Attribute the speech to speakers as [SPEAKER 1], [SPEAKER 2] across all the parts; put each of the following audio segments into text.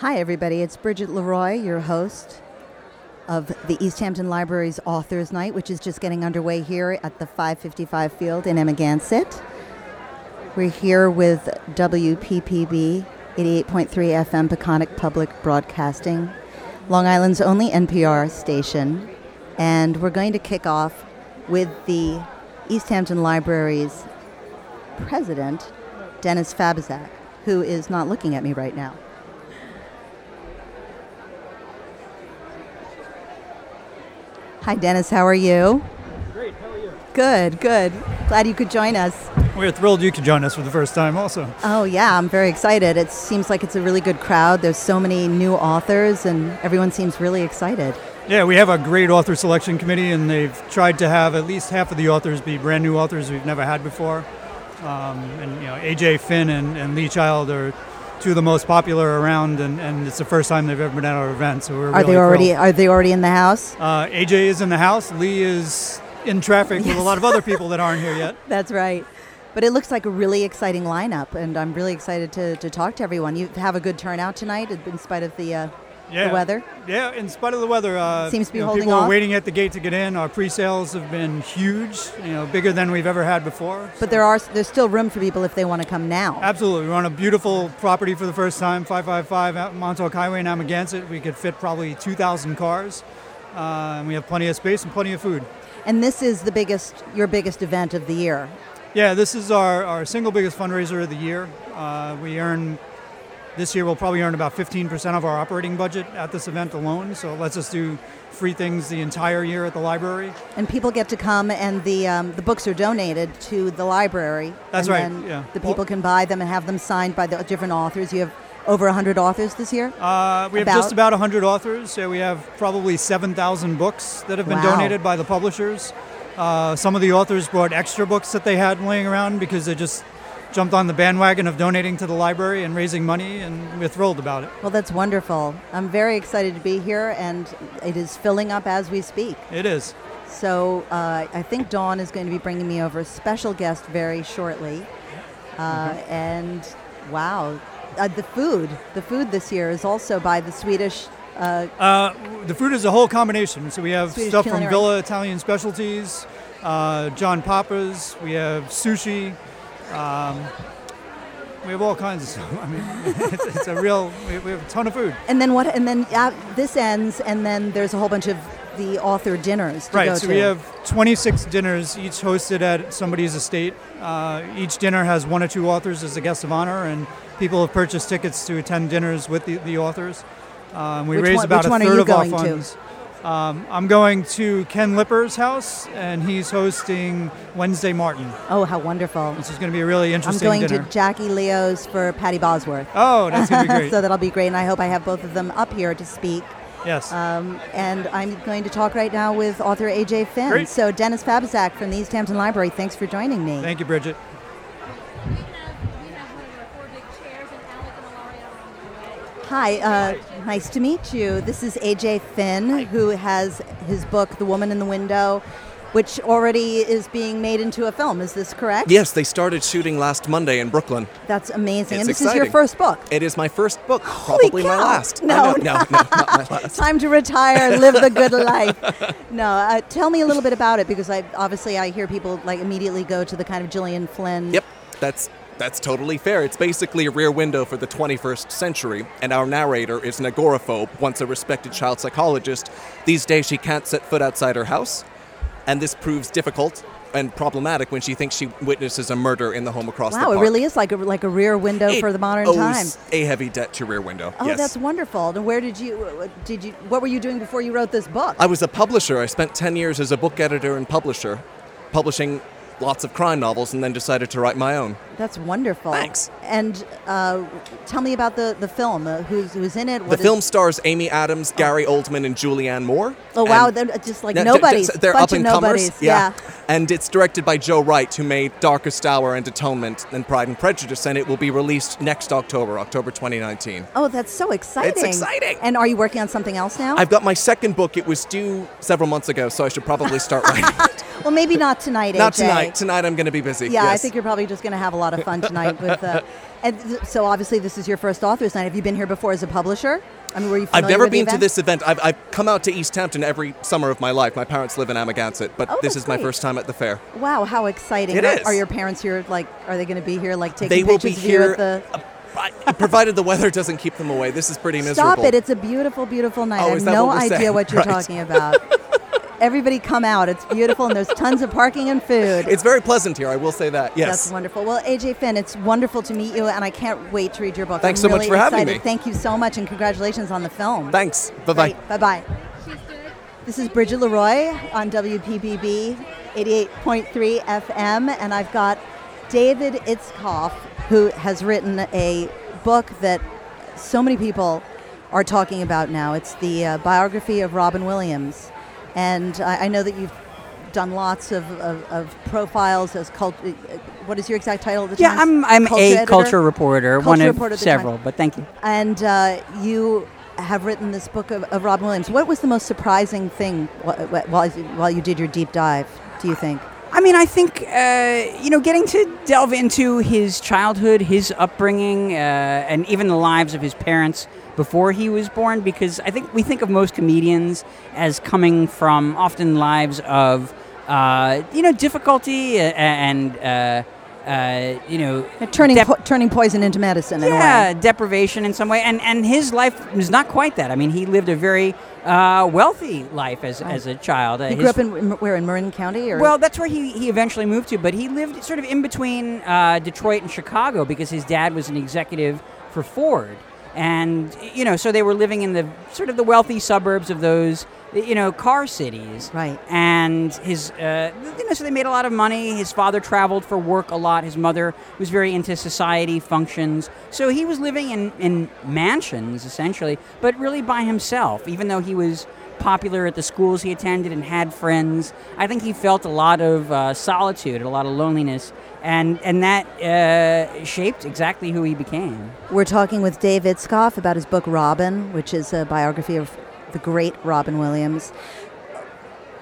[SPEAKER 1] Hi, everybody. It's Bridget Leroy, your host of the East Hampton Library's Authors Night, which is just getting underway here at the 555 Field in Amagansett. We're here with WPPB 88.3 FM Peconic Public Broadcasting, Long Island's only NPR station. And we're going to kick off with the East Hampton Library's president, Dennis Fabzak, who is not looking at me right now. Hi, Dennis. How are you?
[SPEAKER 2] Great, how are you?
[SPEAKER 1] Good, good. Glad you could join us.
[SPEAKER 2] We're thrilled you could join us for the first time, also.
[SPEAKER 1] Oh, yeah, I'm very excited. It seems like it's a really good crowd. There's so many new authors, and everyone seems really excited.
[SPEAKER 2] Yeah, we have a great author selection committee, and they've tried to have at least half of the authors be brand new authors we've never had before. Um, and, you know, AJ Finn and, and Lee Child are two of the most popular around, and, and it's the first time they've ever been at our event, so we're
[SPEAKER 1] Are
[SPEAKER 2] really
[SPEAKER 1] they already
[SPEAKER 2] thrilled.
[SPEAKER 1] Are they already in the house?
[SPEAKER 2] Uh, AJ is in the house, Lee is in traffic with a lot of other people that aren't here yet.
[SPEAKER 1] That's right. But it looks like a really exciting lineup, and I'm really excited to, to talk to everyone. You have a good turnout tonight, in spite of the uh,
[SPEAKER 2] Yeah.
[SPEAKER 1] the weather.
[SPEAKER 2] Yeah, in spite of the weather, uh,
[SPEAKER 1] Seems to be
[SPEAKER 2] you know,
[SPEAKER 1] holding
[SPEAKER 2] people
[SPEAKER 1] off.
[SPEAKER 2] are waiting at the gate to get in. Our pre-sales have been huge, you know, bigger than we've ever had before.
[SPEAKER 1] But there are there's still room for people if they want to come now.
[SPEAKER 2] Absolutely. We're on a beautiful property for the first time, 555 out Montauk Highway in Amagansett. We could fit probably 2,000 cars. Uh, and we have plenty of space and plenty of food.
[SPEAKER 1] and this is the biggest your biggest event of the year.
[SPEAKER 2] Yeah, this is our, our single biggest fundraiser of the year. Uh, we earn, this year we'll probably earn about 15% of our operating budget at this event alone. So it lets us do free things the entire year at the library.
[SPEAKER 1] And people get to come, and the um, the books are donated to the library.
[SPEAKER 2] That's
[SPEAKER 1] and
[SPEAKER 2] right,
[SPEAKER 1] Then
[SPEAKER 2] yeah.
[SPEAKER 1] The people can buy them and have them signed by the different authors. You have over hundred authors this year.
[SPEAKER 2] Uh, we
[SPEAKER 1] About?
[SPEAKER 2] have just about 100 authors. Yeah, we have probably 7,000 books that have been
[SPEAKER 1] Wow.
[SPEAKER 2] donated by the publishers. Uh, some of the authors brought extra books that they had laying around because they just jumped on the bandwagon of donating to the library and raising money, and we're thrilled about it.
[SPEAKER 1] Well, that's wonderful. I'm very excited to be here, and it is filling up as we speak.
[SPEAKER 2] It is.
[SPEAKER 1] So uh, I think Dawn is going to be bringing me over a special guest very shortly. Uh,
[SPEAKER 2] Mm-hmm.
[SPEAKER 1] And wow, uh, the food, the food this year is also by the Swedish. Uh,
[SPEAKER 2] Uh, the food is a whole combination. So we have
[SPEAKER 1] Swedish
[SPEAKER 2] stuff from
[SPEAKER 1] culinary.
[SPEAKER 2] Villa Italian Specialties, uh, John Papa's, we have sushi. Um, we have all kinds of stuff. I mean, it's, it's a real, we, we have a ton of food.
[SPEAKER 1] and then what? And then uh, this ends, and then there's a whole bunch of the author dinners to
[SPEAKER 2] Right,
[SPEAKER 1] go
[SPEAKER 2] so
[SPEAKER 1] to.
[SPEAKER 2] we have 26 dinners, each hosted at somebody's estate. Uh, each dinner has one or two authors as a guest of honor, and people have purchased tickets to attend dinners with the, the authors. Um, we
[SPEAKER 1] Which
[SPEAKER 2] raise
[SPEAKER 1] one-
[SPEAKER 2] about
[SPEAKER 1] which
[SPEAKER 2] a
[SPEAKER 1] one are
[SPEAKER 2] third
[SPEAKER 1] you
[SPEAKER 2] of our
[SPEAKER 1] going to?
[SPEAKER 2] funds. Um, I'm going to Ken Lipper's house, and he's hosting Wednesday Martin,
[SPEAKER 1] oh, how wonderful!
[SPEAKER 2] which is going to be a really
[SPEAKER 1] I'm
[SPEAKER 2] interesting
[SPEAKER 1] going
[SPEAKER 2] dinner.
[SPEAKER 1] to Jackie Leo's for Patty Bosworth.
[SPEAKER 2] oh, that's going to be great.
[SPEAKER 1] so that'll be great, and I hope I have both of them up here to speak.
[SPEAKER 2] yes.
[SPEAKER 1] Um, and I'm going to talk right now with author AJ Finn.
[SPEAKER 2] Great.
[SPEAKER 1] So, Dennis Fabzak from the East Hampton Library, thanks for joining me.
[SPEAKER 2] Thank you, Bridget.
[SPEAKER 3] We have, we have one of our four big chairs, and Alec and Alaria are on their way.
[SPEAKER 1] Hi, uh, nice to meet you. This is AJ Finn, who has his book, The Woman in the Window, which already is being made into a film. Is this correct?
[SPEAKER 4] Yes, they started shooting last Monday in Brooklyn.
[SPEAKER 1] That's amazing. and
[SPEAKER 4] It's
[SPEAKER 1] this is your
[SPEAKER 4] exciting.
[SPEAKER 1] first book.
[SPEAKER 4] It is my first book, probably my
[SPEAKER 1] cow.
[SPEAKER 4] last. I
[SPEAKER 1] No,
[SPEAKER 4] know- no, no, not my last.
[SPEAKER 1] Time to retire, live the good life. No, uh, tell me a little bit about it because I obviously I hear people like immediately go to the kind of Gillian Flynn.
[SPEAKER 4] Yep, that's that's totally fair. It's basically a rear window for the 21st century, and our narrator is an agoraphobe, once a respected child psychologist. These days, she can't set foot outside her house, and this proves difficult and problematic when she thinks she witnesses a murder in the home across the
[SPEAKER 1] Wow,
[SPEAKER 4] park.
[SPEAKER 1] it really is like a, like a rear window
[SPEAKER 4] It
[SPEAKER 1] for the modern
[SPEAKER 4] owes
[SPEAKER 1] time.
[SPEAKER 4] A heavy debt to Rear Window.
[SPEAKER 1] Oh,
[SPEAKER 4] yes.
[SPEAKER 1] that's wonderful. And where did you did you what were you doing before you wrote this book?
[SPEAKER 4] I was a publisher. I spent 10 years as a book editor and publisher, publishing lots of crime novels, and then decided to write my own.
[SPEAKER 1] that's wonderful.
[SPEAKER 4] Thanks.
[SPEAKER 1] And uh, tell me about the the film. Uh, who's who's in it?
[SPEAKER 4] the
[SPEAKER 1] What is-
[SPEAKER 4] film stars Amy Adams, Gary Oldman, and Julianne Moore.
[SPEAKER 1] Oh wow,
[SPEAKER 4] And-
[SPEAKER 1] they're just like
[SPEAKER 4] No, they're-
[SPEAKER 1] nobody's.
[SPEAKER 4] they're
[SPEAKER 1] bunch
[SPEAKER 4] up
[SPEAKER 1] of
[SPEAKER 4] and
[SPEAKER 1] nobodies.
[SPEAKER 4] comers. Yeah. And it's directed by Joe Wright, who made Darkest Hour and Atonement and Pride and Prejudice, and it will be released next October, October 2019.
[SPEAKER 1] Oh, that's so exciting.
[SPEAKER 4] exciting.
[SPEAKER 1] And are you working on something else now?
[SPEAKER 4] I've got my second book. It was due several months ago, so I should probably start writing.
[SPEAKER 1] Well, maybe not tonight.
[SPEAKER 4] Not
[SPEAKER 1] AJ.
[SPEAKER 4] tonight. Tonight I'm going to be busy.
[SPEAKER 1] Yeah, I
[SPEAKER 4] Yes.
[SPEAKER 1] think you're probably just going to have a lot of fun tonight with. Uh, and th- so obviously this is your first authors night. Have you been here before as a publisher? I mean, were you?
[SPEAKER 4] I've
[SPEAKER 1] familiar
[SPEAKER 4] never
[SPEAKER 1] with the
[SPEAKER 4] been to
[SPEAKER 1] event?
[SPEAKER 4] this event. I've, I've come out to East Hampton every summer of my life. My parents live in Amagansett, but
[SPEAKER 1] Oh,
[SPEAKER 4] this
[SPEAKER 1] that's
[SPEAKER 4] is my
[SPEAKER 1] great.
[SPEAKER 4] first time at the fair.
[SPEAKER 1] Wow, how exciting!
[SPEAKER 4] It
[SPEAKER 1] are,
[SPEAKER 4] is.
[SPEAKER 1] are your parents here? Like, are they going to be here? Like taking
[SPEAKER 4] They will be
[SPEAKER 1] pictures of you
[SPEAKER 4] here,
[SPEAKER 1] at the.
[SPEAKER 4] uh, I- provided the weather doesn't keep them away. This is pretty miserable.
[SPEAKER 1] Stop it! It's a beautiful, beautiful night.
[SPEAKER 4] Oh,
[SPEAKER 1] I
[SPEAKER 4] is
[SPEAKER 1] have
[SPEAKER 4] that
[SPEAKER 1] no
[SPEAKER 4] what we're
[SPEAKER 1] idea
[SPEAKER 4] saying?
[SPEAKER 1] what you're
[SPEAKER 4] Right.
[SPEAKER 1] talking about. Everybody, come out! It's beautiful, and there's tons of parking and food.
[SPEAKER 4] It's very pleasant here. I will say that. Yes.
[SPEAKER 1] That's wonderful. Well, AJ Finn, it's wonderful to meet you, and I can't wait to read your book.
[SPEAKER 4] Thanks
[SPEAKER 1] I'm
[SPEAKER 4] so much
[SPEAKER 1] really
[SPEAKER 4] for having
[SPEAKER 1] excited.
[SPEAKER 4] me.
[SPEAKER 1] Thank you so much, and congratulations on the film.
[SPEAKER 4] Thanks. Bye bye.
[SPEAKER 1] Bye bye.
[SPEAKER 5] She's good.
[SPEAKER 1] This is Bridget Leroy on WPBB 88.3 FM, and I've got David Itzkoff, who has written a book that so many people are talking about now. It's the uh, biography of Robin Williams. And I, I know that you've done lots of, of, of profiles as cult. uh, What is your exact title? At the
[SPEAKER 6] Yeah,
[SPEAKER 1] Times?
[SPEAKER 6] I'm, I'm
[SPEAKER 1] Culture
[SPEAKER 6] a
[SPEAKER 1] editor?
[SPEAKER 6] culture reporter,
[SPEAKER 1] Culture
[SPEAKER 6] one of
[SPEAKER 1] reporter at the
[SPEAKER 6] several,
[SPEAKER 1] Times.
[SPEAKER 6] but thank you.
[SPEAKER 1] And uh, you have written this book of, of Robin Williams. What was the most surprising thing wh- wh- while, you- while you did your deep dive, do you think?
[SPEAKER 6] I mean, I think, uh, you know, getting to delve into his childhood, his upbringing, uh, and even the lives of his parents before he was born, because I think we think of most comedians as coming from often lives of, uh, you know, difficulty a- and, uh, uh, you know,
[SPEAKER 1] Turning,
[SPEAKER 6] dep-
[SPEAKER 1] po- turning poison into medicine in
[SPEAKER 6] yeah,
[SPEAKER 1] a way.
[SPEAKER 6] deprivation in some way. And and his life was not quite that. I mean, he lived a very uh, wealthy life as, as a child. Uh,
[SPEAKER 1] You
[SPEAKER 6] his-
[SPEAKER 1] grew up in m- where in Marin County, or
[SPEAKER 6] well, that's where he, he eventually moved to, but he lived sort of in between uh, Detroit and Chicago because his dad was an executive for Ford. And, you know, so they were living in the sort of the wealthy suburbs of those, you know, car cities.
[SPEAKER 1] Right.
[SPEAKER 6] And his, uh, you know, so they made a lot of money. His father traveled for work a lot. His mother was very into society functions. So he was living in, in mansions, essentially, but really by himself, even though he was popular at the schools he attended and had friends. I think he felt a lot of uh, solitude, a lot of loneliness, and and that uh, shaped exactly who he became.
[SPEAKER 1] we're talking with Dave Itzkoff about his book Robin, which is a biography of the great Robin Williams.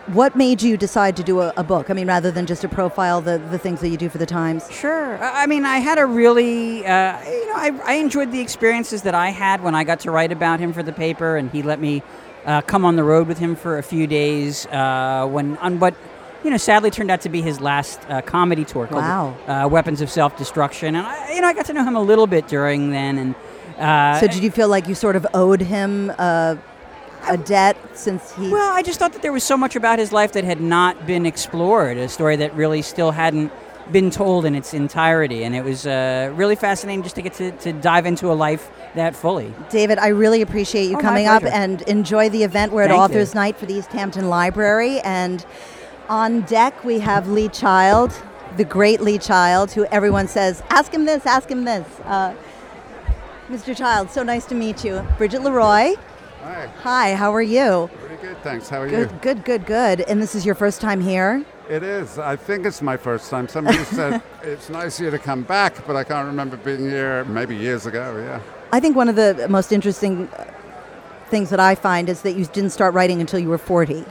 [SPEAKER 1] What made you decide to do a, a book? I mean, rather than just a profile, the, the things that you do for the Times.
[SPEAKER 6] Sure. I I mean, I had a really, uh, you know, I, I enjoyed the experiences that I had when I got to write about him for the paper, and he let me uh, come on the road with him for a few days uh, when on what, you know, sadly turned out to be his last uh, comedy tour called
[SPEAKER 1] Wow.
[SPEAKER 6] uh, Weapons of Self Destruction. And, I, you know, I got to know him a little bit during then. And uh,
[SPEAKER 1] So, did you feel like you sort of owed him uh, a debt since he?
[SPEAKER 6] Well, I just thought that there was so much about his life that had not been explored, a story that really still hadn't been told in its entirety. And it was uh, really fascinating just to get to, to dive into a life that fully.
[SPEAKER 1] David, I really appreciate you
[SPEAKER 6] Oh, my
[SPEAKER 1] coming up
[SPEAKER 6] pleasure.
[SPEAKER 1] and enjoy the event. We're at
[SPEAKER 6] Thank you.
[SPEAKER 1] Authors Night for the East Hampton Library. And on deck, we have Lee Child, the great Lee Child, who everyone says, ask him this, ask him this. Uh, Mr. Child, so nice to meet you. Bridget Leroy.
[SPEAKER 7] Hi,
[SPEAKER 1] Hi, how are you?
[SPEAKER 7] pretty good, thanks. How are you?
[SPEAKER 1] Good, good, good, good. And this is your first time here?
[SPEAKER 7] It is. I think it's my first time. Somebody said it's nice of you to come back, but I can't remember being here maybe years ago, yeah.
[SPEAKER 1] I think one of the most interesting uh, things that I find is that you didn't start writing until you were 40.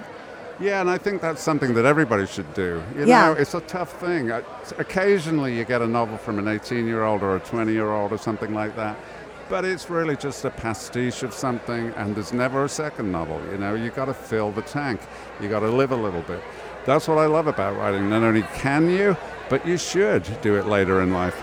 [SPEAKER 7] Yeah, and I think that's something that everybody should do. You
[SPEAKER 1] Yeah.
[SPEAKER 7] know, it's a tough thing. I- Occasionally you get a novel from an 18 year old or a 20 year old or something like that, but it's really just a pastiche of something, and there's never a second novel. You know, you got to fill the tank, you got to live a little bit. That's what I love about writing. Not only can you, but you should do it later in life.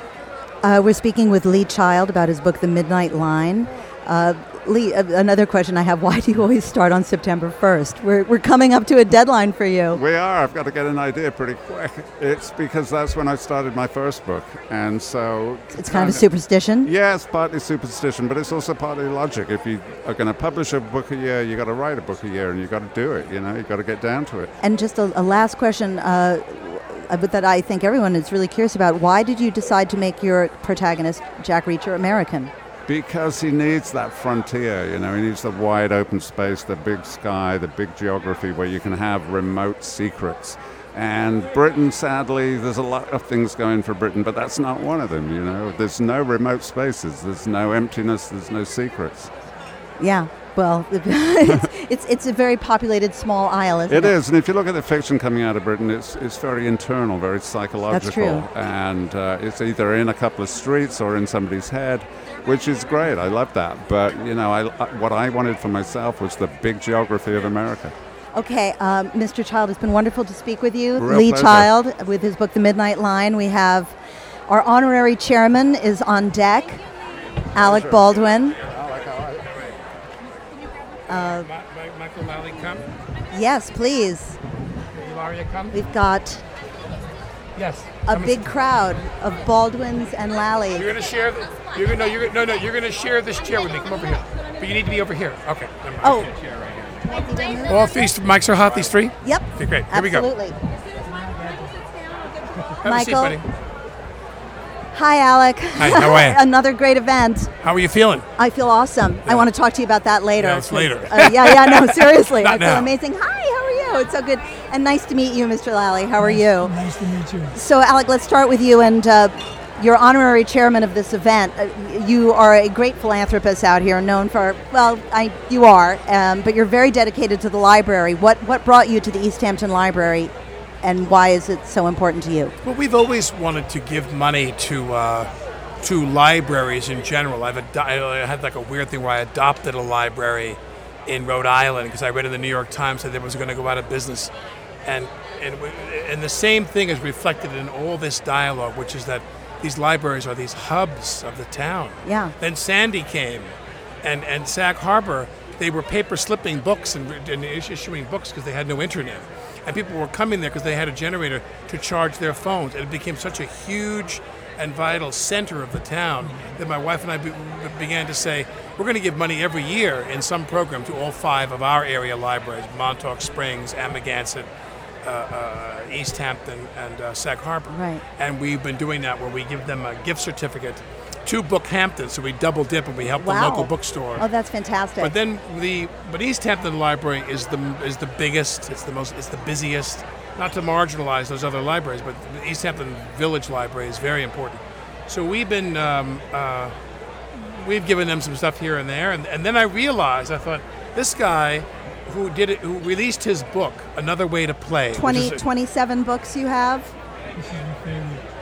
[SPEAKER 1] Uh, we're speaking with Lee Child about his book, The Midnight Line. Uh, Lee, uh, another question I have why do you always start on September 1st? We're, we're coming up to a deadline for you.
[SPEAKER 7] We are. I've got to get an idea pretty quick. It's because that's when I started my first book, and so
[SPEAKER 1] It's kind of a superstition.
[SPEAKER 7] Yeah, it's partly superstition, but it's also partly logic. If you are going to publish a book a year, you got to write a book a year, and you got to do it. You know, you got to get down to it.
[SPEAKER 1] And just a, a last question uh, uh, but that I think everyone is really curious about why did you decide to make your protagonist, Jack Reacher, American?
[SPEAKER 7] Because he needs that frontier, you know, he needs the wide open space, the big sky, the big geography where you can have remote secrets. And Britain, sadly, there's a lot of things going for Britain, but that's not one of them, you know. There's no remote spaces, there's no emptiness, there's no secrets.
[SPEAKER 1] Yeah. Well, it's, it's it's a very populated small isle, isn't it?
[SPEAKER 7] It is, and if you look at the fiction coming out of Britain, it's it's very internal, very psychological,
[SPEAKER 1] true.
[SPEAKER 7] and uh, it's either in a couple of streets or in somebody's head, which is great. I love that. But you know, I, I- what I wanted for myself was the big geography of America.
[SPEAKER 1] Okay, um, Mr. Child, it's been wonderful to speak with you.
[SPEAKER 7] Real
[SPEAKER 1] Lee
[SPEAKER 7] pleasure.
[SPEAKER 1] Child with his book, The Midnight Line. We have our honorary chairman is on deck, Alec Baldwin.
[SPEAKER 8] Ma- Ma- Michael Lally come?
[SPEAKER 1] Yes, please.
[SPEAKER 8] Ilaria come?
[SPEAKER 1] We've got
[SPEAKER 8] Yes.
[SPEAKER 1] a big crowd of Baldwins and
[SPEAKER 8] You're
[SPEAKER 1] Lally.
[SPEAKER 8] gonna share. The, you're gonna no. You're gonna, no no. You're gonna share this chair with me. Come over here. But you need to be over here. Okay. never mind.
[SPEAKER 1] Oh.
[SPEAKER 8] All these mics are hot. These three.
[SPEAKER 1] Yep.
[SPEAKER 8] Okay, great. Here we go.
[SPEAKER 1] Absolutely.
[SPEAKER 9] As soon as Michael Michael sits down, I'll get the
[SPEAKER 8] Have a seat,
[SPEAKER 1] Michael.
[SPEAKER 8] buddy.
[SPEAKER 1] Hi, Alec.
[SPEAKER 8] Hi, how are you?
[SPEAKER 1] Another great event.
[SPEAKER 8] How are you feeling?
[SPEAKER 1] I feel awesome. I want to talk to you about that later.
[SPEAKER 8] Yeah, it's later.
[SPEAKER 1] Uh, yeah, yeah, no, seriously.
[SPEAKER 8] Not
[SPEAKER 1] I feel
[SPEAKER 8] now.
[SPEAKER 1] amazing. Hi, how are you? It's so good. And nice to meet you, Mr. Lally. How are you?
[SPEAKER 10] Nice to meet you.
[SPEAKER 1] So, Alec, let's start with you and uh, your honorary chairman of this event. Uh, you are a great philanthropist out here, known for, well, I, you are, um, but you're very dedicated to the library. What, what brought you to the East Hampton Library and why is it so important to you?
[SPEAKER 8] Well, we've always wanted to give money to uh, to libraries in general. I've ad- I had like a weird thing where I adopted a library in Rhode Island because I read in the New York Times that it was going to go out of business, and and we, and the same thing is reflected in all this dialogue, which is that these libraries are these hubs of the town.
[SPEAKER 1] Yeah.
[SPEAKER 8] Then Sandy came, and and Sag Harbor, they were paper slipping books and, and issuing books because they had no internet, and people were coming there because they had a generator to charge their phones, and it became such a huge and vital center of the town that my wife and I be, began to say we're going to give money every year in some program to all five of our area libraries: Montauk Springs, Amagansett. Uh, uh, East Hampton and uh, Sag Harbor
[SPEAKER 1] Right.
[SPEAKER 8] and we've been doing that where we give them a gift certificate to Bookhampton, so we double dip and we help the
[SPEAKER 1] Wow.
[SPEAKER 8] local bookstore.
[SPEAKER 1] Oh, that's fantastic.
[SPEAKER 8] But then the but East Hampton Library is the is the biggest. It's the most. It's the busiest. Not to marginalize those other libraries, but the East Hampton Village Library is very important. So we've been um, uh, we've given them some stuff here and there, and, and then I realized I thought this guy who did it, who released his book, Another Way to Play, which
[SPEAKER 1] 20,
[SPEAKER 8] is a-
[SPEAKER 1] 27 books you have?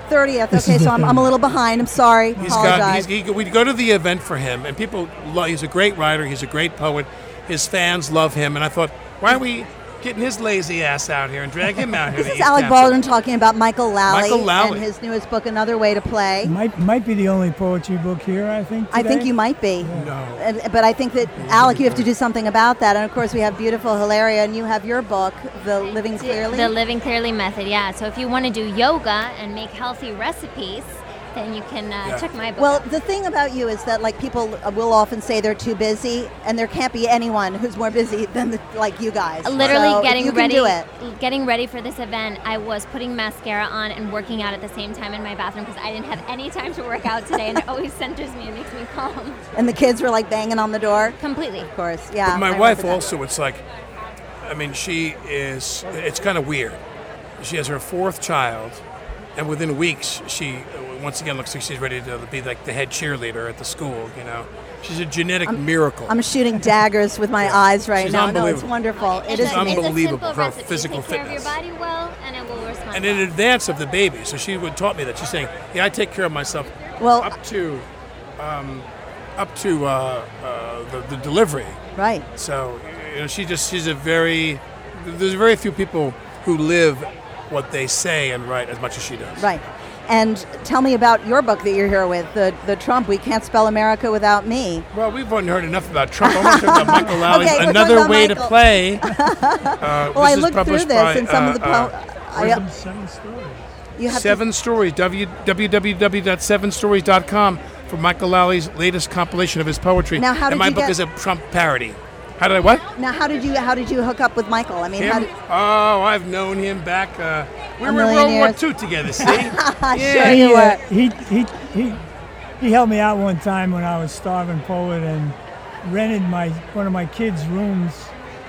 [SPEAKER 1] 30th. Okay, so I'm, I'm a little behind. I'm sorry.
[SPEAKER 8] He's
[SPEAKER 1] Apologize.
[SPEAKER 8] got. He's, he, we go to the event for him, and people. Lo- he's a great writer. He's a great poet. His fans love him, and I thought, why are we getting his lazy ass out here and drag him out here?
[SPEAKER 1] this
[SPEAKER 8] to
[SPEAKER 1] is
[SPEAKER 8] East
[SPEAKER 1] Alec
[SPEAKER 8] Hampton?
[SPEAKER 1] Baldwin talking about Michael Lally,
[SPEAKER 8] Michael Lally.
[SPEAKER 1] and his newest book, Another Way to Play.
[SPEAKER 10] Might might be the only poetry book here. I think.
[SPEAKER 1] I think
[SPEAKER 10] today.
[SPEAKER 1] you might be.
[SPEAKER 8] No.
[SPEAKER 1] And- But I think that, Alec, you have to do something about that. And of course, we have beautiful Hilaria, and you have your book, The Living Clearly.
[SPEAKER 11] The Living Clearly method, yeah. So if you want to do yoga and make healthy recipes, then you can uh,
[SPEAKER 8] Yeah.
[SPEAKER 11] check my book.
[SPEAKER 1] well, the thing about you is that, like, people will often say they're too busy, and there can't be anyone who's more busy than, the, like, you guys.
[SPEAKER 11] Uh, literally
[SPEAKER 1] So if
[SPEAKER 11] getting
[SPEAKER 1] you
[SPEAKER 11] ready,
[SPEAKER 1] Can do it.
[SPEAKER 11] getting ready for this event. I was putting mascara on and working out at the same time in my bathroom because I didn't have any time to work out today, and it always centers me and makes me calm
[SPEAKER 1] And the kids were, like, banging on the door.
[SPEAKER 11] completely.
[SPEAKER 1] Of course, yeah.
[SPEAKER 8] But my
[SPEAKER 1] I
[SPEAKER 8] wife
[SPEAKER 1] remember that.
[SPEAKER 8] also, it's like, I mean, she is, it's kind of weird. She has her fourth child, and within weeks, she uh, once again looks like she's ready to be like the head cheerleader at the school, you know? She's a genetic miracle.
[SPEAKER 1] I'm shooting daggers with my eyes right
[SPEAKER 8] She's
[SPEAKER 1] now. No, it's
[SPEAKER 8] unbelievable.
[SPEAKER 1] wonderful.
[SPEAKER 11] It's
[SPEAKER 1] It is
[SPEAKER 11] a- it's a
[SPEAKER 8] unbelievable
[SPEAKER 11] simple
[SPEAKER 8] for her
[SPEAKER 11] recipe.
[SPEAKER 8] physical
[SPEAKER 11] take care
[SPEAKER 8] fitness.
[SPEAKER 11] Of your body well, and it will respond.
[SPEAKER 8] and in
[SPEAKER 11] well.
[SPEAKER 8] advance of the baby, so she would taught me that. She's saying, "Yeah, I take care of myself
[SPEAKER 1] Well-
[SPEAKER 8] up to, um, up to uh, uh, the, the delivery."
[SPEAKER 1] right.
[SPEAKER 8] So you know, she just she's a very there's very few people who live what they say and write as much as she does.
[SPEAKER 1] Right. And tell me about your book that you're here with, the the Trump. We can't spell America without me.
[SPEAKER 8] Well, we've already heard enough about Trump. I want to talk about Michael Lally.
[SPEAKER 1] Okay, we're talking
[SPEAKER 8] Another
[SPEAKER 1] about
[SPEAKER 8] way to
[SPEAKER 1] Michael.
[SPEAKER 8] play. Uh,
[SPEAKER 1] Well,
[SPEAKER 8] this
[SPEAKER 1] I
[SPEAKER 8] is
[SPEAKER 1] looked through
[SPEAKER 8] published
[SPEAKER 1] this
[SPEAKER 8] by,
[SPEAKER 1] and some
[SPEAKER 8] uh,
[SPEAKER 1] of the po-
[SPEAKER 8] uh,
[SPEAKER 1] I-
[SPEAKER 10] Wisdom seven stories.
[SPEAKER 1] you have to-
[SPEAKER 8] Seven Stories, w- www.sevenstories.com for Michael Lally's latest compilation of his poetry.
[SPEAKER 1] Now, how did
[SPEAKER 8] and my
[SPEAKER 1] you
[SPEAKER 8] book
[SPEAKER 1] get-
[SPEAKER 8] is a Trump parody. How did I what?
[SPEAKER 1] now, how did you how did you hook up with Michael? I mean, how
[SPEAKER 8] Him?
[SPEAKER 1] did,
[SPEAKER 8] Oh, I've known him back. Uh, we
[SPEAKER 1] A
[SPEAKER 8] were in
[SPEAKER 1] million
[SPEAKER 8] World War
[SPEAKER 1] years.
[SPEAKER 8] II together, see? yeah.
[SPEAKER 1] Ah, Sure you
[SPEAKER 10] he,
[SPEAKER 1] were.
[SPEAKER 10] uh, he he he he helped me out one time when I was starving poet and rented my one of my kids' rooms.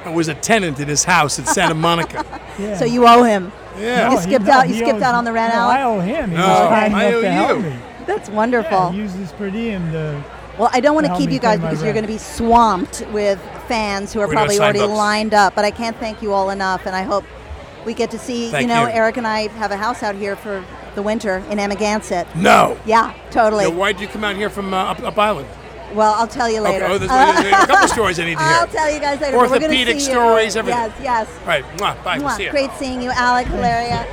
[SPEAKER 8] I was a tenant in his house in Santa Monica.
[SPEAKER 10] Yeah.
[SPEAKER 1] so you owe him.
[SPEAKER 8] Yeah.
[SPEAKER 1] You
[SPEAKER 10] Oh, he-
[SPEAKER 1] skipped out- you
[SPEAKER 10] he
[SPEAKER 1] skipped
[SPEAKER 10] owes-
[SPEAKER 1] out on the rent,
[SPEAKER 10] no,
[SPEAKER 1] Alec?
[SPEAKER 10] I owe him. He
[SPEAKER 8] No,
[SPEAKER 10] was kind
[SPEAKER 8] I
[SPEAKER 10] enough
[SPEAKER 8] owe
[SPEAKER 10] to help
[SPEAKER 8] you.
[SPEAKER 10] me.
[SPEAKER 1] That's
[SPEAKER 10] Yeah,
[SPEAKER 1] wonderful.
[SPEAKER 10] he used his per diem to
[SPEAKER 1] Well, I don't want to
[SPEAKER 12] Help
[SPEAKER 1] keep
[SPEAKER 12] me
[SPEAKER 1] you guys
[SPEAKER 12] pay my
[SPEAKER 1] because you're going
[SPEAKER 12] rent.
[SPEAKER 1] to be swamped with fans who are
[SPEAKER 8] We're gonna
[SPEAKER 1] probably
[SPEAKER 8] sign
[SPEAKER 1] already
[SPEAKER 8] books.
[SPEAKER 1] lined up. But I can't thank you all enough, and I hope we get to see.
[SPEAKER 8] Thank
[SPEAKER 1] know,
[SPEAKER 8] you.
[SPEAKER 1] Eric and I have a house out here for the winter in Amagansett.
[SPEAKER 8] No.
[SPEAKER 1] Yeah, totally.
[SPEAKER 8] Now, why'd you come out here from uh, up, up Island?
[SPEAKER 1] Well, I'll tell you later.
[SPEAKER 8] Okay, oh, there's, there's- there's a couple stories I need to hear.
[SPEAKER 1] I'll tell you guys later. but we're gonna
[SPEAKER 8] Orthopedic
[SPEAKER 1] see you.
[SPEAKER 8] stories, everything.
[SPEAKER 1] Yes, yes.
[SPEAKER 8] All right, mwah, bye. we'll
[SPEAKER 1] Mwah.
[SPEAKER 8] see you.
[SPEAKER 1] Great seeing you, Alec, Hilaria.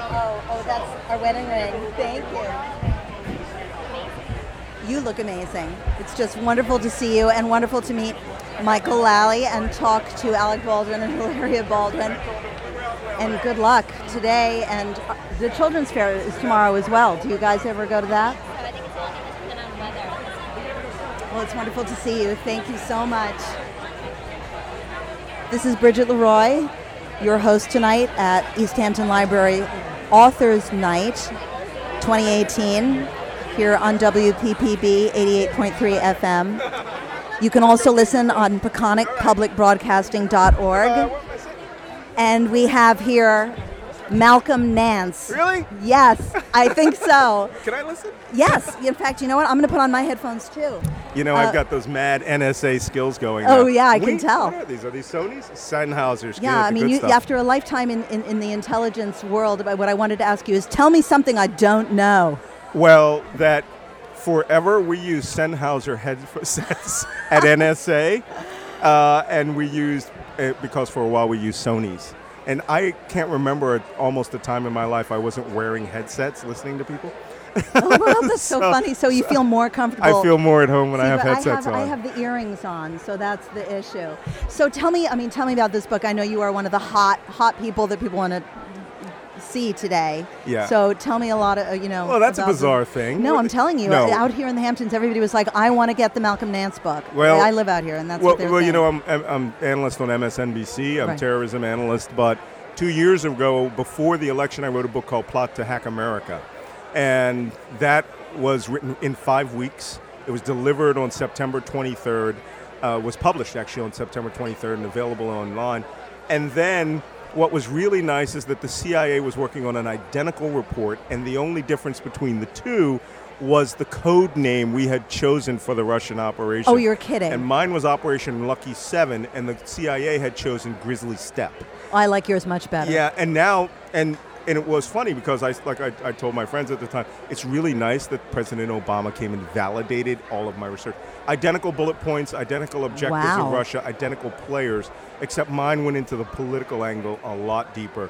[SPEAKER 1] Oh, oh, that's our wedding ring. Thank you. You look amazing. It's just wonderful to see you and wonderful to meet Michael Lally and talk to Alec Baldwin and Hilaria Baldwin. And good luck today. And uh, the Children's Fair is tomorrow as well. Do you guys ever go to that?
[SPEAKER 13] So I think it's all going to depend on weather.
[SPEAKER 1] Well, it's wonderful to see you. Thank you so much. This is Bridget Leroy, your host tonight at East Hampton Library Authors Night 2018 here on WPPB 88.3 FM. You can also listen on peconicpublicbroadcasting.org. And we have here Malcolm Nance.
[SPEAKER 14] Really?
[SPEAKER 1] Yes, I think so.
[SPEAKER 14] Can I listen?
[SPEAKER 1] Yes. In fact, you know what? I'm going to put on my headphones too.
[SPEAKER 15] You know,
[SPEAKER 1] Uh,
[SPEAKER 15] I've got those mad NSA skills going.
[SPEAKER 1] Oh,
[SPEAKER 15] now.
[SPEAKER 1] yeah, I can tell.
[SPEAKER 15] What are these? Are these Sony's? Sennheisers.
[SPEAKER 1] Yeah,
[SPEAKER 15] good,
[SPEAKER 1] I
[SPEAKER 15] the
[SPEAKER 1] mean,
[SPEAKER 15] good
[SPEAKER 1] you,
[SPEAKER 15] stuff.
[SPEAKER 1] after a lifetime in, in, in the intelligence world, but what I wanted to ask you is tell me something I don't know.
[SPEAKER 15] Well, that forever we used Sennheiser headsets at NSA, uh, and we used uh, because for a while we used Sony's. And I can't remember a, almost a time in my life I wasn't wearing headsets listening to people.
[SPEAKER 1] Oh, well, that's so, funny. So you feel more comfortable.
[SPEAKER 15] I feel more at home when I
[SPEAKER 1] See,
[SPEAKER 15] have
[SPEAKER 1] but
[SPEAKER 15] headsets
[SPEAKER 1] I have,
[SPEAKER 15] on.
[SPEAKER 1] I have the earrings on, so that's the issue. So tell me, I mean, tell me about this book. I know you are one of the hot, hot people that people want to see today.
[SPEAKER 15] Yeah.
[SPEAKER 1] So tell me a lot of, uh, you know.
[SPEAKER 15] Well, that's a
[SPEAKER 1] about the-
[SPEAKER 15] bizarre thing.
[SPEAKER 1] No,
[SPEAKER 15] What-
[SPEAKER 1] I'm telling you,
[SPEAKER 15] No.
[SPEAKER 1] out here in the Hamptons, everybody was like, I want to get the Malcolm Nance book.
[SPEAKER 15] Well-
[SPEAKER 1] I live out here, and that's
[SPEAKER 15] well,
[SPEAKER 1] what they're
[SPEAKER 15] well, you know, I'm, I'm, I'm analyst on MSNBC. I'm
[SPEAKER 1] Right.
[SPEAKER 15] terrorism analyst. But two years ago, before the election, I wrote a book called Plot to Hack America, and that was written in five weeks. It was delivered on September 23rd. Uh, was published actually on September 23rd and available online. And then what was really nice is that the CIA was working on an identical report, and the only difference between the two was the code name we had chosen for the Russian operation.
[SPEAKER 1] Oh, you're kidding.
[SPEAKER 15] And Mine was Operation Lucky Seven, and the CIA had chosen Grizzly Step.
[SPEAKER 1] Oh, I like yours much better.
[SPEAKER 15] Yeah, and now and and it was funny because I like I, I told my friends at the time, it's really nice that President Obama came and validated all of my research. Identical bullet points, identical objectives
[SPEAKER 1] Wow.
[SPEAKER 15] in Russia, identical players, except mine went into the political angle a lot deeper.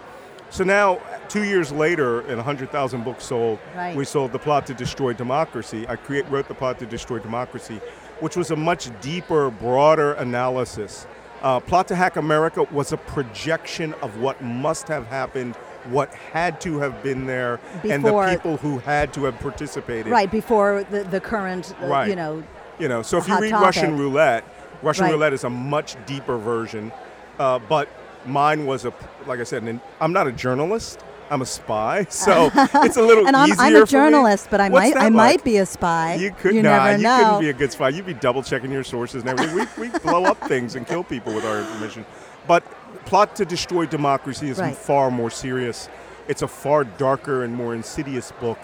[SPEAKER 15] So now, two years later, and 100,000 books sold,
[SPEAKER 1] Right.
[SPEAKER 15] we sold The Plot to Destroy Democracy. I create, wrote The Plot to Destroy Democracy, which was a much deeper, broader analysis. Uh, Plot to Hack America was a projection of what must have happened, what had to have been there, and the
[SPEAKER 1] Before-
[SPEAKER 15] people who had to have participated.
[SPEAKER 1] Right before the, the current, uh,
[SPEAKER 15] Right.
[SPEAKER 1] you know,
[SPEAKER 15] You know, so if
[SPEAKER 1] Hot
[SPEAKER 15] you read
[SPEAKER 1] topic.
[SPEAKER 15] Russian Roulette, Russian
[SPEAKER 1] Right.
[SPEAKER 15] Roulette is a much deeper version, uh, but mine was a like I said, an, I'm not a journalist. I'm a spy, so it's a little
[SPEAKER 1] and I'm,
[SPEAKER 15] easier
[SPEAKER 1] I'm
[SPEAKER 15] for
[SPEAKER 1] a
[SPEAKER 15] me.
[SPEAKER 1] journalist, but I
[SPEAKER 15] What's
[SPEAKER 1] might
[SPEAKER 15] that
[SPEAKER 1] I
[SPEAKER 15] like?
[SPEAKER 1] might be a spy.
[SPEAKER 15] You could
[SPEAKER 1] you
[SPEAKER 15] not.
[SPEAKER 1] never
[SPEAKER 15] you
[SPEAKER 1] know.
[SPEAKER 15] couldn't be a good spy. You'd be double checking your sources and everything. We, we blow up things and kill people with our information. But plot to destroy democracy is
[SPEAKER 1] Right.
[SPEAKER 15] far more serious. It's a far darker and more insidious book,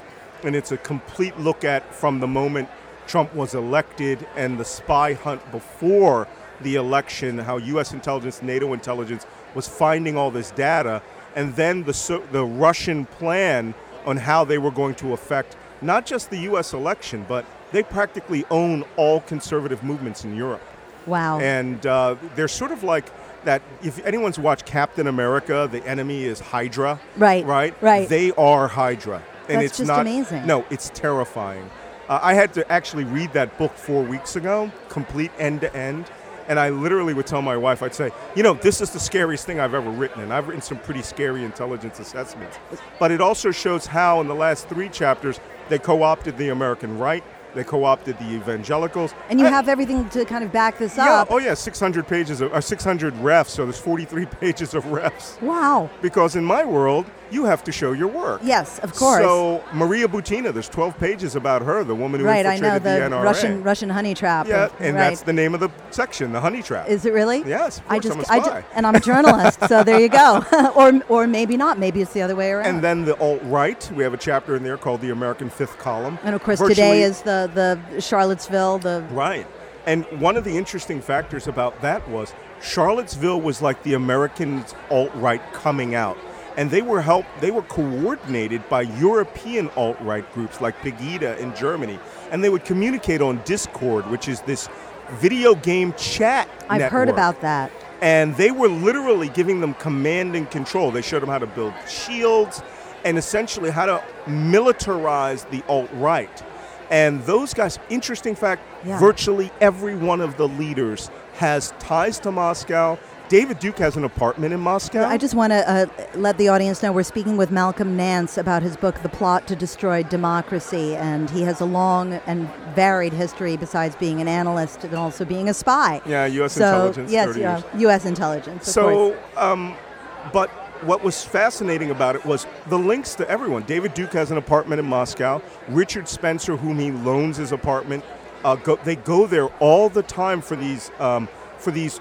[SPEAKER 15] and it's a complete look at from the moment Trump was elected and the spy hunt before the election, how U.S. intelligence, NATO intelligence was finding all this data, and then the so, the Russian plan on how they were going to affect not just the U.S. election, but they practically own all conservative movements in Europe.
[SPEAKER 1] wow.
[SPEAKER 15] And uh, they're sort of like that. If anyone's watched Captain America, the enemy is Hydra.
[SPEAKER 1] Right,
[SPEAKER 15] Right.
[SPEAKER 1] right.
[SPEAKER 15] They are Hydra, and
[SPEAKER 1] That's
[SPEAKER 15] it's
[SPEAKER 1] just
[SPEAKER 15] not
[SPEAKER 1] amazing.
[SPEAKER 15] No, it's terrifying. Uh, I had to actually read that book four weeks ago, complete end to end. And I literally would tell my wife, I'd say, you know, this is the scariest thing I've ever written. And I've written some pretty scary intelligence assessments. But it also shows how, in the last three chapters, they co opted the American right, they co opted the evangelicals.
[SPEAKER 1] and you
[SPEAKER 15] I-
[SPEAKER 1] have everything to kind of back this
[SPEAKER 15] yeah.
[SPEAKER 1] up.
[SPEAKER 15] Oh yeah. 600 pages of or 600 refs. So there's 43 pages of refs.
[SPEAKER 1] Wow.
[SPEAKER 15] Because in my world, you have to show your work.
[SPEAKER 1] Yes, of course.
[SPEAKER 15] So Maria Butina, there's 12 pages about her, the woman who
[SPEAKER 1] right, I know
[SPEAKER 15] infiltrated
[SPEAKER 1] the,
[SPEAKER 15] NRA.
[SPEAKER 1] Russian Russian honey trap.
[SPEAKER 15] Yeah,
[SPEAKER 1] of-
[SPEAKER 15] and
[SPEAKER 1] right.
[SPEAKER 15] that's the name of the section, the honey trap.
[SPEAKER 1] Is it really?
[SPEAKER 15] Yes, of
[SPEAKER 1] I
[SPEAKER 15] course,
[SPEAKER 1] just
[SPEAKER 15] I'm a
[SPEAKER 1] I ju-
[SPEAKER 15] spy.
[SPEAKER 1] and I'm a journalist, so there you go. or or maybe not. Maybe it's the other way around.
[SPEAKER 15] and then the alt right, we have a chapter in there called the American Fifth Column.
[SPEAKER 1] And of course,
[SPEAKER 15] Virtually-
[SPEAKER 1] today is the the the Charlottesville, the
[SPEAKER 15] Right. And one of the interesting factors about that was Charlottesville was like the American alt right coming out. And they were helped, they were coordinated by European alt right groups like Pegida in Germany. And they would communicate on Discord, which is this video game chat.
[SPEAKER 1] I've heard
[SPEAKER 15] network
[SPEAKER 1] about that.
[SPEAKER 15] and they were literally giving them command and control. They showed them how to build shields and essentially how to militarize the alt right. And those guys, interesting fact,
[SPEAKER 1] Yeah.
[SPEAKER 15] virtually every one of the leaders has ties to Moscow. David Duke has an apartment in Moscow.
[SPEAKER 1] I just want to uh, let the audience know we're speaking with Malcolm Nance about his book, The Plot to Destroy Democracy, and he has a long and varied history besides being an analyst and also being a spy.
[SPEAKER 15] Yeah, U.S.
[SPEAKER 1] So,
[SPEAKER 15] intelligence,
[SPEAKER 1] Yes,
[SPEAKER 15] 30
[SPEAKER 1] yeah,
[SPEAKER 15] years.
[SPEAKER 1] U.S. intelligence. Of
[SPEAKER 15] So,
[SPEAKER 1] course.
[SPEAKER 15] um, but what was fascinating about it was the links to everyone. David Duke has an apartment in Moscow. Richard Spencer, whom he loans his apartment, uh, go, they go there all the time for these um, for these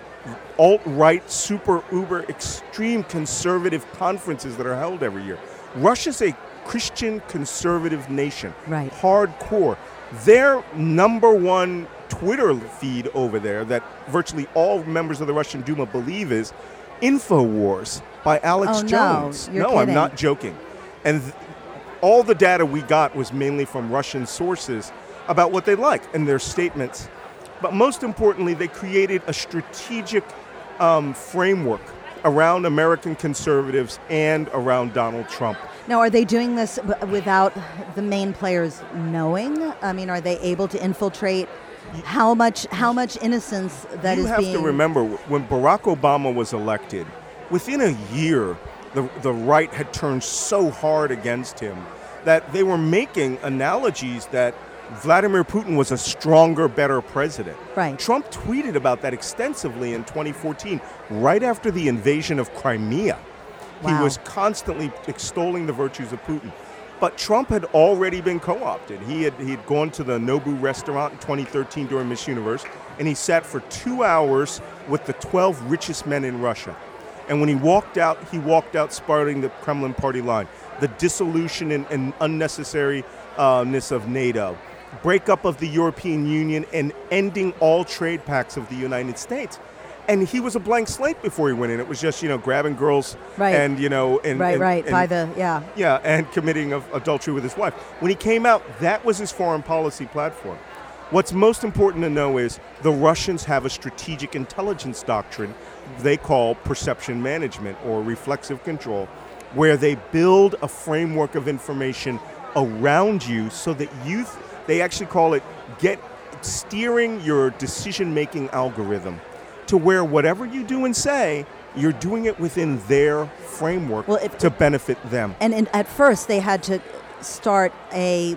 [SPEAKER 15] alt right, super uber extreme conservative conferences that are held every year. Russia's a Christian conservative nation,
[SPEAKER 1] Right.
[SPEAKER 15] Hardcore. Their number one Twitter feed over there that virtually all members of the Russian Duma believe is InfoWars by Alex
[SPEAKER 1] Oh, no.
[SPEAKER 15] Jones.
[SPEAKER 1] You're
[SPEAKER 15] I'm
[SPEAKER 1] kidding.
[SPEAKER 15] not joking. And th- all the data we got was mainly from Russian sources about what they like and their statements. But most importantly, they created a strategic um, framework around American conservatives and around Donald Trump.
[SPEAKER 1] Now, are they doing this w- without the main players knowing? I mean, are they able to infiltrate how much how much innocence that
[SPEAKER 15] you
[SPEAKER 1] is
[SPEAKER 15] have
[SPEAKER 1] being?
[SPEAKER 15] to remember when Barack Obama was elected, within a year, the, the right had turned so hard against him that they were making analogies that Vladimir Putin was a stronger, better president.
[SPEAKER 1] Right.
[SPEAKER 15] Trump tweeted about that extensively in 2014, right after the invasion of Crimea. He
[SPEAKER 1] Wow.
[SPEAKER 15] was constantly extolling the virtues of Putin. But Trump had already been co-opted. He had he had gone to the Nobu restaurant in 2013 during Miss Universe, and he sat for two hours with the 12 richest men in Russia. And when he walked out, he walked out spouting the Kremlin party line, the dissolution and, and unnecessariness of NATO, breakup of the European Union, and ending all trade pacts of the United States. And he was a blank slate before he went in. It was just you know grabbing girls
[SPEAKER 1] Right.
[SPEAKER 15] and you know and
[SPEAKER 1] right,
[SPEAKER 15] and-
[SPEAKER 1] right.
[SPEAKER 15] and-
[SPEAKER 1] by the yeah.
[SPEAKER 15] yeah, and committing of adultery with his wife. When he came out, that was his foreign policy platform. What's most important to know is the Russians have a strategic intelligence doctrine they call perception management or reflexive control, where they build a framework of information around you so that you, th- they actually call it get steering your decision making algorithm to where whatever you do and say, you're doing it within their framework
[SPEAKER 1] Well, if-
[SPEAKER 15] to benefit them.
[SPEAKER 1] And in, at first, they had to start a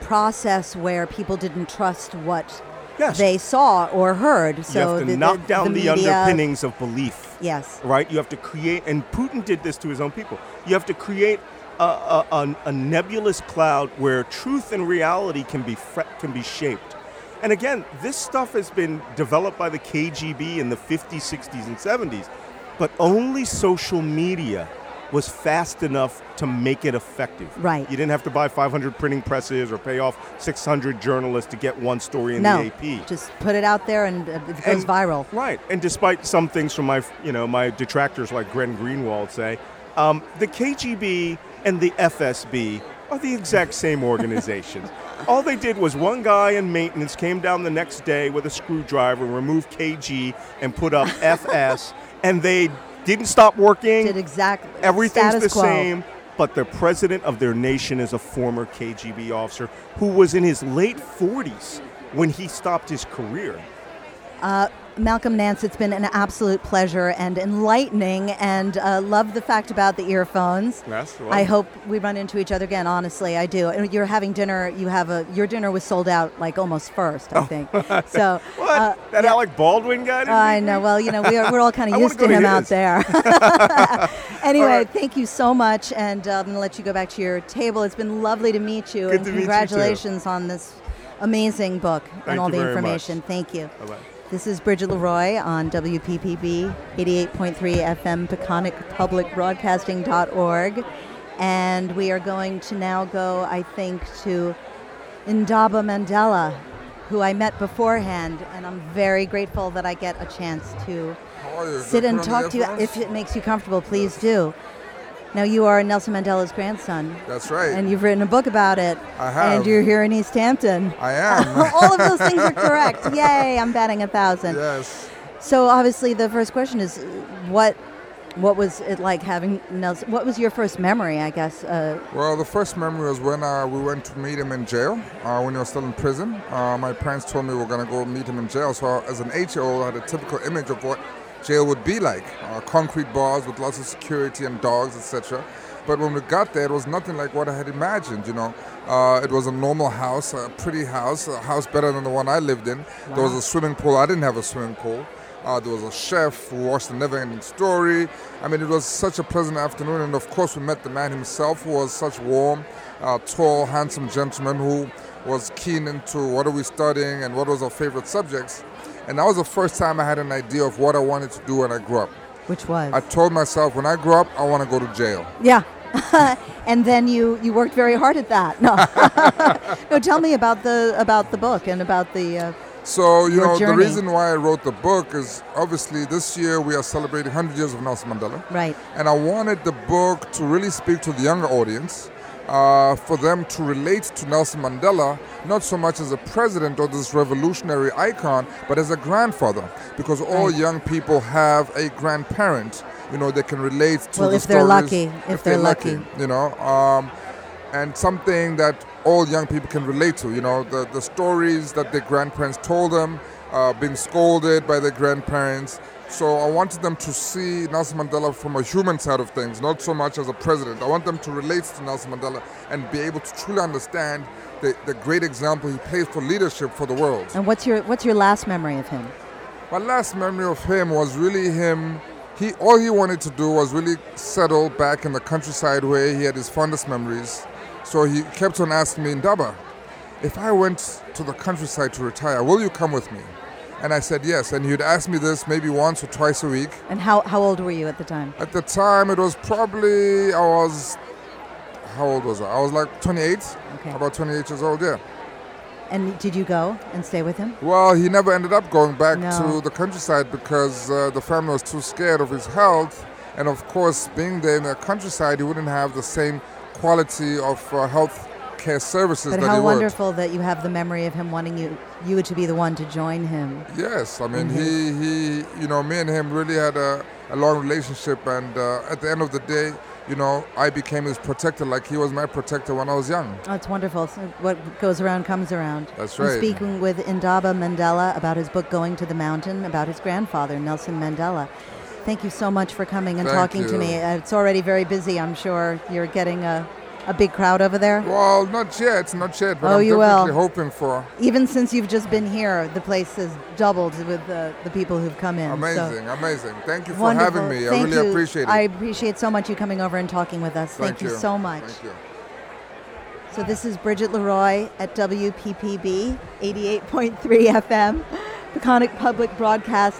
[SPEAKER 1] process where people didn't trust what
[SPEAKER 15] Yes.
[SPEAKER 1] they saw or heard. So
[SPEAKER 15] you have to
[SPEAKER 1] the, the-
[SPEAKER 15] knock down the,
[SPEAKER 1] media-
[SPEAKER 15] underpinnings of belief.
[SPEAKER 1] Yes.
[SPEAKER 15] Right? You have to create, and Putin did this to his own people. You have to create a, a, a, a nebulous cloud where truth and reality can be fre- can be shaped. And again, this stuff has been developed by the KGB in the 50s, 60s, and 70s, but only social media was fast enough to make it effective.
[SPEAKER 1] Right.
[SPEAKER 15] You didn't have to buy 500 printing presses or pay off 600 journalists to get one story in
[SPEAKER 1] No,
[SPEAKER 15] the AP.
[SPEAKER 1] just put it out there and uh, it goes
[SPEAKER 15] And-
[SPEAKER 1] viral.
[SPEAKER 15] Right. And despite some things from my, you know, my detractors like Glenn Greenwald say, um, the KGB and the FSB are the exact same organizations. All they did was one guy in maintenance came down the next day with a screwdriver, removed KG, and put up FS, and they didn't stop working.
[SPEAKER 1] Did exactly
[SPEAKER 15] Everything's
[SPEAKER 1] status
[SPEAKER 15] the
[SPEAKER 1] quo.
[SPEAKER 15] same, but the president of their nation is a former KGB officer who was in his late 40s when he stopped his career.
[SPEAKER 1] Uh, Malcolm Nance, it's been an absolute pleasure and enlightening, and uh, love the fact about the earphones.
[SPEAKER 15] Yes, well-
[SPEAKER 1] I hope we run into each other again. Honestly, I do. And You're having dinner. You have a your dinner was sold out like almost first, I think. So
[SPEAKER 15] What?
[SPEAKER 1] uh,
[SPEAKER 15] that
[SPEAKER 1] yeah.
[SPEAKER 15] Alec Baldwin guy? Oh. didn't
[SPEAKER 1] I
[SPEAKER 15] make
[SPEAKER 1] know.
[SPEAKER 15] me?
[SPEAKER 1] Well, you know, we are, we're all kind
[SPEAKER 15] I
[SPEAKER 1] of
[SPEAKER 15] wanna
[SPEAKER 1] used
[SPEAKER 15] go
[SPEAKER 1] to
[SPEAKER 15] to
[SPEAKER 1] him out
[SPEAKER 15] his.
[SPEAKER 1] there. anyway,
[SPEAKER 15] right.
[SPEAKER 1] thank you so much, and uh, I'm going to let you go back to your table. It's been lovely to meet you,
[SPEAKER 15] Good to
[SPEAKER 1] and
[SPEAKER 15] meet you, too.
[SPEAKER 1] congratulations on this amazing book and
[SPEAKER 15] Thank
[SPEAKER 1] all
[SPEAKER 15] you
[SPEAKER 1] the
[SPEAKER 15] very much.
[SPEAKER 1] information. Thank you.
[SPEAKER 15] Bye-bye.
[SPEAKER 1] This is Bridget Leroy on WPPB 88.3 FM, Peconic Public Broadcasting.org. And we are going to now go, I think, to Indaba Mandela, who I met beforehand, and I'm very grateful that I get a chance to
[SPEAKER 16] are you?
[SPEAKER 1] sit
[SPEAKER 16] Good
[SPEAKER 1] and
[SPEAKER 16] from
[SPEAKER 1] talk to you.
[SPEAKER 16] here for
[SPEAKER 1] If
[SPEAKER 16] us?
[SPEAKER 1] it makes you comfortable, please do. Now, you are Nelson Mandela's grandson.
[SPEAKER 16] That's right.
[SPEAKER 1] And you've written a book about it.
[SPEAKER 16] I have.
[SPEAKER 1] And you're here in East Hampton.
[SPEAKER 16] I am.
[SPEAKER 1] All of those things are correct. Yay, I'm batting a thousand.
[SPEAKER 16] Yes.
[SPEAKER 1] So obviously the first question is uh, what what was it like having Nelson what was your first memory, I guess? Uh,
[SPEAKER 16] Well, the first memory was when uh, we went to meet him in jail, uh, when he was still in prison. Uh, my parents told me we were going to go meet him in jail. So, as an eight year old, I had a typical image of what jail would be like uh, concrete bars with lots of security and dogs, etc. But when we got there, it was nothing like what I had imagined, you know. Uh, it was a normal house, a pretty house, a house better than the one I lived in. There was
[SPEAKER 17] Wow.
[SPEAKER 16] a swimming pool. I didn't have a swimming pool. Uh, there was a chef who watched the never ending story. I mean, it was such a pleasant afternoon. And of course, we met the man himself, who was such warm, uh, tall, handsome gentleman who was keen into what are we studying and what was our favorite subjects. And that was the first time I had an idea of what I wanted to do when I grew up.
[SPEAKER 1] Which was?
[SPEAKER 16] I told myself, when I grow up, I want to go to jail.
[SPEAKER 1] yeah. and then you, you worked very hard at that. No. no, tell me about the about the book and about the uh,
[SPEAKER 16] So, you
[SPEAKER 1] Your
[SPEAKER 16] know, the
[SPEAKER 1] journey.
[SPEAKER 16] reason why I wrote the book is obviously this year we are celebrating 100 years of Nelson Mandela.
[SPEAKER 1] Right.
[SPEAKER 16] And I wanted the book to really speak to the younger audience, uh, for them to relate to Nelson Mandela, not so much as a president or this revolutionary icon, but as a grandfather. Because all
[SPEAKER 1] Right.
[SPEAKER 16] young people have a grandparent, you know, they can relate to
[SPEAKER 1] Well,
[SPEAKER 16] the
[SPEAKER 1] if they're
[SPEAKER 16] stories-
[SPEAKER 1] lucky, if they're lucky.
[SPEAKER 16] you know um, and something that all young people can relate to you know the, the stories that their grandparents told them uh, being scolded by their grandparents so i wanted them to see nelson mandela from a human side of things not so much as a president i want them to relate to nelson mandela and be able to truly understand the, the great example he played for leadership for the world
[SPEAKER 1] and what's your what's your last memory of him?
[SPEAKER 16] my last memory of him was really him. He all he wanted to do was really settle back in the countryside where he had his fondest memories. So he kept on asking me, Ndaba, if I went to the countryside to retire, will you come with me? And I said yes. And he'd ask me this maybe once or twice a week.
[SPEAKER 1] And how, how old were you at the time?
[SPEAKER 16] At the time, it was probably I was how old was I? I was like 28, about 28 years old. Yeah.
[SPEAKER 1] And did you go and stay with him?
[SPEAKER 16] Well, he never ended up going back
[SPEAKER 1] No.
[SPEAKER 16] to the countryside because uh, the family was too scared of his health. And of course, being there in the countryside, he wouldn't have the same quality of uh, health care services
[SPEAKER 1] But
[SPEAKER 16] that
[SPEAKER 1] how
[SPEAKER 16] he would.
[SPEAKER 1] wonderful that you have the memory of him wanting you you to be the one to join him.
[SPEAKER 16] Yes, I mean,
[SPEAKER 1] Mhm.
[SPEAKER 16] he, he, you know, me and him really had a, a long relationship. And uh, at the end of the day, you know, I became his protector like he was my protector when I was young.
[SPEAKER 1] Oh, it's wonderful. So what goes around comes around.
[SPEAKER 16] That's
[SPEAKER 1] I'm
[SPEAKER 16] right.
[SPEAKER 1] speaking with Indaba Mandela about his book Going to the Mountain about his grandfather, Nelson Mandela. Thank you so much for coming and
[SPEAKER 16] Thank
[SPEAKER 1] talking to
[SPEAKER 16] you.
[SPEAKER 1] me. Uh, It's already very busy, I'm sure. You're getting a, a big crowd over there.
[SPEAKER 16] Well, not yet, not yet, but
[SPEAKER 1] Oh,
[SPEAKER 16] I'm
[SPEAKER 1] you will. Mm,
[SPEAKER 16] definitely hoping for.
[SPEAKER 1] Even since you've just been here, the place has doubled with the, the people who've come in. so-
[SPEAKER 16] Amazing, amazing. Thank you for
[SPEAKER 1] Wonderful.
[SPEAKER 16] having me. I
[SPEAKER 1] Thank
[SPEAKER 16] really
[SPEAKER 1] you.
[SPEAKER 16] appreciate it.
[SPEAKER 1] I appreciate so much you coming over and talking with us. Thank, you. so much.
[SPEAKER 16] Thank you.
[SPEAKER 1] So this is Bridget Leroy at WPPB 88.3 FM,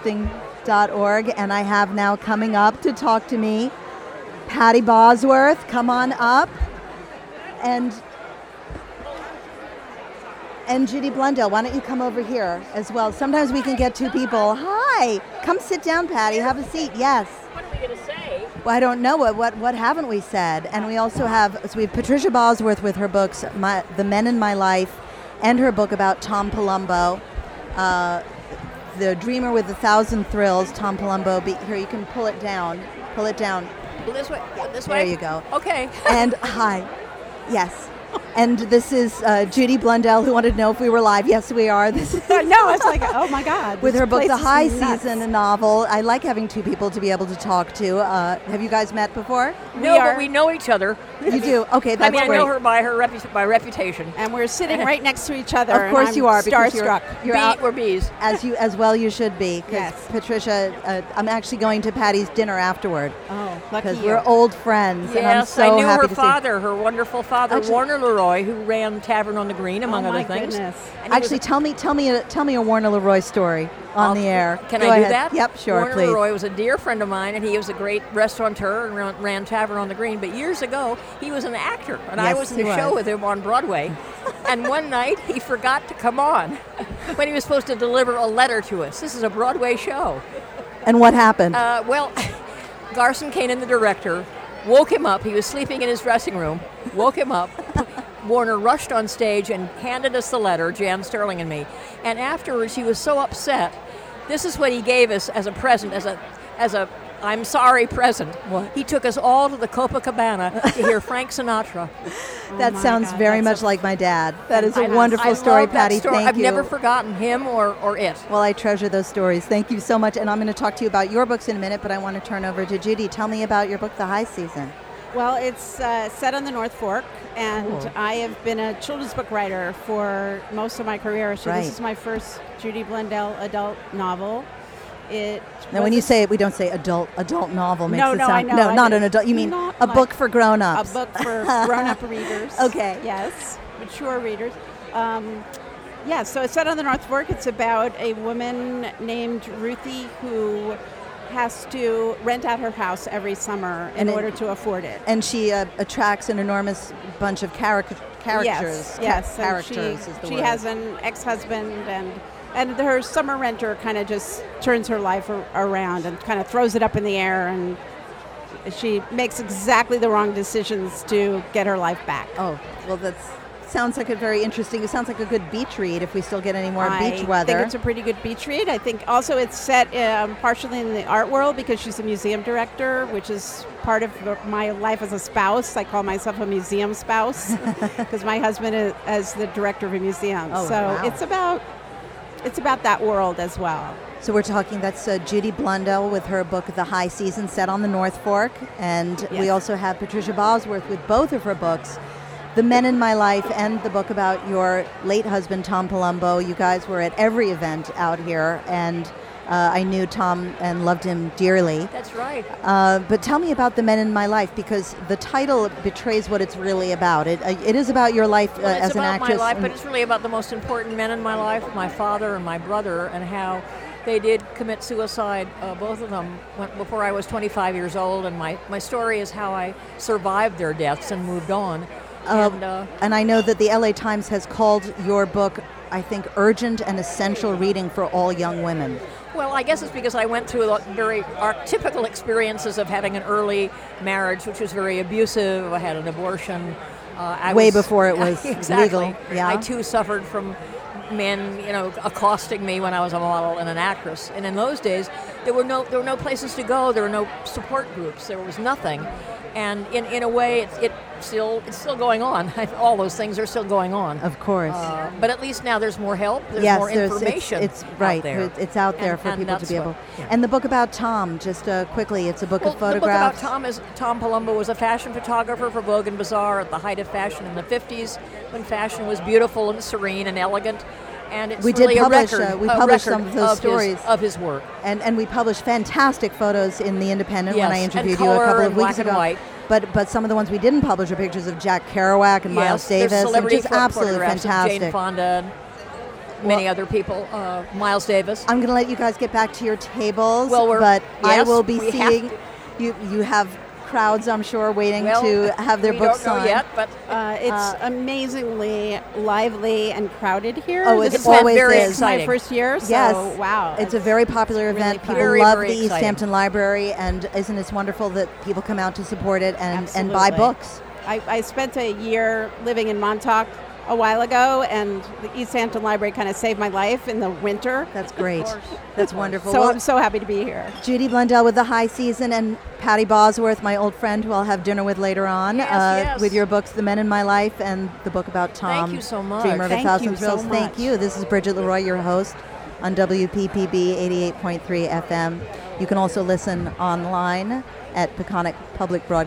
[SPEAKER 1] PeconicPublicBroadcasting.org, and I have now coming up to talk to me, Patty Bosworth. Come on up, and and Judy Blundell. Why don't you come over here as well? Sometimes we can get two people. Hi, come sit down, Patty. Have a seat. Yes.
[SPEAKER 18] What are we going to say?
[SPEAKER 1] Well, I don't know what, what what haven't we said, and we also have so we have Patricia Bosworth with her books, my, "The Men in My Life," and her book about Tom Palumbo, uh, "The Dreamer with a Thousand Thrills." Tom Palumbo. Be, here, you can pull it down. Pull it down.
[SPEAKER 18] This way. This
[SPEAKER 1] There
[SPEAKER 18] way.
[SPEAKER 1] you go.
[SPEAKER 18] Okay.
[SPEAKER 1] And hi, yes. And this is uh, Judy Blundell, who wanted to know if we were live. Yes, we are. This is
[SPEAKER 19] no, I was like, oh my God.
[SPEAKER 1] with
[SPEAKER 19] this
[SPEAKER 1] her book,
[SPEAKER 19] place
[SPEAKER 1] The
[SPEAKER 19] is
[SPEAKER 1] High
[SPEAKER 19] nuts.
[SPEAKER 1] Season, a novel. I like having two people to be able to talk to. Uh, have you guys met before?
[SPEAKER 18] No, but we know each other.
[SPEAKER 1] You do? Okay,
[SPEAKER 18] I
[SPEAKER 1] that's
[SPEAKER 18] mean, I know
[SPEAKER 1] great.
[SPEAKER 18] her by her repu- by reputation.
[SPEAKER 19] And we're sitting right next to each other.
[SPEAKER 1] Of
[SPEAKER 19] and
[SPEAKER 1] course
[SPEAKER 19] I'm
[SPEAKER 1] you are because you're,
[SPEAKER 19] starstruck.
[SPEAKER 1] you're
[SPEAKER 19] Bee-
[SPEAKER 1] out.
[SPEAKER 18] We're bees,
[SPEAKER 1] as you as well. You should be. 'cause
[SPEAKER 19] Yes.
[SPEAKER 1] Patricia, uh, I'm actually going to Patty's dinner afterward.
[SPEAKER 19] Oh, lucky
[SPEAKER 1] because
[SPEAKER 19] you.
[SPEAKER 1] we're old friends, and I'm
[SPEAKER 18] yes,
[SPEAKER 1] so
[SPEAKER 18] I knew
[SPEAKER 1] happy
[SPEAKER 18] her
[SPEAKER 1] to see.
[SPEAKER 18] father, her wonderful father,
[SPEAKER 1] Actually- Oh
[SPEAKER 18] Warner
[SPEAKER 20] Leroy, who ran Tavern on the Green, among
[SPEAKER 19] my
[SPEAKER 20] other things.
[SPEAKER 19] goodness.
[SPEAKER 20] And he was
[SPEAKER 1] Actually, tell me, tell me, a, tell me a Warner Leroy story on the air.
[SPEAKER 20] Can
[SPEAKER 1] Go
[SPEAKER 20] I do
[SPEAKER 1] ahead.
[SPEAKER 20] that?
[SPEAKER 1] Yep, sure,
[SPEAKER 20] Warner
[SPEAKER 1] please.
[SPEAKER 20] Leroy was a dear friend of mine, and he was a great restaurateur and ran, ran Tavern on the Green. But years ago, he was an actor, and I
[SPEAKER 1] Yes,
[SPEAKER 20] was in
[SPEAKER 1] he
[SPEAKER 20] the show
[SPEAKER 1] was.
[SPEAKER 20] with him on Broadway. and one night, he forgot to come on when he was supposed to deliver a letter to us. This is a Broadway show.
[SPEAKER 1] And what happened?
[SPEAKER 20] Uh, well, Garson Kane and the director woke him up. He was sleeping in his dressing room. Woke him up. Warner rushed on stage and handed us the letter, Jan Sterling and me. And afterwards, he was so upset. This is what he gave us as a present, as a, as a I'm sorry present. He took us all to the Copacabana to hear Frank Sinatra.
[SPEAKER 1] that sounds very much like my dad. That is a
[SPEAKER 20] I-
[SPEAKER 1] wonderful
[SPEAKER 20] I
[SPEAKER 1] story,
[SPEAKER 20] love that
[SPEAKER 1] Patty.
[SPEAKER 20] story.
[SPEAKER 1] Thank
[SPEAKER 20] I've
[SPEAKER 1] you.
[SPEAKER 20] never forgotten him or, or it.
[SPEAKER 1] Well, I treasure those stories. Thank you so much. And I'm going to talk to you about your books in a minute, but I want to turn over to Judy. Tell me about your book, The High Season.
[SPEAKER 19] Well, it's uh, set on the North Fork, and
[SPEAKER 1] Cool.
[SPEAKER 19] I have been a children's book writer for most of my career. So
[SPEAKER 1] Right.
[SPEAKER 19] this is my first Judy Blundell adult novel. It
[SPEAKER 1] Now, when
[SPEAKER 19] was
[SPEAKER 1] you say it, we don't say adult adult novel. Makes
[SPEAKER 19] No,
[SPEAKER 1] it
[SPEAKER 19] no, I
[SPEAKER 1] sound,
[SPEAKER 19] know,
[SPEAKER 1] No,
[SPEAKER 19] I
[SPEAKER 1] not
[SPEAKER 19] know.
[SPEAKER 1] an adult. You mean
[SPEAKER 19] Not
[SPEAKER 1] a
[SPEAKER 19] like-
[SPEAKER 1] book for grown-ups.
[SPEAKER 19] a book for grown-up readers.
[SPEAKER 1] Okay.
[SPEAKER 19] Yes, mature readers. Um, yeah, so it's set on the North Fork. It's about a woman named Ruthie who has to rent out her house every summer in
[SPEAKER 1] And it-
[SPEAKER 19] order to afford it.
[SPEAKER 1] And she uh, attracts an enormous bunch of caric- characters.
[SPEAKER 19] Yes,
[SPEAKER 1] Ca-
[SPEAKER 19] yes. and
[SPEAKER 1] characters
[SPEAKER 19] she,
[SPEAKER 1] is the
[SPEAKER 19] she
[SPEAKER 1] word.
[SPEAKER 19] has an ex-husband, and and her summer renter kind of just turns her life ar- around and kind of throws it up in the air, and she makes exactly the wrong decisions to get her life back.
[SPEAKER 1] Oh, well, that's sounds like a very interesting. It sounds like a good beach read if we still get any more
[SPEAKER 19] I
[SPEAKER 1] beach weather.
[SPEAKER 19] think it's a pretty good beach read. I think also it's set um, partially in the art world because she's a museum director, which is part of the- my life as a spouse. I call myself a museum spouse because my husband is as the director of a museum.
[SPEAKER 1] Oh,
[SPEAKER 19] so
[SPEAKER 1] wow.
[SPEAKER 19] it's about it's about that world as well.
[SPEAKER 1] So we're talking. That's uh, Judy Blundell with her book *The High Season*, set on the North Fork, and we
[SPEAKER 19] Yes.
[SPEAKER 1] also have Patricia Bosworth with both of her books, *The Men in My Life* and the book about your late husband Tom Palumbo. You guys were at every event out here, and uh, I knew Tom and loved him dearly.
[SPEAKER 20] That's right.
[SPEAKER 1] Uh, but tell me about *The Men in My Life* because the title betrays what it's really about. It uh, it is about your life uh,
[SPEAKER 20] Well, it's
[SPEAKER 1] as an
[SPEAKER 20] about
[SPEAKER 1] actress.
[SPEAKER 20] my life, but
[SPEAKER 1] and-
[SPEAKER 20] it's really about the most important men in my life, my father and my brother, and how they did commit suicide, uh, both of them, when, before I was 25 years old. And my, my story is how I survived their deaths and moved on.
[SPEAKER 1] Um,
[SPEAKER 20] and uh,
[SPEAKER 1] and I know that the LA Times has called your book, I think, urgent and essential reading for all young women.
[SPEAKER 20] Well, I guess it's because I went through the very archetypical experiences of having an early marriage, which was very abusive. I had an abortion. Uh, I
[SPEAKER 1] Way
[SPEAKER 20] was-
[SPEAKER 1] before it was
[SPEAKER 20] exactly.
[SPEAKER 1] legal, yeah.
[SPEAKER 20] I too suffered from men, you know, accosting me when I was a model and an actress. And in those days, there were no there were no places to go. There were no support groups. There was nothing. And in, in a way, it, it still it's still going on. All those things are still going on.
[SPEAKER 1] Of course.
[SPEAKER 20] Uh, but at least now there's more help. There's
[SPEAKER 1] yes,
[SPEAKER 20] more
[SPEAKER 1] there's,
[SPEAKER 20] information.
[SPEAKER 1] It's, it's
[SPEAKER 20] out
[SPEAKER 1] right.
[SPEAKER 20] there.
[SPEAKER 1] it- It's out there
[SPEAKER 20] And-
[SPEAKER 1] for
[SPEAKER 20] and
[SPEAKER 1] people to
[SPEAKER 20] that's
[SPEAKER 1] be
[SPEAKER 20] what-
[SPEAKER 1] able. And the book about Tom, just uh, quickly, it's a book of
[SPEAKER 20] well,
[SPEAKER 1] photographs.
[SPEAKER 20] The book about Tom is Tom Palumbo was a fashion photographer for Vogue and Bazaar at the height of fashion in the 50s, when fashion was beautiful and serene and elegant. And it's
[SPEAKER 1] we did
[SPEAKER 20] really
[SPEAKER 1] publish
[SPEAKER 20] a record.
[SPEAKER 1] uh, we
[SPEAKER 20] a
[SPEAKER 1] published
[SPEAKER 20] record
[SPEAKER 1] some of those
[SPEAKER 20] his-
[SPEAKER 1] stories
[SPEAKER 20] of his work.
[SPEAKER 1] and and we published fantastic photos in the Independent
[SPEAKER 20] Yes,
[SPEAKER 1] when I
[SPEAKER 20] and
[SPEAKER 1] interviewed you
[SPEAKER 20] color
[SPEAKER 1] a couple
[SPEAKER 20] and
[SPEAKER 1] of weeks
[SPEAKER 20] black and
[SPEAKER 1] ago.
[SPEAKER 20] white.
[SPEAKER 1] But but some of the ones we didn't publish are pictures of Jack Kerouac and
[SPEAKER 20] yes,
[SPEAKER 1] Miles
[SPEAKER 20] there's
[SPEAKER 1] Davis, and
[SPEAKER 20] celebrity
[SPEAKER 1] just
[SPEAKER 20] pho-
[SPEAKER 1] absolutely
[SPEAKER 20] photographs of
[SPEAKER 1] fantastic.
[SPEAKER 20] Jane Fonda, and many other people. Uh, Miles Davis.
[SPEAKER 1] I'm going to let you guys get back to your tables.
[SPEAKER 20] Well, we're-
[SPEAKER 1] but I
[SPEAKER 20] yes,
[SPEAKER 1] will be
[SPEAKER 20] we have
[SPEAKER 1] seeing you. You have crowds, I'm sure, waiting
[SPEAKER 19] Well,
[SPEAKER 1] to have their
[SPEAKER 19] we
[SPEAKER 1] books
[SPEAKER 19] don't know
[SPEAKER 1] signed.
[SPEAKER 19] yet,
[SPEAKER 20] but
[SPEAKER 19] Uh, it's amazingly lively and crowded here.
[SPEAKER 1] Oh,
[SPEAKER 19] This
[SPEAKER 1] it's
[SPEAKER 19] is my-
[SPEAKER 1] always
[SPEAKER 19] this
[SPEAKER 1] is.
[SPEAKER 19] is my first year. So
[SPEAKER 1] yes.
[SPEAKER 19] wow,
[SPEAKER 1] It's a very popular event. people
[SPEAKER 19] Very,
[SPEAKER 1] love
[SPEAKER 19] very
[SPEAKER 1] the East
[SPEAKER 19] exciting.
[SPEAKER 1] Hampton Library, and isn't it wonderful that people come out to support it and, and buy
[SPEAKER 19] Absolutely.
[SPEAKER 1] books?
[SPEAKER 19] I, I spent a year living in Montauk a while ago, and the East Hampton Library kind of saved my life in the winter.
[SPEAKER 1] That's great. That's wonderful.
[SPEAKER 19] So
[SPEAKER 1] Well,
[SPEAKER 19] I'm so happy to be here.
[SPEAKER 1] Judy Blundell with the High Season and Patty Bosworth, my old friend who I'll have dinner with later on, uh,
[SPEAKER 20] Yes, yes.
[SPEAKER 1] with your books, The Men in My Life and the book about Tom.
[SPEAKER 20] you so much.
[SPEAKER 1] Dreamer of
[SPEAKER 20] Thank
[SPEAKER 1] a Thousand
[SPEAKER 20] you so
[SPEAKER 1] Thrills. Thank
[SPEAKER 20] much.
[SPEAKER 1] you. This is Bridget Leroy, your host on WPPB 88.3 FM. You can also listen online at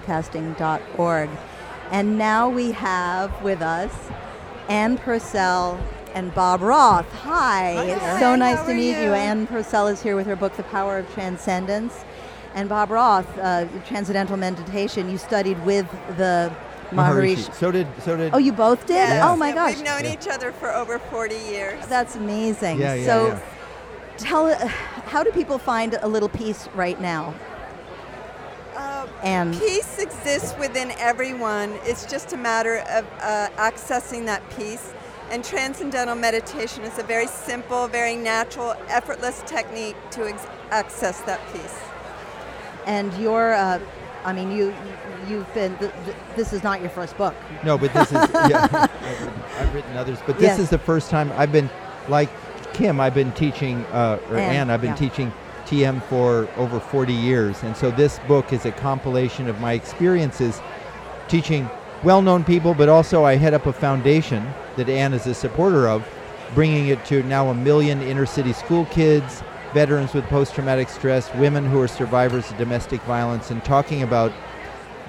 [SPEAKER 1] peconicpublicbroadcasting.org. And now we have with us Ann Purcell and Bob Roth. Hi. It's so nice to meet you. Ann Purcell is here with her book, The Power of Transcendence. And Bob Roth, uh, Transcendental Meditation, you studied with the Maharishi.
[SPEAKER 17] So did so did.
[SPEAKER 1] Oh, you both did?
[SPEAKER 17] Yeah.
[SPEAKER 1] Oh my
[SPEAKER 21] Yeah,
[SPEAKER 1] gosh.
[SPEAKER 21] We've known each other for over 40 years.
[SPEAKER 1] That's amazing.
[SPEAKER 17] Yeah, yeah,
[SPEAKER 1] so
[SPEAKER 17] yeah.
[SPEAKER 1] tell how do people find a little piece right now? and
[SPEAKER 21] Um, Peace exists within everyone. It's just a matter of uh, accessing that peace. And transcendental meditation is a very simple, very natural, effortless technique to ex- access that peace.
[SPEAKER 1] and your uh, I mean you you've been th- th- this is not your first book.
[SPEAKER 17] No, but this is yeah. I've written- I've written others, but this
[SPEAKER 1] Yes.
[SPEAKER 17] is the first time I've been like Kim. I've been teaching uh, or
[SPEAKER 1] Ann,
[SPEAKER 17] Ann. I've been
[SPEAKER 1] yeah.
[SPEAKER 17] teaching TM for over 40 years, and so this book is a compilation of my experiences teaching well-known people, but also I head up a foundation that Ann is a supporter of, bringing it to now a million inner-city school kids, veterans with post-traumatic stress, women who are survivors of domestic violence, and talking about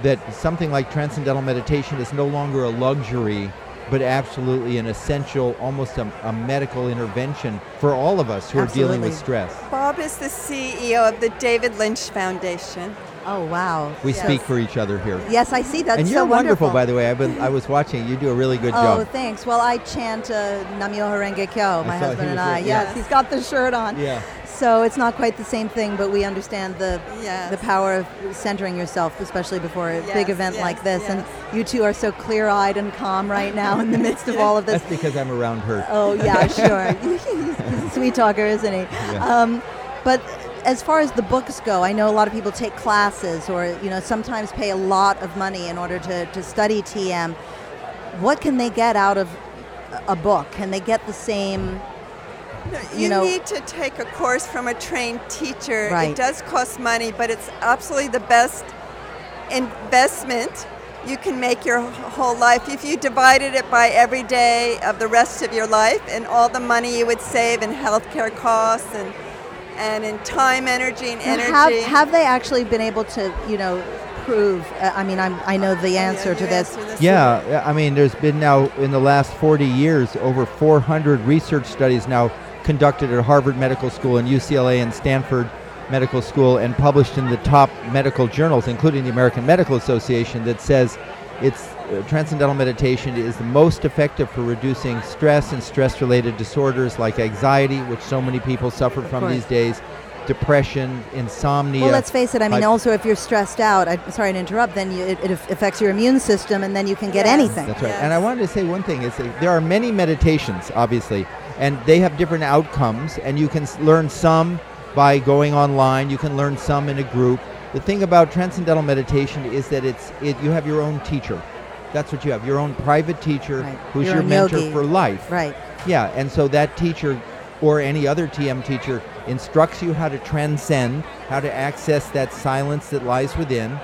[SPEAKER 17] that something like transcendental meditation is no longer a luxury, but absolutely an essential, almost a, a medical intervention for all of us who are dealing with
[SPEAKER 21] Absolutely.
[SPEAKER 17] stress.
[SPEAKER 21] Bob is the CEO of the David Lynch Foundation.
[SPEAKER 1] Oh, wow.
[SPEAKER 17] We speak for each other here.
[SPEAKER 1] Yes, I see. That's
[SPEAKER 17] and you're
[SPEAKER 1] so
[SPEAKER 17] wonderful, by the way. I've been, I was watching. You do a really good
[SPEAKER 1] oh,
[SPEAKER 17] job.
[SPEAKER 1] thanks. Well, I chant uh, Namyo Horenge Kyo,
[SPEAKER 17] I
[SPEAKER 1] my
[SPEAKER 17] saw
[SPEAKER 1] husband
[SPEAKER 17] he
[SPEAKER 1] and
[SPEAKER 17] was
[SPEAKER 1] I.
[SPEAKER 17] wearing-
[SPEAKER 1] yes,
[SPEAKER 17] yeah.
[SPEAKER 1] he's got the shirt on.
[SPEAKER 17] Yeah.
[SPEAKER 1] So it's not quite the same thing, but we understand the
[SPEAKER 21] Yes.
[SPEAKER 1] the power of centering yourself, especially before a
[SPEAKER 21] Yes,
[SPEAKER 1] big event
[SPEAKER 21] yes,
[SPEAKER 1] like this. And you two are so clear-eyed and calm right now in the midst of all of this.
[SPEAKER 17] That's because I'm around her.
[SPEAKER 1] Oh yeah, sure. He's a sweet talker, isn't he?
[SPEAKER 17] Yeah.
[SPEAKER 1] Um, but as far as the books go, I know a lot of people take classes, or you know, sometimes pay a lot of money in order to, to study TM. What can they get out of a book? Can they get the same?
[SPEAKER 21] You,
[SPEAKER 1] You know-
[SPEAKER 21] need to take a course from a trained teacher.
[SPEAKER 1] Right.
[SPEAKER 21] It does cost money, but it's absolutely the best investment you can make your whole life. If you divided it by every day of the rest of your life and all the money you would save in healthcare costs and and in time, energy, and
[SPEAKER 1] And
[SPEAKER 21] energy.
[SPEAKER 1] Have, have they actually been able to, you know, prove? Uh, I mean, I'm, I know the answer to this.
[SPEAKER 17] Yeah, yeah, I mean, there's been now in the last 40 years over 400 research studies now conducted at Harvard Medical School and UCLA and Stanford Medical School and published in the top medical journals, including the American Medical Association, that says it's uh, transcendental meditation is the most effective for reducing stress and stress-related disorders like anxiety, which so many people suffer from
[SPEAKER 1] course.
[SPEAKER 17] these days, depression, insomnia.
[SPEAKER 1] Well, let's face it. I mean,
[SPEAKER 17] hy-
[SPEAKER 1] also if you're stressed out, I'm sorry to interrupt, then you, it, it affects your immune system, and then you can get anything.
[SPEAKER 17] That's right. And I wanted to say one thing is that there are many meditations, obviously, and they have different outcomes, and you can s- learn some by going online. You can learn some in a group. The thing about transcendental meditation is that it's it, you have your own teacher. That's what you have. Your own private teacher, who's
[SPEAKER 1] Your
[SPEAKER 17] your
[SPEAKER 1] own
[SPEAKER 17] mentor
[SPEAKER 1] yogi.
[SPEAKER 17] for life.
[SPEAKER 1] Right.
[SPEAKER 17] Yeah, and so that teacher or any other TM teacher instructs you how to transcend, how to access that silence that lies within,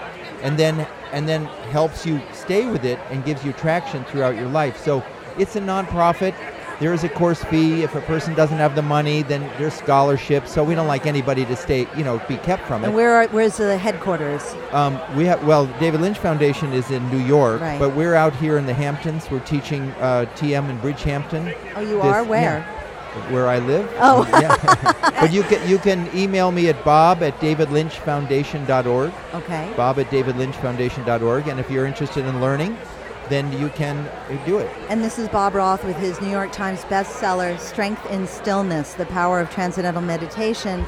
[SPEAKER 17] and then and then helps you stay with it and gives you traction throughout your life. So it's a nonprofit. There is a course fee. If a person doesn't have the money, then there's scholarships. So we don't like anybody to stay, you know, be kept from it.
[SPEAKER 1] And where are, where's the headquarters?
[SPEAKER 17] Um, we have well, David Lynch Foundation is in New York,
[SPEAKER 1] Right.
[SPEAKER 17] but we're out here in the Hamptons. We're teaching uh, TM in Bridgehampton.
[SPEAKER 1] Oh, you are? Where?
[SPEAKER 17] yeah, where I live.
[SPEAKER 1] Oh.
[SPEAKER 17] yeah. but you can you can email me at bob at davidlynchfoundation.org.
[SPEAKER 1] Okay.
[SPEAKER 17] Bob at davidlynchfoundation.org, and if you're interested in learning, then you can uh, do it.
[SPEAKER 1] And this is Bob Roth with his New York Times bestseller, Strength in Stillness The Power of Transcendental Meditation.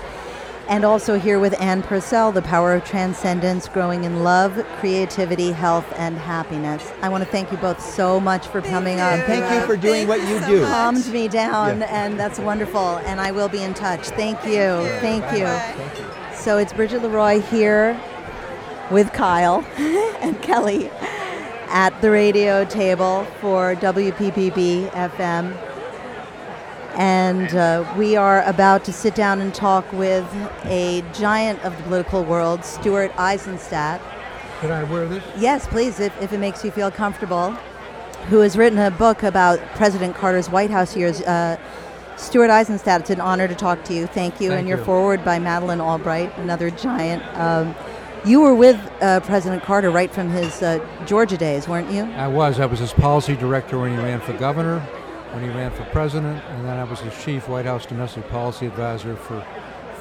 [SPEAKER 1] And also here with Anne Purcell, The Power of Transcendence Growing in Love, Creativity, Health, and Happiness. I want to thank you both so much for coming on.
[SPEAKER 17] And thank you for doing what you do.
[SPEAKER 1] Calmed me down,
[SPEAKER 17] Yeah.
[SPEAKER 1] and that's wonderful. And I will be in touch. Thank you. Thank you.
[SPEAKER 17] Thank you.
[SPEAKER 1] So it's Bridget Leroy here with Kyle and Kelly at the radio table for WPPB FM. And uh, we are about to sit down and talk with a giant of the political world, Stuart Eisenstadt.
[SPEAKER 22] Can I wear this?
[SPEAKER 1] Yes, please, if, if it makes you feel comfortable. Who has written a book about President Carter's White House years? Uh, Stuart Eisenstadt, it's an honor to talk to you. Thank you.
[SPEAKER 22] Thank
[SPEAKER 1] and you're
[SPEAKER 22] you.
[SPEAKER 1] forward by Madeline Albright, another giant. Um, you were with uh, President Carter right from his uh, Georgia days, weren't you?
[SPEAKER 22] I was. I was his policy director when he ran for governor, when he ran for president, and then I was his chief White House domestic policy advisor for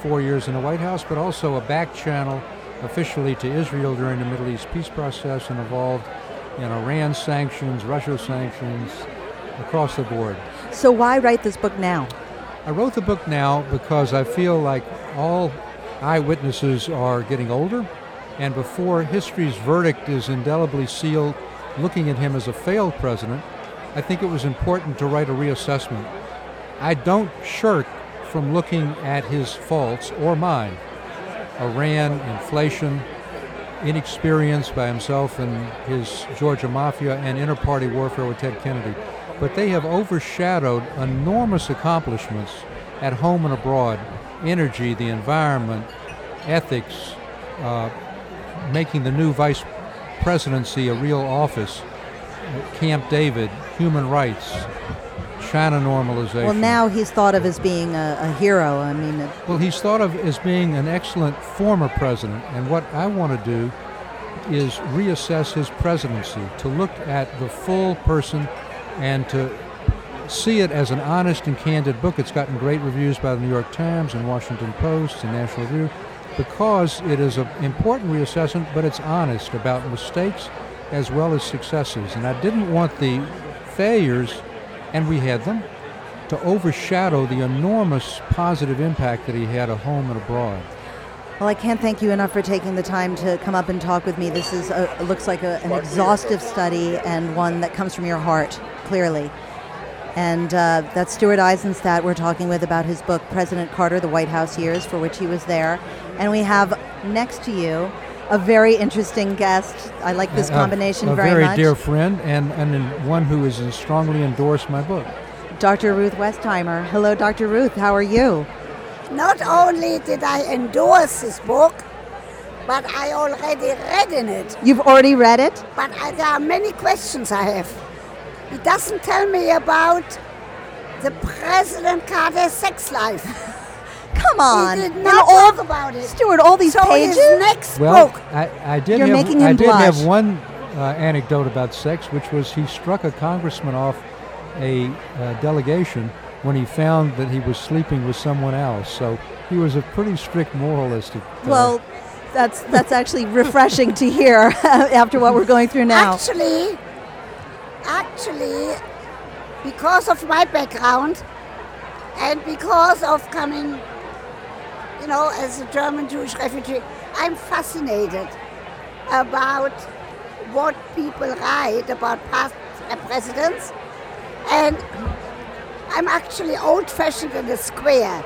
[SPEAKER 22] four years in the White House, but also a back channel officially to Israel during the Middle East peace process and involved you know, Iran sanctions, Russia sanctions, across the board.
[SPEAKER 1] So why write this book now?
[SPEAKER 22] I wrote the book now because I feel like all eyewitnesses are getting older, and before history's verdict is indelibly sealed, looking at him as a failed president, I think it was important to write a reassessment. I don't shirk from looking at his faults or mine Iran, inflation, inexperience by himself and his Georgia mafia, and inter party warfare with Ted Kennedy. But they have overshadowed enormous accomplishments at home and abroad energy, the environment, ethics, uh, making the new vice presidency a real office, Camp David, human rights, China normalization.
[SPEAKER 1] Well, now he's thought of as being a, a hero. I mean, a-
[SPEAKER 22] Well, he's thought of as being an excellent former president, and what I want to do is reassess his presidency to look at the full person and to see it as an honest and candid book. It's gotten great reviews by the New York Times and Washington Post and National Review because it is an important reassessment, but it's honest about mistakes as well as successes. And I didn't want the failures, and we had them, to overshadow the enormous positive impact that he had at home and abroad.
[SPEAKER 1] well, I can't thank you enough for taking the time to come up and talk with me. This is a, looks like a, an exhaustive study and one that comes from your heart, clearly. And uh, that's Stuart Eisenstat we're talking with about his book, President Carter, The White House Years, for which he was there. And we have next to you a very interesting guest. I like this
[SPEAKER 22] A-
[SPEAKER 1] combination
[SPEAKER 22] a, a
[SPEAKER 1] very,
[SPEAKER 22] very
[SPEAKER 1] much.
[SPEAKER 22] dear friend and, and in- one who has strongly endorsed my book.
[SPEAKER 1] Dr. Ruth Westheimer. Hello, Dr. Ruth. How are you?
[SPEAKER 9] Not only did I endorse this book, but I already read in it.
[SPEAKER 1] You've already read it?
[SPEAKER 9] But I, there are many questions I have. It doesn't tell me about the President Carter's sex life.
[SPEAKER 1] Come on.
[SPEAKER 9] He did
[SPEAKER 1] In
[SPEAKER 9] not
[SPEAKER 1] all-
[SPEAKER 9] talk about it.
[SPEAKER 1] Stuart, all these
[SPEAKER 9] so
[SPEAKER 1] pages?
[SPEAKER 9] His next
[SPEAKER 22] Well,
[SPEAKER 9] book.
[SPEAKER 22] I, I did
[SPEAKER 1] You're
[SPEAKER 22] have,
[SPEAKER 1] making
[SPEAKER 22] I
[SPEAKER 1] him
[SPEAKER 22] did
[SPEAKER 1] blush.
[SPEAKER 22] have one uh, anecdote about sex, which was he struck a congressman off a uh, delegation when he found that he was sleeping with someone else. So he was a pretty strict moralist. at, uh,
[SPEAKER 1] Well, that's that's actually refreshing to hear after what we're going through now.
[SPEAKER 9] Actually, actually, because of my background and because of coming, you know, as a German Jewish refugee, I'm fascinated about what people write about past presidents. And I'm actually old fashioned in the square.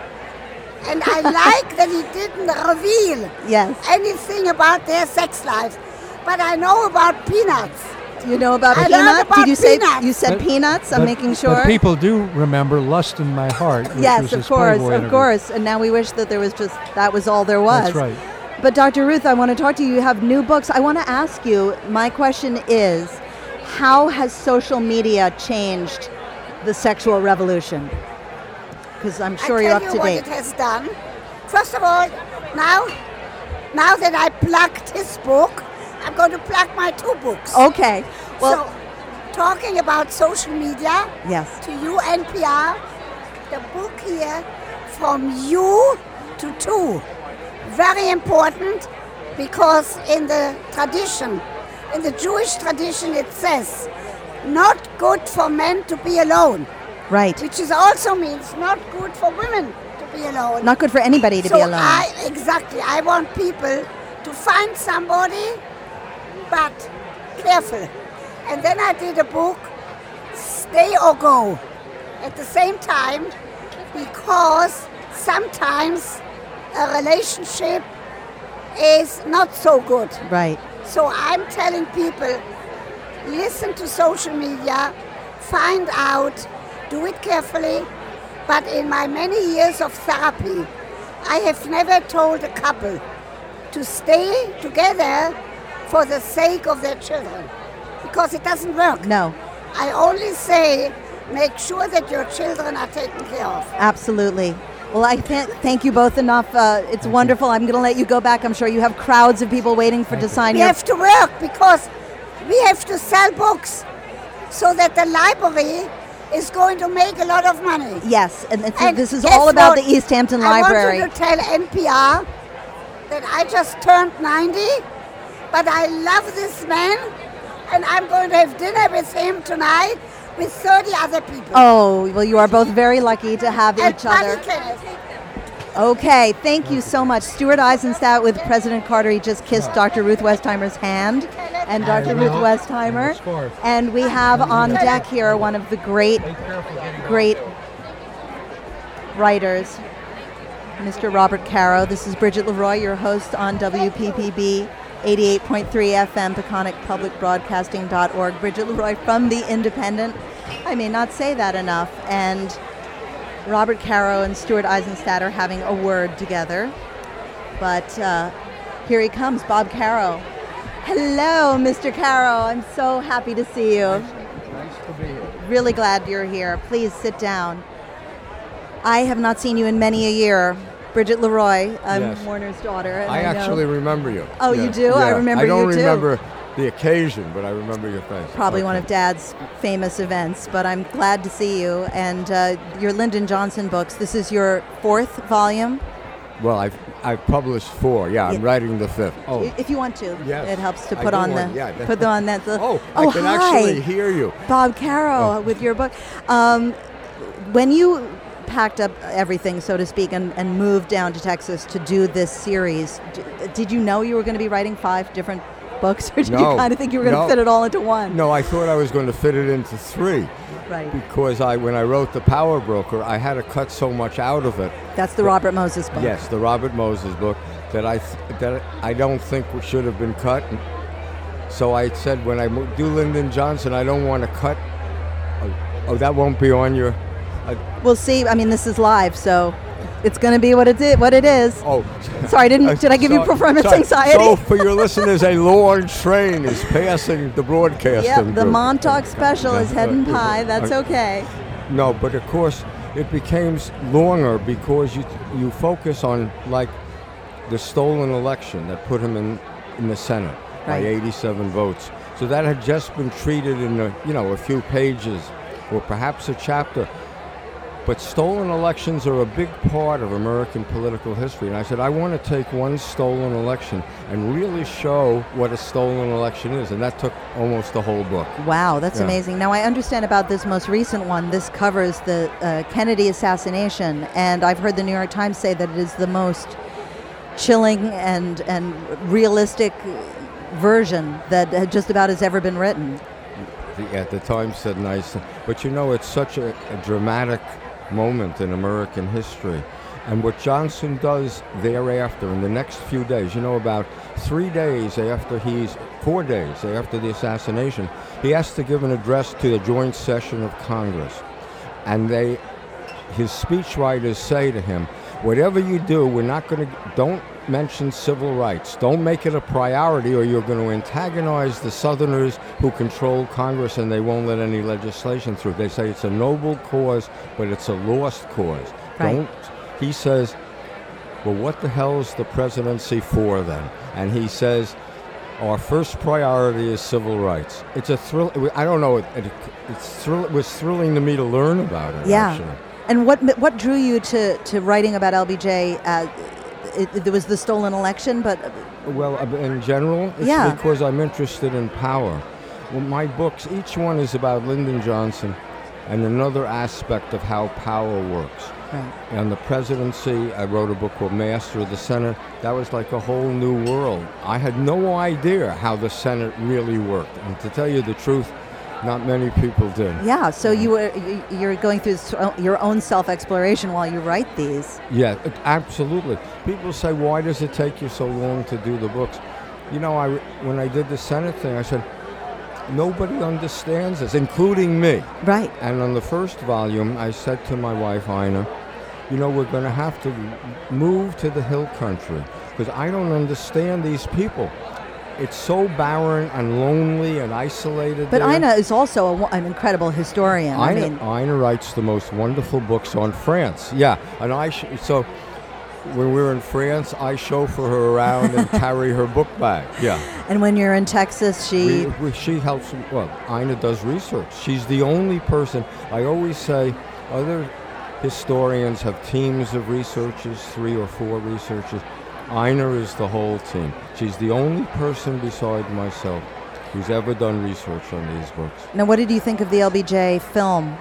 [SPEAKER 9] And I like that he didn't reveal
[SPEAKER 1] Yes.
[SPEAKER 9] anything about their sex life. But I know about peanuts.
[SPEAKER 1] You know about
[SPEAKER 9] I learned
[SPEAKER 1] peanuts?
[SPEAKER 9] about
[SPEAKER 1] Did you say
[SPEAKER 9] peanuts.
[SPEAKER 1] you said
[SPEAKER 22] But-
[SPEAKER 1] peanuts? I'm
[SPEAKER 22] but-
[SPEAKER 1] making
[SPEAKER 22] but
[SPEAKER 1] sure.
[SPEAKER 22] people do remember "Lust in My Heart." which
[SPEAKER 1] yes,
[SPEAKER 22] was
[SPEAKER 1] of
[SPEAKER 22] his
[SPEAKER 1] course,
[SPEAKER 22] Playboy
[SPEAKER 1] of
[SPEAKER 22] interview.
[SPEAKER 1] course. And now we wish that there was just that was all there was.
[SPEAKER 22] That's right.
[SPEAKER 1] But Dr. Ruth, I want to talk to you. You have new books. I want to ask you. My question is, how has social media changed the sexual revolution? Because I'm sure
[SPEAKER 9] I
[SPEAKER 1] you're
[SPEAKER 9] tell
[SPEAKER 1] up
[SPEAKER 9] you
[SPEAKER 1] to
[SPEAKER 9] what
[SPEAKER 1] date.
[SPEAKER 9] it has done. First of all, now, now that I plugged his book, I'm going to plug my two books.
[SPEAKER 1] Okay. Well-
[SPEAKER 9] so, talking about social media.
[SPEAKER 1] Yes.
[SPEAKER 9] To you, NPR, the book here, from you to two, very important because in the tradition, in the Jewish tradition, it says, not good for men to be alone.
[SPEAKER 1] Right.
[SPEAKER 9] Which is also means not good for women to be alone.
[SPEAKER 1] Not good for anybody to
[SPEAKER 9] so
[SPEAKER 1] be alone.
[SPEAKER 9] I, exactly. I want people to find somebody, but careful. And then I did a book, Stay or Go, at the same time, because sometimes a relationship is not so good.
[SPEAKER 1] right.
[SPEAKER 9] So I'm telling people listen to social media, find out, do it carefully. But in my many years of therapy, I have never told a couple to stay together for the sake of their children because it doesn't work.
[SPEAKER 1] No.
[SPEAKER 9] I only say make sure that your children are taken care of.
[SPEAKER 1] Absolutely. Well, I can't thank you both enough. Uh, it's wonderful. I'm going to let you go back. I'm sure you have crowds of people waiting for to sign
[SPEAKER 9] We
[SPEAKER 1] your.
[SPEAKER 9] have to work because we have to sell books so that the library is going to make a lot of money.
[SPEAKER 1] Yes, and, it's,
[SPEAKER 9] And
[SPEAKER 1] this is
[SPEAKER 9] guess
[SPEAKER 1] all about
[SPEAKER 9] what?
[SPEAKER 1] the East Hampton
[SPEAKER 9] I
[SPEAKER 1] Library.
[SPEAKER 9] wanted to tell NPR that I just turned 90, but I love this man and I'm going to have dinner with him tonight with 30 other people.
[SPEAKER 1] Oh, well, you are both very lucky to have
[SPEAKER 9] and
[SPEAKER 1] each other.
[SPEAKER 9] Bunny Kenneth.
[SPEAKER 1] Okay, thank you so much. Stuart Eisenstat with President Carter. He just kissed Dr. Ruth Westheimer's hand and Dr.
[SPEAKER 22] And
[SPEAKER 1] Ruth
[SPEAKER 22] the-
[SPEAKER 1] Westheimer. And we have on deck here one of the great, great writers, Mr. Robert Caro. This is Bridget Leroy, your host on WPPB 88.3 FM, PeconicPublicBroadcasting.org. Bridget Leroy from The Independent. I may not say that enough. And Robert Caro and Stuart Eisenstadt are having a word together. But uh, here he comes, Bob Caro. Hello, Mr. Caro. I'm so happy to see you.
[SPEAKER 23] Nice to be here.
[SPEAKER 1] Really glad you're here. Please sit down. I have not seen you in many a year. Bridget Leroy, I'm
[SPEAKER 23] Yes.
[SPEAKER 1] Warner's daughter. and
[SPEAKER 23] I
[SPEAKER 1] know-
[SPEAKER 23] actually remember you.
[SPEAKER 1] Oh, you do? I remember
[SPEAKER 23] I don't
[SPEAKER 1] you too.
[SPEAKER 23] remember the occasion, but I remember your face.
[SPEAKER 1] Probably
[SPEAKER 23] Okay.
[SPEAKER 1] one of Dad's famous events, but I'm glad to see you. And uh, your Lyndon Johnson books. This is your fourth volume.
[SPEAKER 23] Well, I've I've published four. Yeah, I'm
[SPEAKER 1] Yeah.
[SPEAKER 23] writing the fifth. Oh,
[SPEAKER 1] I- If you want to,
[SPEAKER 23] Yes,
[SPEAKER 1] it helps to
[SPEAKER 23] I
[SPEAKER 1] put
[SPEAKER 23] do
[SPEAKER 1] on the
[SPEAKER 23] want- yeah.
[SPEAKER 1] put on that. The, oh,
[SPEAKER 23] I can
[SPEAKER 1] hi,
[SPEAKER 23] actually Oh. hear you.
[SPEAKER 1] Bob Caro with your book. Um, when you packed up everything, so to speak, and, and moved down to Texas to do this series, d- did you know you were going to be writing five different books, or did
[SPEAKER 23] No,
[SPEAKER 1] you kind of think you were going to
[SPEAKER 23] no.
[SPEAKER 1] fit it all into one?
[SPEAKER 23] No, I thought I was going to fit it into three.
[SPEAKER 1] Right.
[SPEAKER 23] Because I, when I wrote The Power Broker, I had to cut so much out of it.
[SPEAKER 1] That's the
[SPEAKER 23] that-
[SPEAKER 1] Robert Moses book.
[SPEAKER 23] Yes, the Robert Moses book that I th- that I don't think should have been cut. So I said, when I mo- do Lyndon Johnson, I don't want to cut. Oh, oh, that won't be on your. Uh,
[SPEAKER 1] We'll see. I mean, this is live, so it's going to be what it is. What it is.
[SPEAKER 23] Oh,
[SPEAKER 1] sorry. Didn't did I give you
[SPEAKER 23] so-
[SPEAKER 1] performance
[SPEAKER 23] sorry.
[SPEAKER 1] anxiety?
[SPEAKER 23] So for your listeners, a large train is passing the broadcasting.
[SPEAKER 1] Yep, the
[SPEAKER 23] group.
[SPEAKER 1] Montauk special is
[SPEAKER 23] That's
[SPEAKER 1] heading
[SPEAKER 23] right.
[SPEAKER 1] high. That's
[SPEAKER 23] Uh,
[SPEAKER 1] okay.
[SPEAKER 23] No, but of course it became s- longer because you you focus on like the stolen election that put him in in the Senate
[SPEAKER 1] Right.
[SPEAKER 23] by 87 votes. So that had just been treated in a, you know a few pages or perhaps a chapter. But stolen elections are a big part of American political history. And I said, I want to take one stolen election and really show what a stolen election is. And that took almost the whole book.
[SPEAKER 1] Wow, that's
[SPEAKER 23] Yeah.
[SPEAKER 1] amazing. Now I understand about this most recent one. This covers the uh, Kennedy assassination, and I've heard the New York Times say that it is the most chilling and and realistic version that uh, just about has ever been written.
[SPEAKER 23] the, at the time said nice. But you know, it's such a, a dramatic moment in American history. And what Johnson does thereafter, in the next few days, you know, about three days after he's, four days after the assassination, he has to give an address to the joint session of Congress. And they, his speechwriters say to him, whatever you do, we're not going to, don't mention civil rights. Don't make it a priority or you're going to antagonize the Southerners who control Congress and they won't let any legislation through. They say it's a noble cause, but it's a lost cause.
[SPEAKER 24] Right.
[SPEAKER 23] Don't, he says, well, what the hell is the presidency for then? And he says, our first priority is civil rights. It's a thrill. I don't know. It, it, it's thrill, it was thrilling to me to learn about it.
[SPEAKER 1] yeah.
[SPEAKER 23] Actually.
[SPEAKER 1] And what what drew you to, to writing about LBJ? Uh, it, there was the stolen election, but
[SPEAKER 23] Well, ab- in general, it's
[SPEAKER 1] Yeah.
[SPEAKER 23] because I'm interested in power. Well, my books, each one is about Lyndon Johnson and another aspect of how power works.
[SPEAKER 1] Right.
[SPEAKER 23] And the presidency, I wrote a book called Master of the Senate. That was like a whole new world. I had no idea how the Senate really worked. And to tell you the truth, not many people did.
[SPEAKER 1] yeah. So
[SPEAKER 23] Mm-hmm.
[SPEAKER 1] you were you- you're going through s- uh, your own self exploration while you write these.
[SPEAKER 23] Yeah, it- absolutely. People say, why does it take you so long to do the books? You know, I, when I did the Senate thing, I said, nobody understands this, including me.
[SPEAKER 1] Right.
[SPEAKER 23] And on the first volume, I said to my wife, Ina, you know, we're going to have to move to the hill country because I don't understand these people. It's so barren and lonely and isolated.
[SPEAKER 1] But
[SPEAKER 23] there.
[SPEAKER 1] Ina is also a, wo- an incredible historian. I
[SPEAKER 23] Ina,
[SPEAKER 1] mean,
[SPEAKER 23] Ina writes the most wonderful books on France. Yeah, and I sh- so when we were in France, I chauffeur her around and carry her book bag. Yeah,
[SPEAKER 1] and when you're in Texas, she
[SPEAKER 23] we, we, she helps. Well, Ina does research. She's the only person. I always say other historians have teams of researchers, three or four researchers. Ina is the whole team. She's the only person beside myself who's ever done research on these books.
[SPEAKER 1] Now, what did you think of the LBJ film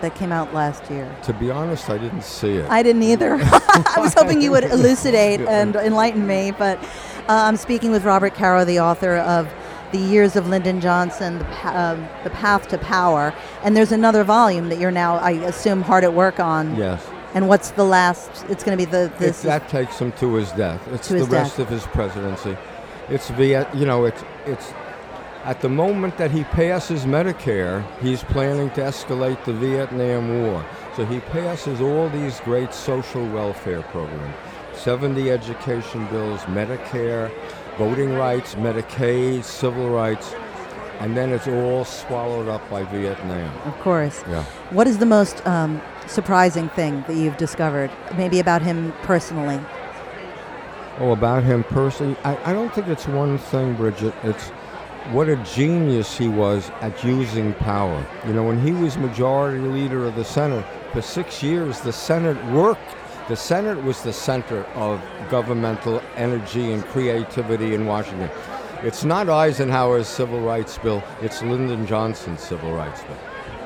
[SPEAKER 1] that came out last year?
[SPEAKER 23] To be honest, I didn't see it.
[SPEAKER 1] I didn't either. I was hoping you would elucidate and enlighten me, but uh, I'm speaking with Robert Caro, the author of The Years of Lyndon Johnson, the, pa- um, the Path to Power. And there's another volume that you're now, I assume, hard at work on.
[SPEAKER 23] Yes.
[SPEAKER 1] And what's the last? It's going to be the
[SPEAKER 23] If
[SPEAKER 1] this.
[SPEAKER 23] that takes him to his death. It's
[SPEAKER 1] To
[SPEAKER 23] the
[SPEAKER 1] his
[SPEAKER 23] rest of his presidency. It's Viet, you know, it's it's at the moment that he passes Medicare, he's planning to escalate the Vietnam War. So he passes all these great social welfare programs. 70 education bills, Medicare, voting rights, Medicaid, civil rights, and then it's all swallowed up by Vietnam.
[SPEAKER 1] Of course.
[SPEAKER 23] Yeah.
[SPEAKER 1] What is the most um, surprising thing that you've discovered, maybe about him personally?
[SPEAKER 23] Oh, about him personally, I, I don't think it's one thing, Bridget. It's what a genius he was at using power. You know, when he was majority leader of the Senate, for six years, the Senate worked. The Senate was the center of governmental energy and creativity in Washington. It's not Eisenhower's civil rights bill, it's Lyndon Johnson's civil rights bill.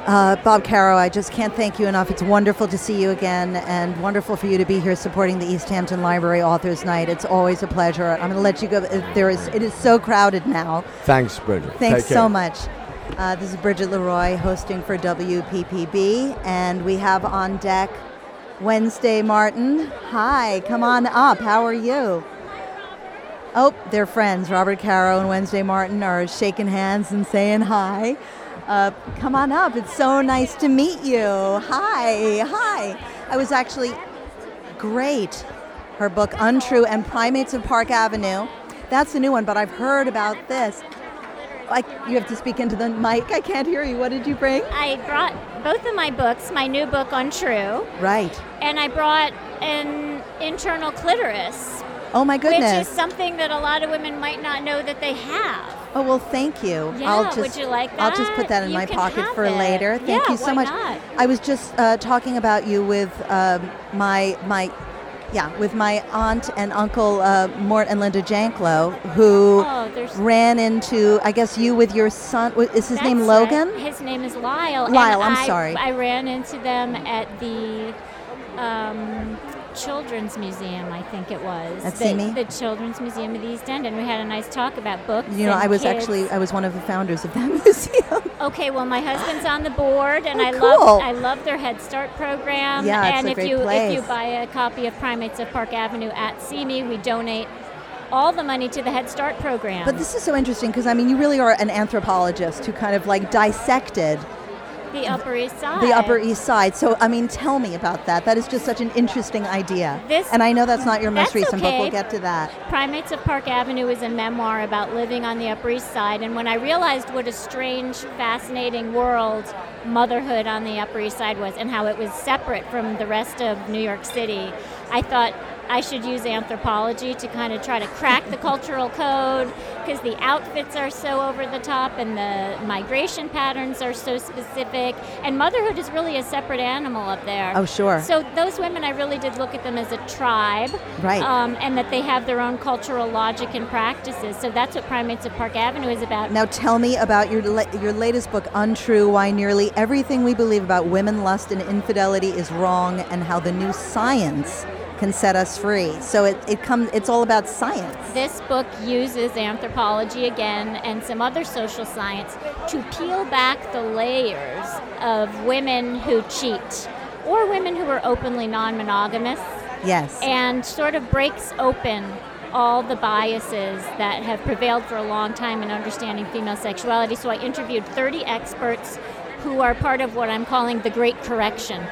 [SPEAKER 1] Uh, Bob Caro, I just can't thank you enough. It's wonderful to see you again and wonderful for you to be here supporting the East Hampton Library Authors Night. It's always a pleasure. I'm going to let you go. It- There is, it is so crowded now.
[SPEAKER 23] Thanks, Bridget.
[SPEAKER 1] Thanks
[SPEAKER 23] Take care.
[SPEAKER 1] so much. Uh, this is Bridget Leroy hosting for WPPB, and we have on deck Wednesday Martin. Hi, come on up. How are you? Oh, they're friends. Robert Caro and Wednesday Martin are shaking hands and saying hi. Uh, come on up. It's so nice to meet you. Hi, hi. I was actually great. Her book, Untrue and Primates of Park Avenue. That's the new one, but I've heard about this. Like you have to speak into the mic. I can't hear you. What did you bring?
[SPEAKER 13] I brought both of my books, my new book on True,
[SPEAKER 1] Right.
[SPEAKER 13] and I brought an internal clitoris.
[SPEAKER 1] Oh my
[SPEAKER 13] Which
[SPEAKER 1] goodness.
[SPEAKER 13] is something that a lot of women might not know that they have.
[SPEAKER 1] oh well, thank you.
[SPEAKER 13] Yeah,
[SPEAKER 1] I'll just,
[SPEAKER 13] would you like
[SPEAKER 1] I'll just put
[SPEAKER 13] that?
[SPEAKER 1] that in
[SPEAKER 13] You
[SPEAKER 1] my
[SPEAKER 13] can
[SPEAKER 1] pocket
[SPEAKER 13] have
[SPEAKER 1] for
[SPEAKER 13] it.
[SPEAKER 1] later. Thank
[SPEAKER 13] Yeah,
[SPEAKER 1] you so
[SPEAKER 13] why
[SPEAKER 1] much.
[SPEAKER 13] not?
[SPEAKER 1] I was just uh, talking about you with um, my my yeah with my aunt and uncle uh, Mort and Linda Janklow, who
[SPEAKER 13] Oh, there's-
[SPEAKER 1] ran into I guess you with your son. wa- Is his name
[SPEAKER 13] That's
[SPEAKER 1] Logan?
[SPEAKER 13] right. His name is Lyle. and
[SPEAKER 1] Lyle, I'm
[SPEAKER 13] I-
[SPEAKER 1] sorry.
[SPEAKER 13] I ran into them at the um, Children's Museum, I think it was.
[SPEAKER 1] At
[SPEAKER 13] the,
[SPEAKER 1] Simi?
[SPEAKER 13] The Children's Museum of the East End, and we had a nice talk about books.
[SPEAKER 1] You know,
[SPEAKER 13] and
[SPEAKER 1] I was
[SPEAKER 13] kids.
[SPEAKER 1] actually I was one of the founders of that museum.
[SPEAKER 13] Okay, well, my husband's on the board, and
[SPEAKER 1] Oh,
[SPEAKER 13] I
[SPEAKER 1] cool.
[SPEAKER 13] love I love their Head Start program.
[SPEAKER 1] Yeah, it's
[SPEAKER 13] and
[SPEAKER 1] a
[SPEAKER 13] if
[SPEAKER 1] great
[SPEAKER 13] you if you
[SPEAKER 1] place.
[SPEAKER 13] buy a copy of Primates of Park Avenue at CME, we donate all the money to the Head Start program.
[SPEAKER 1] But this is so interesting because I mean, you really are an anthropologist who kind of like dissected
[SPEAKER 13] the Upper East Side.
[SPEAKER 1] the Upper East Side. So I mean, tell me about that. That is just such an interesting idea.
[SPEAKER 13] This-
[SPEAKER 1] and I know that's not your most
[SPEAKER 13] That's
[SPEAKER 1] recent book.
[SPEAKER 13] okay.
[SPEAKER 1] We'll get to that.
[SPEAKER 13] Primates of Park Avenue is a memoir about living on the Upper East Side, and when I realized what a strange, fascinating world motherhood on the Upper East Side was and how it was separate from the rest of New York City, I thought I should use anthropology to kind of try to crack the cultural code because the outfits are so over the top and the migration patterns are so specific, and motherhood is really a separate animal up there.
[SPEAKER 1] Oh, sure.
[SPEAKER 13] So those women, I really did look at them as a tribe,
[SPEAKER 1] Right.
[SPEAKER 13] Um, and that they have their own cultural logic and practices. So that's what Primates of Park Avenue is about.
[SPEAKER 1] Now tell me about your la- your latest book, Untrue: Why Nearly Everything We Believe About Women, Lust, and Infidelity Is Wrong, and How the New Science Can Set Us Free. So it, it comes. It's all about science.
[SPEAKER 13] This book uses anthropology again and some other social science to peel back the layers of women who cheat or women who are openly non monogamous
[SPEAKER 1] Yes.
[SPEAKER 13] and sort of breaks open all the biases that have prevailed for a long time in understanding female sexuality. So I interviewed 30 experts who are part of what I'm calling the Great Correction.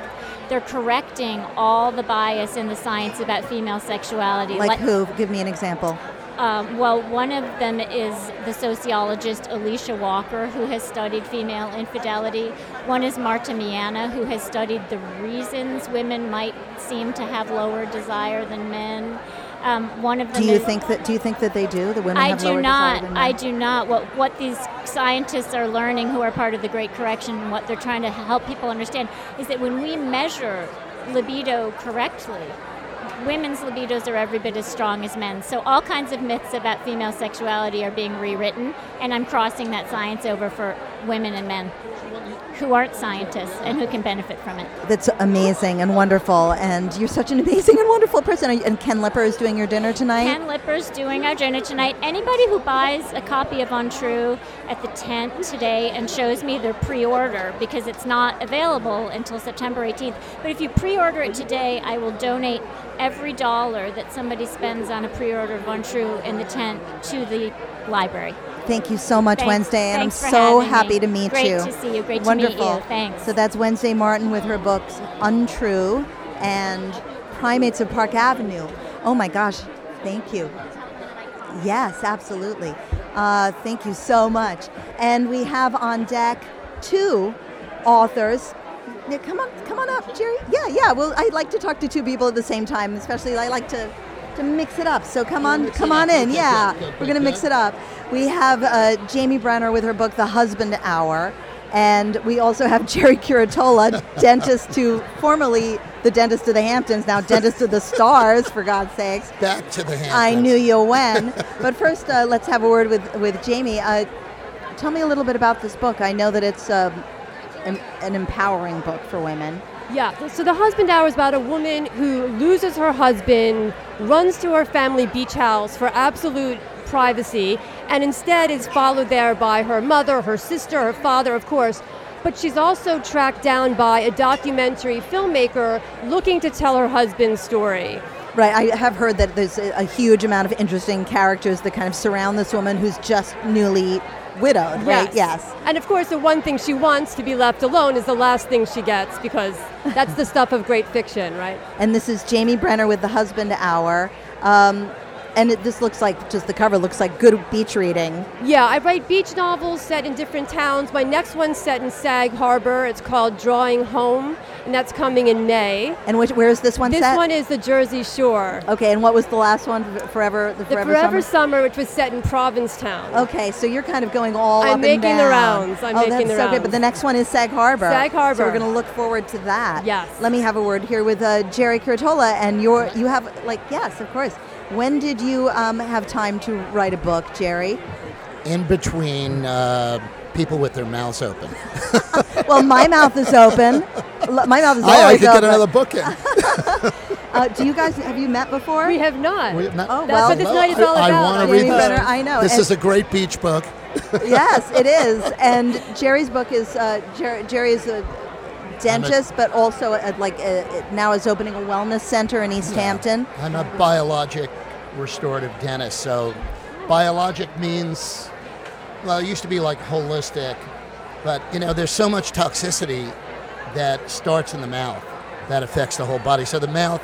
[SPEAKER 13] They're correcting all the bias in the science about female sexuality.
[SPEAKER 1] like
[SPEAKER 13] Let-
[SPEAKER 1] who? Give me an example.
[SPEAKER 13] um, well, one of them is the sociologist Alicia Walker, who has studied female infidelity. One is Marta Miana, who has studied the reasons women might seem to have lower desire than men. Um, one of them
[SPEAKER 1] Do you
[SPEAKER 13] is,
[SPEAKER 1] think that? Do you think that they do? The women
[SPEAKER 13] I
[SPEAKER 1] have
[SPEAKER 13] do
[SPEAKER 1] lower desire
[SPEAKER 13] not.
[SPEAKER 1] than
[SPEAKER 13] I
[SPEAKER 1] men?
[SPEAKER 13] do not. What what these scientists are learning, who are part of the Great Correction, and what they're trying to help people understand is that when we measure libido correctly, women's libidos are every bit as strong as men's. So all kinds of myths about female sexuality are being rewritten, and I'm crossing that science over for women and men who aren't scientists and who can benefit from it.
[SPEAKER 1] That's amazing and wonderful. And you're such an amazing and wonderful person. Are you- And Ken Lipper is doing your dinner tonight.
[SPEAKER 13] Ken Lipper's doing our dinner tonight. Anybody who buys a copy of On True at the tent today and shows me their pre-order because it's not available until September 18th. But if you pre-order it today, I will donate every dollar that somebody spends on a pre-order of On True in the tent to the library.
[SPEAKER 1] Thank you so much,
[SPEAKER 13] Thanks-
[SPEAKER 1] Wednesday, and I'm
[SPEAKER 13] thanks for
[SPEAKER 1] so
[SPEAKER 13] having
[SPEAKER 1] happy
[SPEAKER 13] me.
[SPEAKER 1] to meet
[SPEAKER 13] Great
[SPEAKER 1] you.
[SPEAKER 13] to see you. Great to meet you.
[SPEAKER 1] Wonderful.
[SPEAKER 13] Thanks.
[SPEAKER 1] So that's Wednesday Martin with her books Untrue and Primates of Park Avenue. Oh my gosh, thank you. Yes, absolutely. Uh, thank you so much. And we have on deck two authors. Yeah, come on, come on up, Jerry. Yeah, yeah. Well, I like to talk to two people at the same time, especially I like to to mix it up. So come on, come on in. Yeah, we're gonna mix it up. We have uh, Jamie Brenner with her book The Husband Hour, and we also have Jerry Curatola, dentist to formerly the dentist of the Hamptons, now dentist of the stars, for God's sakes.
[SPEAKER 24] Back to the Hamptons.
[SPEAKER 1] I knew you when. but first, uh, let's have a word with with Jamie. Uh, tell me a little bit about this book. I know that it's um, em- an empowering book for women.
[SPEAKER 25] Yeah, th- so the husband hour is about a woman who loses her husband, runs to her family beach house for absolute privacy, and instead is followed there by her mother, her sister, her father, of course. But she's also tracked down by a documentary filmmaker looking to tell her husband's story.
[SPEAKER 1] Right, I have heard that there's a, a huge amount of interesting characters that kind of surround this woman who's just newly widowed, right? Yes.
[SPEAKER 25] And of course, the one thing she wants to be left alone is the last thing she gets because that's the stuff of great fiction, right?
[SPEAKER 1] And this is Jamie Brenner with the Husband Hour. Um, and it, this looks like, just the cover looks like good beach reading.
[SPEAKER 25] Yeah, I write beach novels set in different towns. My next one's set in Sag Harbor. It's called Drawing Home, and that's coming in May.
[SPEAKER 1] And which, where is this one
[SPEAKER 25] This
[SPEAKER 1] set?
[SPEAKER 25] one is the Jersey Shore.
[SPEAKER 1] Okay, and what was the last one? Forever,
[SPEAKER 25] The
[SPEAKER 1] the Forever,
[SPEAKER 25] Forever,
[SPEAKER 1] Summer?
[SPEAKER 25] Summer? which was set in Provincetown.
[SPEAKER 1] Okay, so you're kind of going all
[SPEAKER 25] I'm
[SPEAKER 1] up
[SPEAKER 25] making
[SPEAKER 1] and down.
[SPEAKER 25] the rounds. I'm
[SPEAKER 1] oh,
[SPEAKER 25] making
[SPEAKER 1] that's
[SPEAKER 25] the
[SPEAKER 1] so good.
[SPEAKER 25] rounds.
[SPEAKER 1] But the next one is Sag Harbor.
[SPEAKER 25] Sag
[SPEAKER 1] So
[SPEAKER 25] Harbor.
[SPEAKER 1] we're going to look forward to that.
[SPEAKER 25] Yes.
[SPEAKER 1] Let me have a word here with uh, Jerry Curatola, and your you have like yes, of course. When did you um, have time to write a book, Jerry?
[SPEAKER 24] In between uh, people with their mouths open.
[SPEAKER 1] Well, my mouth is open. L- My mouth is
[SPEAKER 24] I, Oh, I
[SPEAKER 1] always
[SPEAKER 24] could get
[SPEAKER 1] open.
[SPEAKER 24] another book in.
[SPEAKER 1] Uh, do you guys have you met before? We
[SPEAKER 25] have not.
[SPEAKER 1] We have
[SPEAKER 24] not.
[SPEAKER 1] Oh
[SPEAKER 25] That's
[SPEAKER 1] well,
[SPEAKER 25] what this night is all
[SPEAKER 24] I
[SPEAKER 25] about.
[SPEAKER 24] want to
[SPEAKER 1] Jamie
[SPEAKER 24] read this.
[SPEAKER 1] Brenner, I know.
[SPEAKER 24] This
[SPEAKER 1] And-
[SPEAKER 24] is a great beach book.
[SPEAKER 1] yes, it is. And Jerry's book is uh, Jer- Jerry is a dentist, but also a, like a, now is opening a wellness center in East Hampton.
[SPEAKER 24] I'm a biologic restorative dentist. So, biologic means, well, it used to be like holistic, but you know, there's so much toxicity that starts in the mouth that affects the whole body. So, the mouth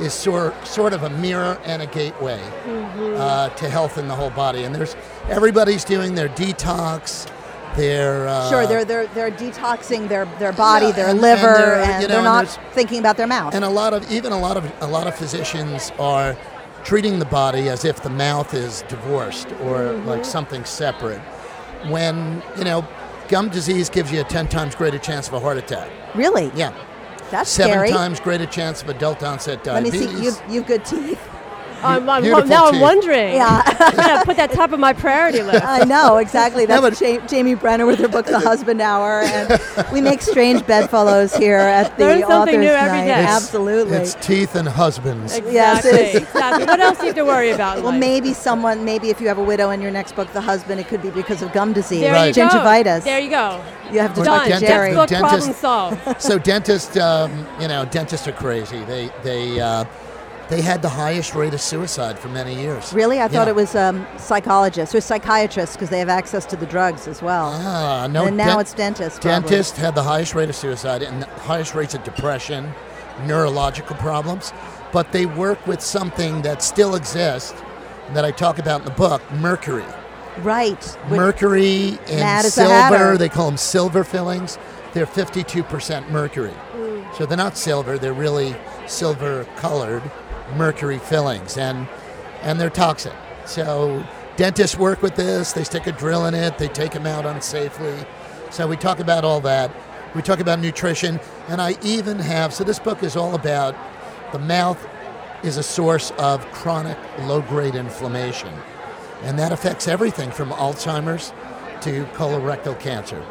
[SPEAKER 24] is sort, sort of a mirror and a gateway
[SPEAKER 1] Mm-hmm.
[SPEAKER 24] uh, to health in the whole body. And there's everybody's doing their detox, their. Uh,
[SPEAKER 1] sure, they're they're they're detoxing their their body,
[SPEAKER 24] Yeah,
[SPEAKER 1] their
[SPEAKER 24] and- and
[SPEAKER 1] liver,
[SPEAKER 24] they're,
[SPEAKER 1] and
[SPEAKER 24] you know,
[SPEAKER 1] they're
[SPEAKER 24] and
[SPEAKER 1] not
[SPEAKER 24] there's-
[SPEAKER 1] thinking about their mouth.
[SPEAKER 24] And a lot of even a lot of a lot of physicians are treating the body as if the mouth is divorced or
[SPEAKER 1] Mm-hmm.
[SPEAKER 24] like something separate. When you know, gum disease gives you a ten times greater chance of a heart attack.
[SPEAKER 1] Really?
[SPEAKER 24] Yeah.
[SPEAKER 1] That's
[SPEAKER 24] Seven
[SPEAKER 1] scary.
[SPEAKER 24] times greater chance of adult onset
[SPEAKER 1] Let me
[SPEAKER 24] diabetes.
[SPEAKER 1] see. You you've good teeth.
[SPEAKER 25] I'm, I'm,
[SPEAKER 24] Uh, Beautiful
[SPEAKER 25] now I'm
[SPEAKER 24] teeth.
[SPEAKER 25] wondering.
[SPEAKER 1] Yeah.
[SPEAKER 25] I'm gonna put that top of my priority list.
[SPEAKER 1] I know exactly. That's Ja- Jamie Brenner with her book The Husband Hour, and we make strange bedfellows here at the
[SPEAKER 25] Learn something
[SPEAKER 1] authors
[SPEAKER 25] new
[SPEAKER 1] night.
[SPEAKER 25] every day.
[SPEAKER 24] It's-
[SPEAKER 1] Absolutely.
[SPEAKER 24] It's teeth and husbands.
[SPEAKER 1] Yes, it is.
[SPEAKER 25] Exactly, exactly. What else do you have to worry about in
[SPEAKER 1] Well,
[SPEAKER 25] life?
[SPEAKER 1] maybe someone, maybe if you have a widow in your next book, the husband, it could be because of gum disease,
[SPEAKER 25] There you go.
[SPEAKER 1] gingivitis.
[SPEAKER 25] There you go.
[SPEAKER 1] You have to
[SPEAKER 24] Or
[SPEAKER 1] talk to
[SPEAKER 24] dentist-
[SPEAKER 1] Jerry.
[SPEAKER 25] Textbook
[SPEAKER 24] dentist-
[SPEAKER 25] problem solved.
[SPEAKER 24] so dentists, um, you know, dentists are crazy. They they uh, they had the highest rate of suicide for many years.
[SPEAKER 1] Really, I thought
[SPEAKER 24] Yeah.
[SPEAKER 1] it was um, psychologists or psychiatrists because they have access to the drugs as well.
[SPEAKER 24] Ah, no.
[SPEAKER 1] And now
[SPEAKER 24] dent-
[SPEAKER 1] it's dentists. probably.
[SPEAKER 24] Dentists had the highest rate of suicide and the highest rates of depression, neurological problems, but they work with something that still exists that I talk about in the book, mercury.
[SPEAKER 1] Right. Which-
[SPEAKER 24] mercury
[SPEAKER 1] Mad
[SPEAKER 24] and
[SPEAKER 1] as a hatter.
[SPEAKER 24] silver, they call them silver fillings. They're 52% mercury.
[SPEAKER 1] Mm.
[SPEAKER 24] So they're not silver, they're really silver colored mercury fillings and and they're toxic. So dentists work with this, they stick a drill in it, they take them out unsafely. So we talk about all that. We talk about nutrition and I even have so this book is all about the mouth is a source of chronic low grade inflammation. And that affects everything from Alzheimer's to colorectal cancer.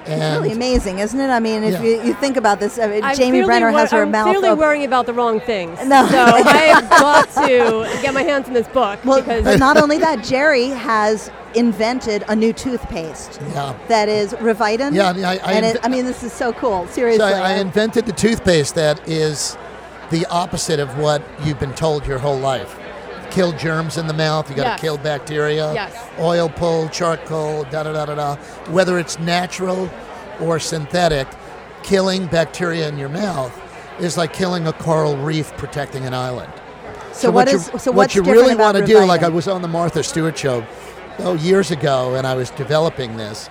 [SPEAKER 1] it's
[SPEAKER 24] And
[SPEAKER 1] really amazing, isn't it? I mean, if
[SPEAKER 24] Yeah.
[SPEAKER 1] you, you think about this, I mean,
[SPEAKER 25] I'm
[SPEAKER 1] Jamie
[SPEAKER 25] clearly
[SPEAKER 1] Brenner
[SPEAKER 25] wor-
[SPEAKER 1] has her
[SPEAKER 25] I'm
[SPEAKER 1] mouth
[SPEAKER 25] clearly
[SPEAKER 1] open.
[SPEAKER 25] worrying about the wrong things.
[SPEAKER 1] No.
[SPEAKER 25] So I have got to get my hands on this book because
[SPEAKER 1] But not only that, Jerry has invented a new toothpaste
[SPEAKER 24] Yeah.
[SPEAKER 1] that is Revitin.
[SPEAKER 24] Yeah, I mean, I- I
[SPEAKER 1] and it,
[SPEAKER 24] inve-
[SPEAKER 1] I mean, this is so cool. Seriously,
[SPEAKER 24] So I, I invented the toothpaste that is the opposite of what you've been told your whole life. Kill germs in the mouth, you gotta
[SPEAKER 25] Yes.
[SPEAKER 24] kill bacteria,
[SPEAKER 25] Yes.
[SPEAKER 24] oil pull, charcoal, da da da da da. Whether it's natural or synthetic, killing bacteria in your mouth is like killing a coral reef protecting an island.
[SPEAKER 1] So what
[SPEAKER 24] you,
[SPEAKER 1] is- so
[SPEAKER 24] what
[SPEAKER 1] what's
[SPEAKER 24] you
[SPEAKER 1] different
[SPEAKER 24] really
[SPEAKER 1] about
[SPEAKER 24] wanna do, like
[SPEAKER 1] Revitin?
[SPEAKER 24] I was on the Martha Stewart show oh, years ago, and I was developing this,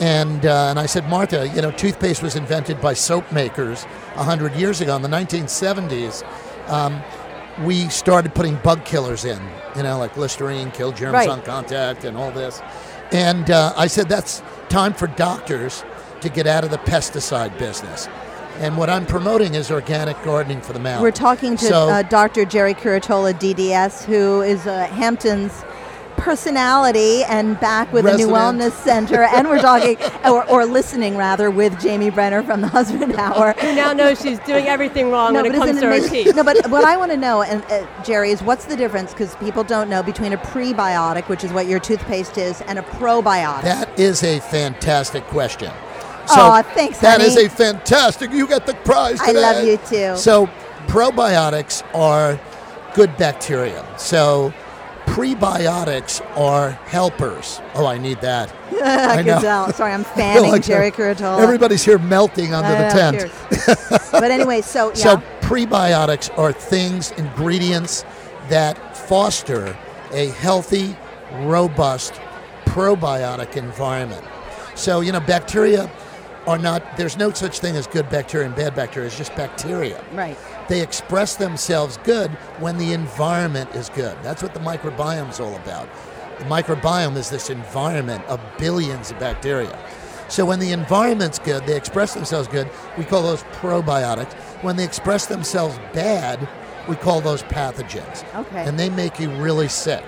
[SPEAKER 24] and uh, and I said, Martha, you know, toothpaste was invented by soap makers hundred years ago in the 1970s. Um, we started putting bug killers in, you know, like Listerine, kill germs
[SPEAKER 26] Right.
[SPEAKER 24] on contact, and all this. And uh, I said, that's time for doctors to get out of the pesticide business. And what I'm promoting is organic gardening for the mouth.
[SPEAKER 1] We're talking to
[SPEAKER 24] So-
[SPEAKER 1] uh, Dr. Jerry Curatola, DDS, who is uh, Hampton's personality and back with a new
[SPEAKER 24] Resident.
[SPEAKER 1] wellness center. And we're talking, or, or listening rather, with Jamie Brenner from the Husband Hour.
[SPEAKER 25] who now knows she's doing everything wrong
[SPEAKER 1] No,
[SPEAKER 25] when
[SPEAKER 1] but
[SPEAKER 25] it comes
[SPEAKER 1] isn't
[SPEAKER 25] to her
[SPEAKER 1] amazing-
[SPEAKER 25] teeth.
[SPEAKER 1] no, but what I want to know, and uh, Jerry, is what's the difference? Because people don't know between a prebiotic, which is what your toothpaste is, and a probiotic.
[SPEAKER 24] That is a fantastic question.
[SPEAKER 1] Aw, thanks,
[SPEAKER 24] That is
[SPEAKER 1] honey.
[SPEAKER 24] a fantastic. You got the prize.
[SPEAKER 1] I love
[SPEAKER 24] today.
[SPEAKER 1] you too.
[SPEAKER 24] So probiotics are good bacteria. So prebiotics are helpers. Oh, I need that.
[SPEAKER 1] I
[SPEAKER 24] I
[SPEAKER 1] can
[SPEAKER 24] know.
[SPEAKER 1] tell. Sorry, I'm fanning
[SPEAKER 24] Like,
[SPEAKER 1] Jerry Curatola.
[SPEAKER 24] Everybody's here melting under
[SPEAKER 1] I
[SPEAKER 24] the
[SPEAKER 1] know,
[SPEAKER 24] tent.
[SPEAKER 1] cheers. but anyway, so yeah.
[SPEAKER 24] So prebiotics are things, ingredients that foster a healthy, robust probiotic environment. So, you know, bacteria are not, there's no such thing as good bacteria and bad bacteria, it's just bacteria.
[SPEAKER 1] Right.
[SPEAKER 24] They express themselves good when the environment is good. That's what the microbiome is all about. The microbiome is this environment of billions of bacteria. So when the environment's good, they express themselves good. We call those probiotics. When they express themselves bad, we call those pathogens.
[SPEAKER 1] Okay.
[SPEAKER 24] And they make you really sick.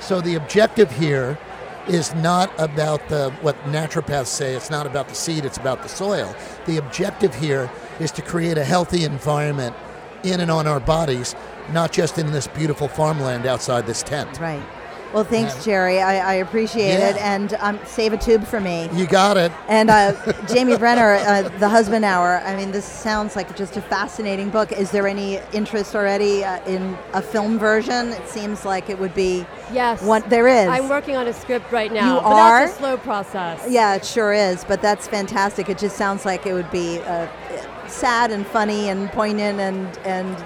[SPEAKER 24] So the objective here is not about the what naturopaths say it's not about the seed it's about the soil the objective here is to create a healthy environment in and on our bodies not just in this beautiful farmland outside this tent
[SPEAKER 1] right Well, thanks, Jerry. I, I appreciate it. And um, save a tube for me.
[SPEAKER 24] you got it
[SPEAKER 1] And uh, Jamie Brenner, uh, The Husband Hour. I mean, this sounds like just a fascinating book. Is there any interest already uh, in a film version? It seems like it would be.
[SPEAKER 25] Yes.
[SPEAKER 1] One, there is.
[SPEAKER 25] I'm working on a script right now.
[SPEAKER 1] You
[SPEAKER 25] but that's
[SPEAKER 1] are?
[SPEAKER 25] a slow process.
[SPEAKER 1] yeah, it sure is. But that's fantastic. It just sounds like it would be uh, sad and funny and poignant and and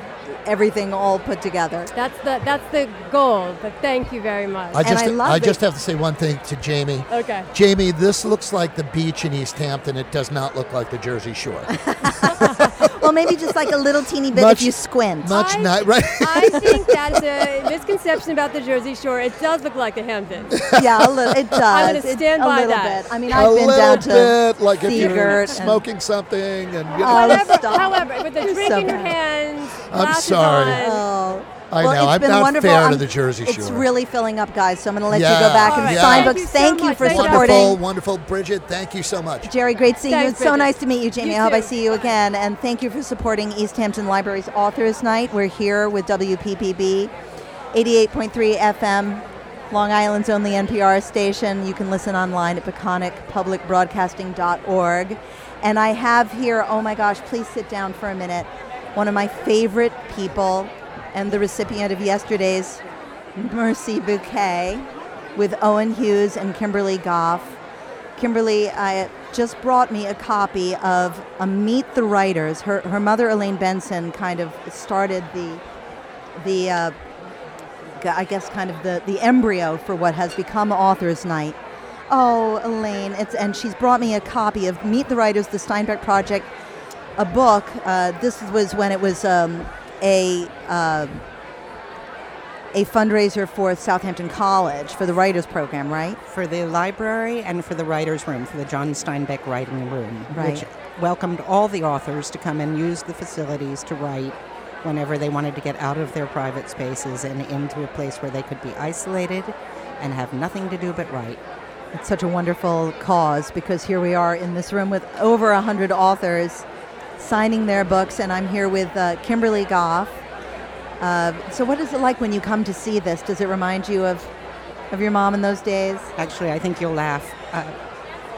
[SPEAKER 1] everything all put together.
[SPEAKER 25] That's the that's the goal. But thank you very much.
[SPEAKER 24] I just I, just have to say one thing to Jamie.
[SPEAKER 1] Oh.
[SPEAKER 25] Okay.
[SPEAKER 24] Jamie, this looks like the beach in East Hampton. It does not look like the Jersey Shore.
[SPEAKER 1] well, maybe just like a little teeny bit
[SPEAKER 24] Much-
[SPEAKER 1] if you squint.
[SPEAKER 24] Much not right.
[SPEAKER 25] I think that's a misconception about the Jersey Shore. It does look like the Hamptons.
[SPEAKER 1] yeah, a little, it does.
[SPEAKER 25] I'm going to
[SPEAKER 1] It-
[SPEAKER 25] stand
[SPEAKER 1] a
[SPEAKER 25] by
[SPEAKER 1] little
[SPEAKER 25] that.
[SPEAKER 1] bit. I mean,
[SPEAKER 24] A
[SPEAKER 1] I've been
[SPEAKER 24] little
[SPEAKER 1] down to
[SPEAKER 24] bit, like if you're
[SPEAKER 1] Seagirt
[SPEAKER 24] smoking something and you know.
[SPEAKER 25] However, however, with the
[SPEAKER 1] You're
[SPEAKER 25] drink
[SPEAKER 1] so
[SPEAKER 25] in your
[SPEAKER 1] bad.
[SPEAKER 25] hand,
[SPEAKER 24] I'm sorry.
[SPEAKER 1] Oh.
[SPEAKER 24] I
[SPEAKER 1] well,
[SPEAKER 24] know,
[SPEAKER 1] it's
[SPEAKER 24] I'm
[SPEAKER 1] been
[SPEAKER 24] not
[SPEAKER 1] wonderful.
[SPEAKER 24] fair to
[SPEAKER 1] I'm-
[SPEAKER 24] the Jersey
[SPEAKER 1] It's
[SPEAKER 24] Shore.
[SPEAKER 1] really filling up, guys. So I'm going to let
[SPEAKER 24] Yeah.
[SPEAKER 1] you go back and
[SPEAKER 24] All right.
[SPEAKER 1] sign
[SPEAKER 24] Thank
[SPEAKER 1] books.
[SPEAKER 24] you so
[SPEAKER 1] thank you
[SPEAKER 24] much.
[SPEAKER 1] for
[SPEAKER 24] Thank you.
[SPEAKER 1] supporting.
[SPEAKER 24] Wonderful, wonderful, Bridget. Thank you so much.
[SPEAKER 1] Jerry, great seeing you.
[SPEAKER 24] Thanks,
[SPEAKER 1] It's so
[SPEAKER 24] Bridget.
[SPEAKER 1] nice to meet you, Jamie.
[SPEAKER 24] You
[SPEAKER 1] I hope I
[SPEAKER 24] too.
[SPEAKER 1] see you again. And thank you for supporting East Hampton Library's Authors Night. We're here with WPPB, 88.3 FM, Long Island's only NPR station. You can listen online at beconicpublicbroadcasting.org. And I have here, oh my gosh, please sit down for a minute, one of my favorite people and the recipient of yesterday's Mercy Bouquet with Owen Hughes and Kimberly Goff. Kimberly I, just brought me a copy of a Meet the Writers. Her, her mother, Elaine Benson, kind of started the, the uh, g- I guess, kind of the, the embryo for what has become Authors Night. Oh, Elaine, it's, and she's brought me a copy of Meet the Writers, The Steinbeck Project, a book. Uh, this was when it was um, a. Uh, a fundraiser for Southampton College for the writers program, right?
[SPEAKER 27] For the library and for the writers' room, for the John Steinbeck Writing Room,
[SPEAKER 1] Right.
[SPEAKER 27] which welcomed all the authors to come and use the facilities to write whenever they wanted to get out of their private spaces and into a place where they could be isolated and have nothing to do but write.
[SPEAKER 1] It's such a wonderful cause because here we are in this room with over 100 authors signing their books, and I'm here with uh, Kimberly Goff. Uh, so, what is it like when you come to see this? Does it remind you of, of your mom in those days?
[SPEAKER 27] Actually, I think you'll laugh. Uh,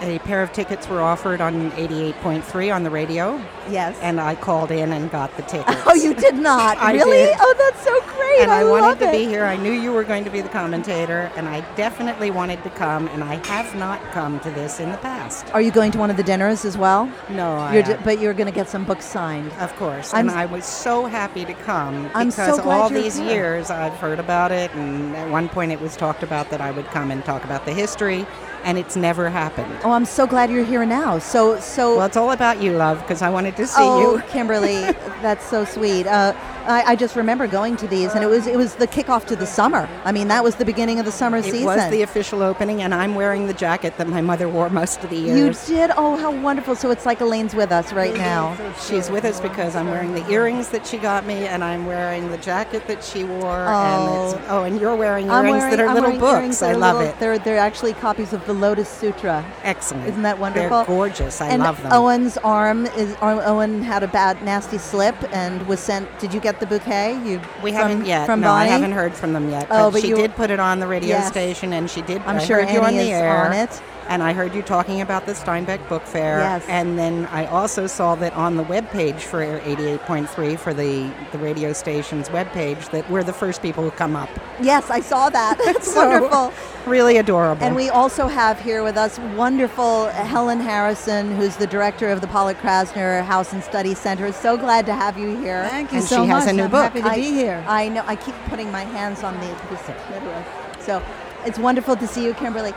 [SPEAKER 27] a pair of tickets were offered on 88.3 on the radio.
[SPEAKER 1] Yes.
[SPEAKER 27] And I called in and got the tickets.
[SPEAKER 1] Oh, you did not?
[SPEAKER 27] I
[SPEAKER 1] really?
[SPEAKER 27] did.
[SPEAKER 1] Oh, that's so great.
[SPEAKER 27] and I,
[SPEAKER 1] love
[SPEAKER 27] wanted to
[SPEAKER 1] it.
[SPEAKER 27] be here. I knew you were going to be the commentator, and I definitely wanted to come, and I have not come to this in the past.
[SPEAKER 1] Are you going to one of the dinners as well?
[SPEAKER 27] No, I
[SPEAKER 1] You're
[SPEAKER 27] am.
[SPEAKER 1] but you're going to get some books signed.
[SPEAKER 27] Of course.
[SPEAKER 1] I'm,
[SPEAKER 27] and I was so happy to come
[SPEAKER 1] I'm so
[SPEAKER 27] because
[SPEAKER 1] glad
[SPEAKER 27] all
[SPEAKER 1] you're
[SPEAKER 27] these
[SPEAKER 1] here.
[SPEAKER 27] years I've heard about it, and at one point it was talked about that I would come and talk about the history, and it's never happened.
[SPEAKER 1] oh, I'm so glad you're here now. So, so.
[SPEAKER 27] Well, it's all about you, love, because I wanted to see
[SPEAKER 1] oh,
[SPEAKER 27] you.
[SPEAKER 1] Kimberly, that's so sweet. Uh, I, I just remember going to these, and it was it was the kickoff to the summer. I mean, that was the beginning of the summer
[SPEAKER 27] It
[SPEAKER 1] season.
[SPEAKER 27] was the official opening, and I'm wearing the jacket that my mother wore most of the
[SPEAKER 1] you
[SPEAKER 27] years.
[SPEAKER 1] did. Oh, how wonderful! So it's like Elaine's with us right now.
[SPEAKER 27] She's with us because I'm wearing the earrings that she got me, and I'm wearing the jacket that she wore. And it's,
[SPEAKER 1] Oh.
[SPEAKER 27] oh, and you're wearing
[SPEAKER 1] I'm
[SPEAKER 27] earrings that are
[SPEAKER 1] I'm
[SPEAKER 27] little
[SPEAKER 1] wearing earrings
[SPEAKER 27] books.
[SPEAKER 1] that
[SPEAKER 27] I
[SPEAKER 1] are
[SPEAKER 27] love
[SPEAKER 1] little-
[SPEAKER 27] it.
[SPEAKER 1] They're they're actually copies of the Lotus Sutra.
[SPEAKER 27] Excellent.
[SPEAKER 1] Isn't that
[SPEAKER 27] They're
[SPEAKER 1] wonderful?
[SPEAKER 27] gorgeous. I
[SPEAKER 1] and
[SPEAKER 27] love them.
[SPEAKER 1] Owen's arm is Ar- Owen had a bad nasty slip and was sent. Did you get the bouquet? You
[SPEAKER 27] We
[SPEAKER 1] from-
[SPEAKER 27] haven't yet.
[SPEAKER 1] from
[SPEAKER 27] no,
[SPEAKER 1] Bonnie?
[SPEAKER 27] I haven't heard from them yet.
[SPEAKER 1] Oh,
[SPEAKER 27] but
[SPEAKER 1] but
[SPEAKER 27] she
[SPEAKER 1] you-
[SPEAKER 27] did put it on the radio
[SPEAKER 1] Yes.
[SPEAKER 27] station, and she did.
[SPEAKER 1] I'm
[SPEAKER 27] I
[SPEAKER 1] sure
[SPEAKER 27] heard you on
[SPEAKER 1] Annie
[SPEAKER 27] the
[SPEAKER 1] is
[SPEAKER 27] air,
[SPEAKER 1] on it.
[SPEAKER 27] And I heard you talking about the Steinbeck Book Fair.
[SPEAKER 1] Yes.
[SPEAKER 27] And then I also saw that on the webpage for 88.3 for the, the radio station's webpage that we're the first people who come up.
[SPEAKER 1] Yes, I saw that. That's
[SPEAKER 27] So,
[SPEAKER 1] wonderful.
[SPEAKER 27] Really adorable.
[SPEAKER 1] And we also have here with us wonderful Helen Harrison, who's the director of the Pollock Krasner House and Study Center. So glad to have you here.
[SPEAKER 28] Thank you And so she has a much. new I'm book. happy to
[SPEAKER 1] I-
[SPEAKER 28] be here.
[SPEAKER 1] I know. I keep putting my hands on the this literally. So it's wonderful to see you, Kimberly.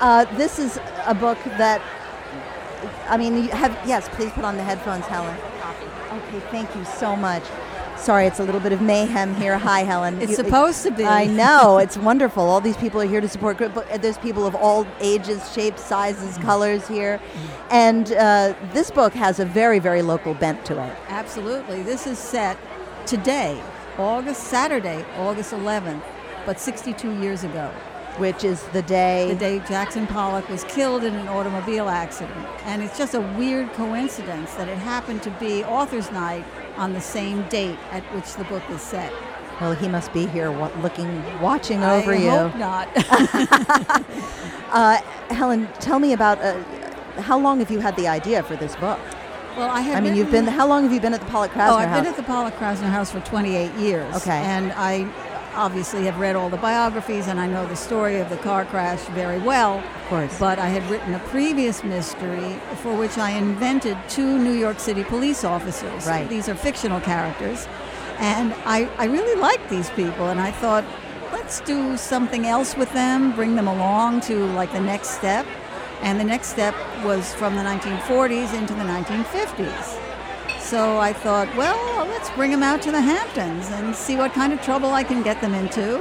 [SPEAKER 1] Uh, this is a book that I mean, you have yes. Please put on the headphones, Helen. Okay, thank you so much. Sorry, it's a little bit of mayhem here. Hi, Helen.
[SPEAKER 28] It's supposed to be.
[SPEAKER 1] I know. It's wonderful. All these people are here to support. group- But there's people of all ages, shapes,
[SPEAKER 28] Mm.
[SPEAKER 1] sizes, colors here, and uh, this book has a very, very local bent to it.
[SPEAKER 28] Absolutely. This is set today, August, Saturday, August 11th, but 62 years ago.
[SPEAKER 1] Which is the day?
[SPEAKER 28] The day Jackson Pollock was killed in an automobile accident. And it's just a weird coincidence that it happened to be Author's Night on the same date at which the book is set.
[SPEAKER 1] Well, he must be here, wa- looking, watching
[SPEAKER 28] I
[SPEAKER 1] over you.
[SPEAKER 28] hope not.
[SPEAKER 1] Uh, Helen, tell me about uh, how long have you had the idea for this book?
[SPEAKER 28] Well, I have
[SPEAKER 1] I mean, you've been.
[SPEAKER 28] written-
[SPEAKER 1] How long have you been at the Pollock Krasner
[SPEAKER 28] oh, I've
[SPEAKER 1] House?
[SPEAKER 28] been at the Pollock Krasner House for 28 years.
[SPEAKER 1] Okay.
[SPEAKER 28] And I obviously have read all the biographies and I know the story of the car crash very well. Of
[SPEAKER 1] course.
[SPEAKER 28] But I had written a previous mystery for which I invented two New York City police officers.
[SPEAKER 1] Right.
[SPEAKER 28] These are fictional characters. And I, I really liked these people and I thought, let's do something else with them, bring them along to like the next step. And the next step was from the 1940s into the 1950s. So I thought, well, let's bring them out to the Hamptons and see what kind of trouble I can get them into.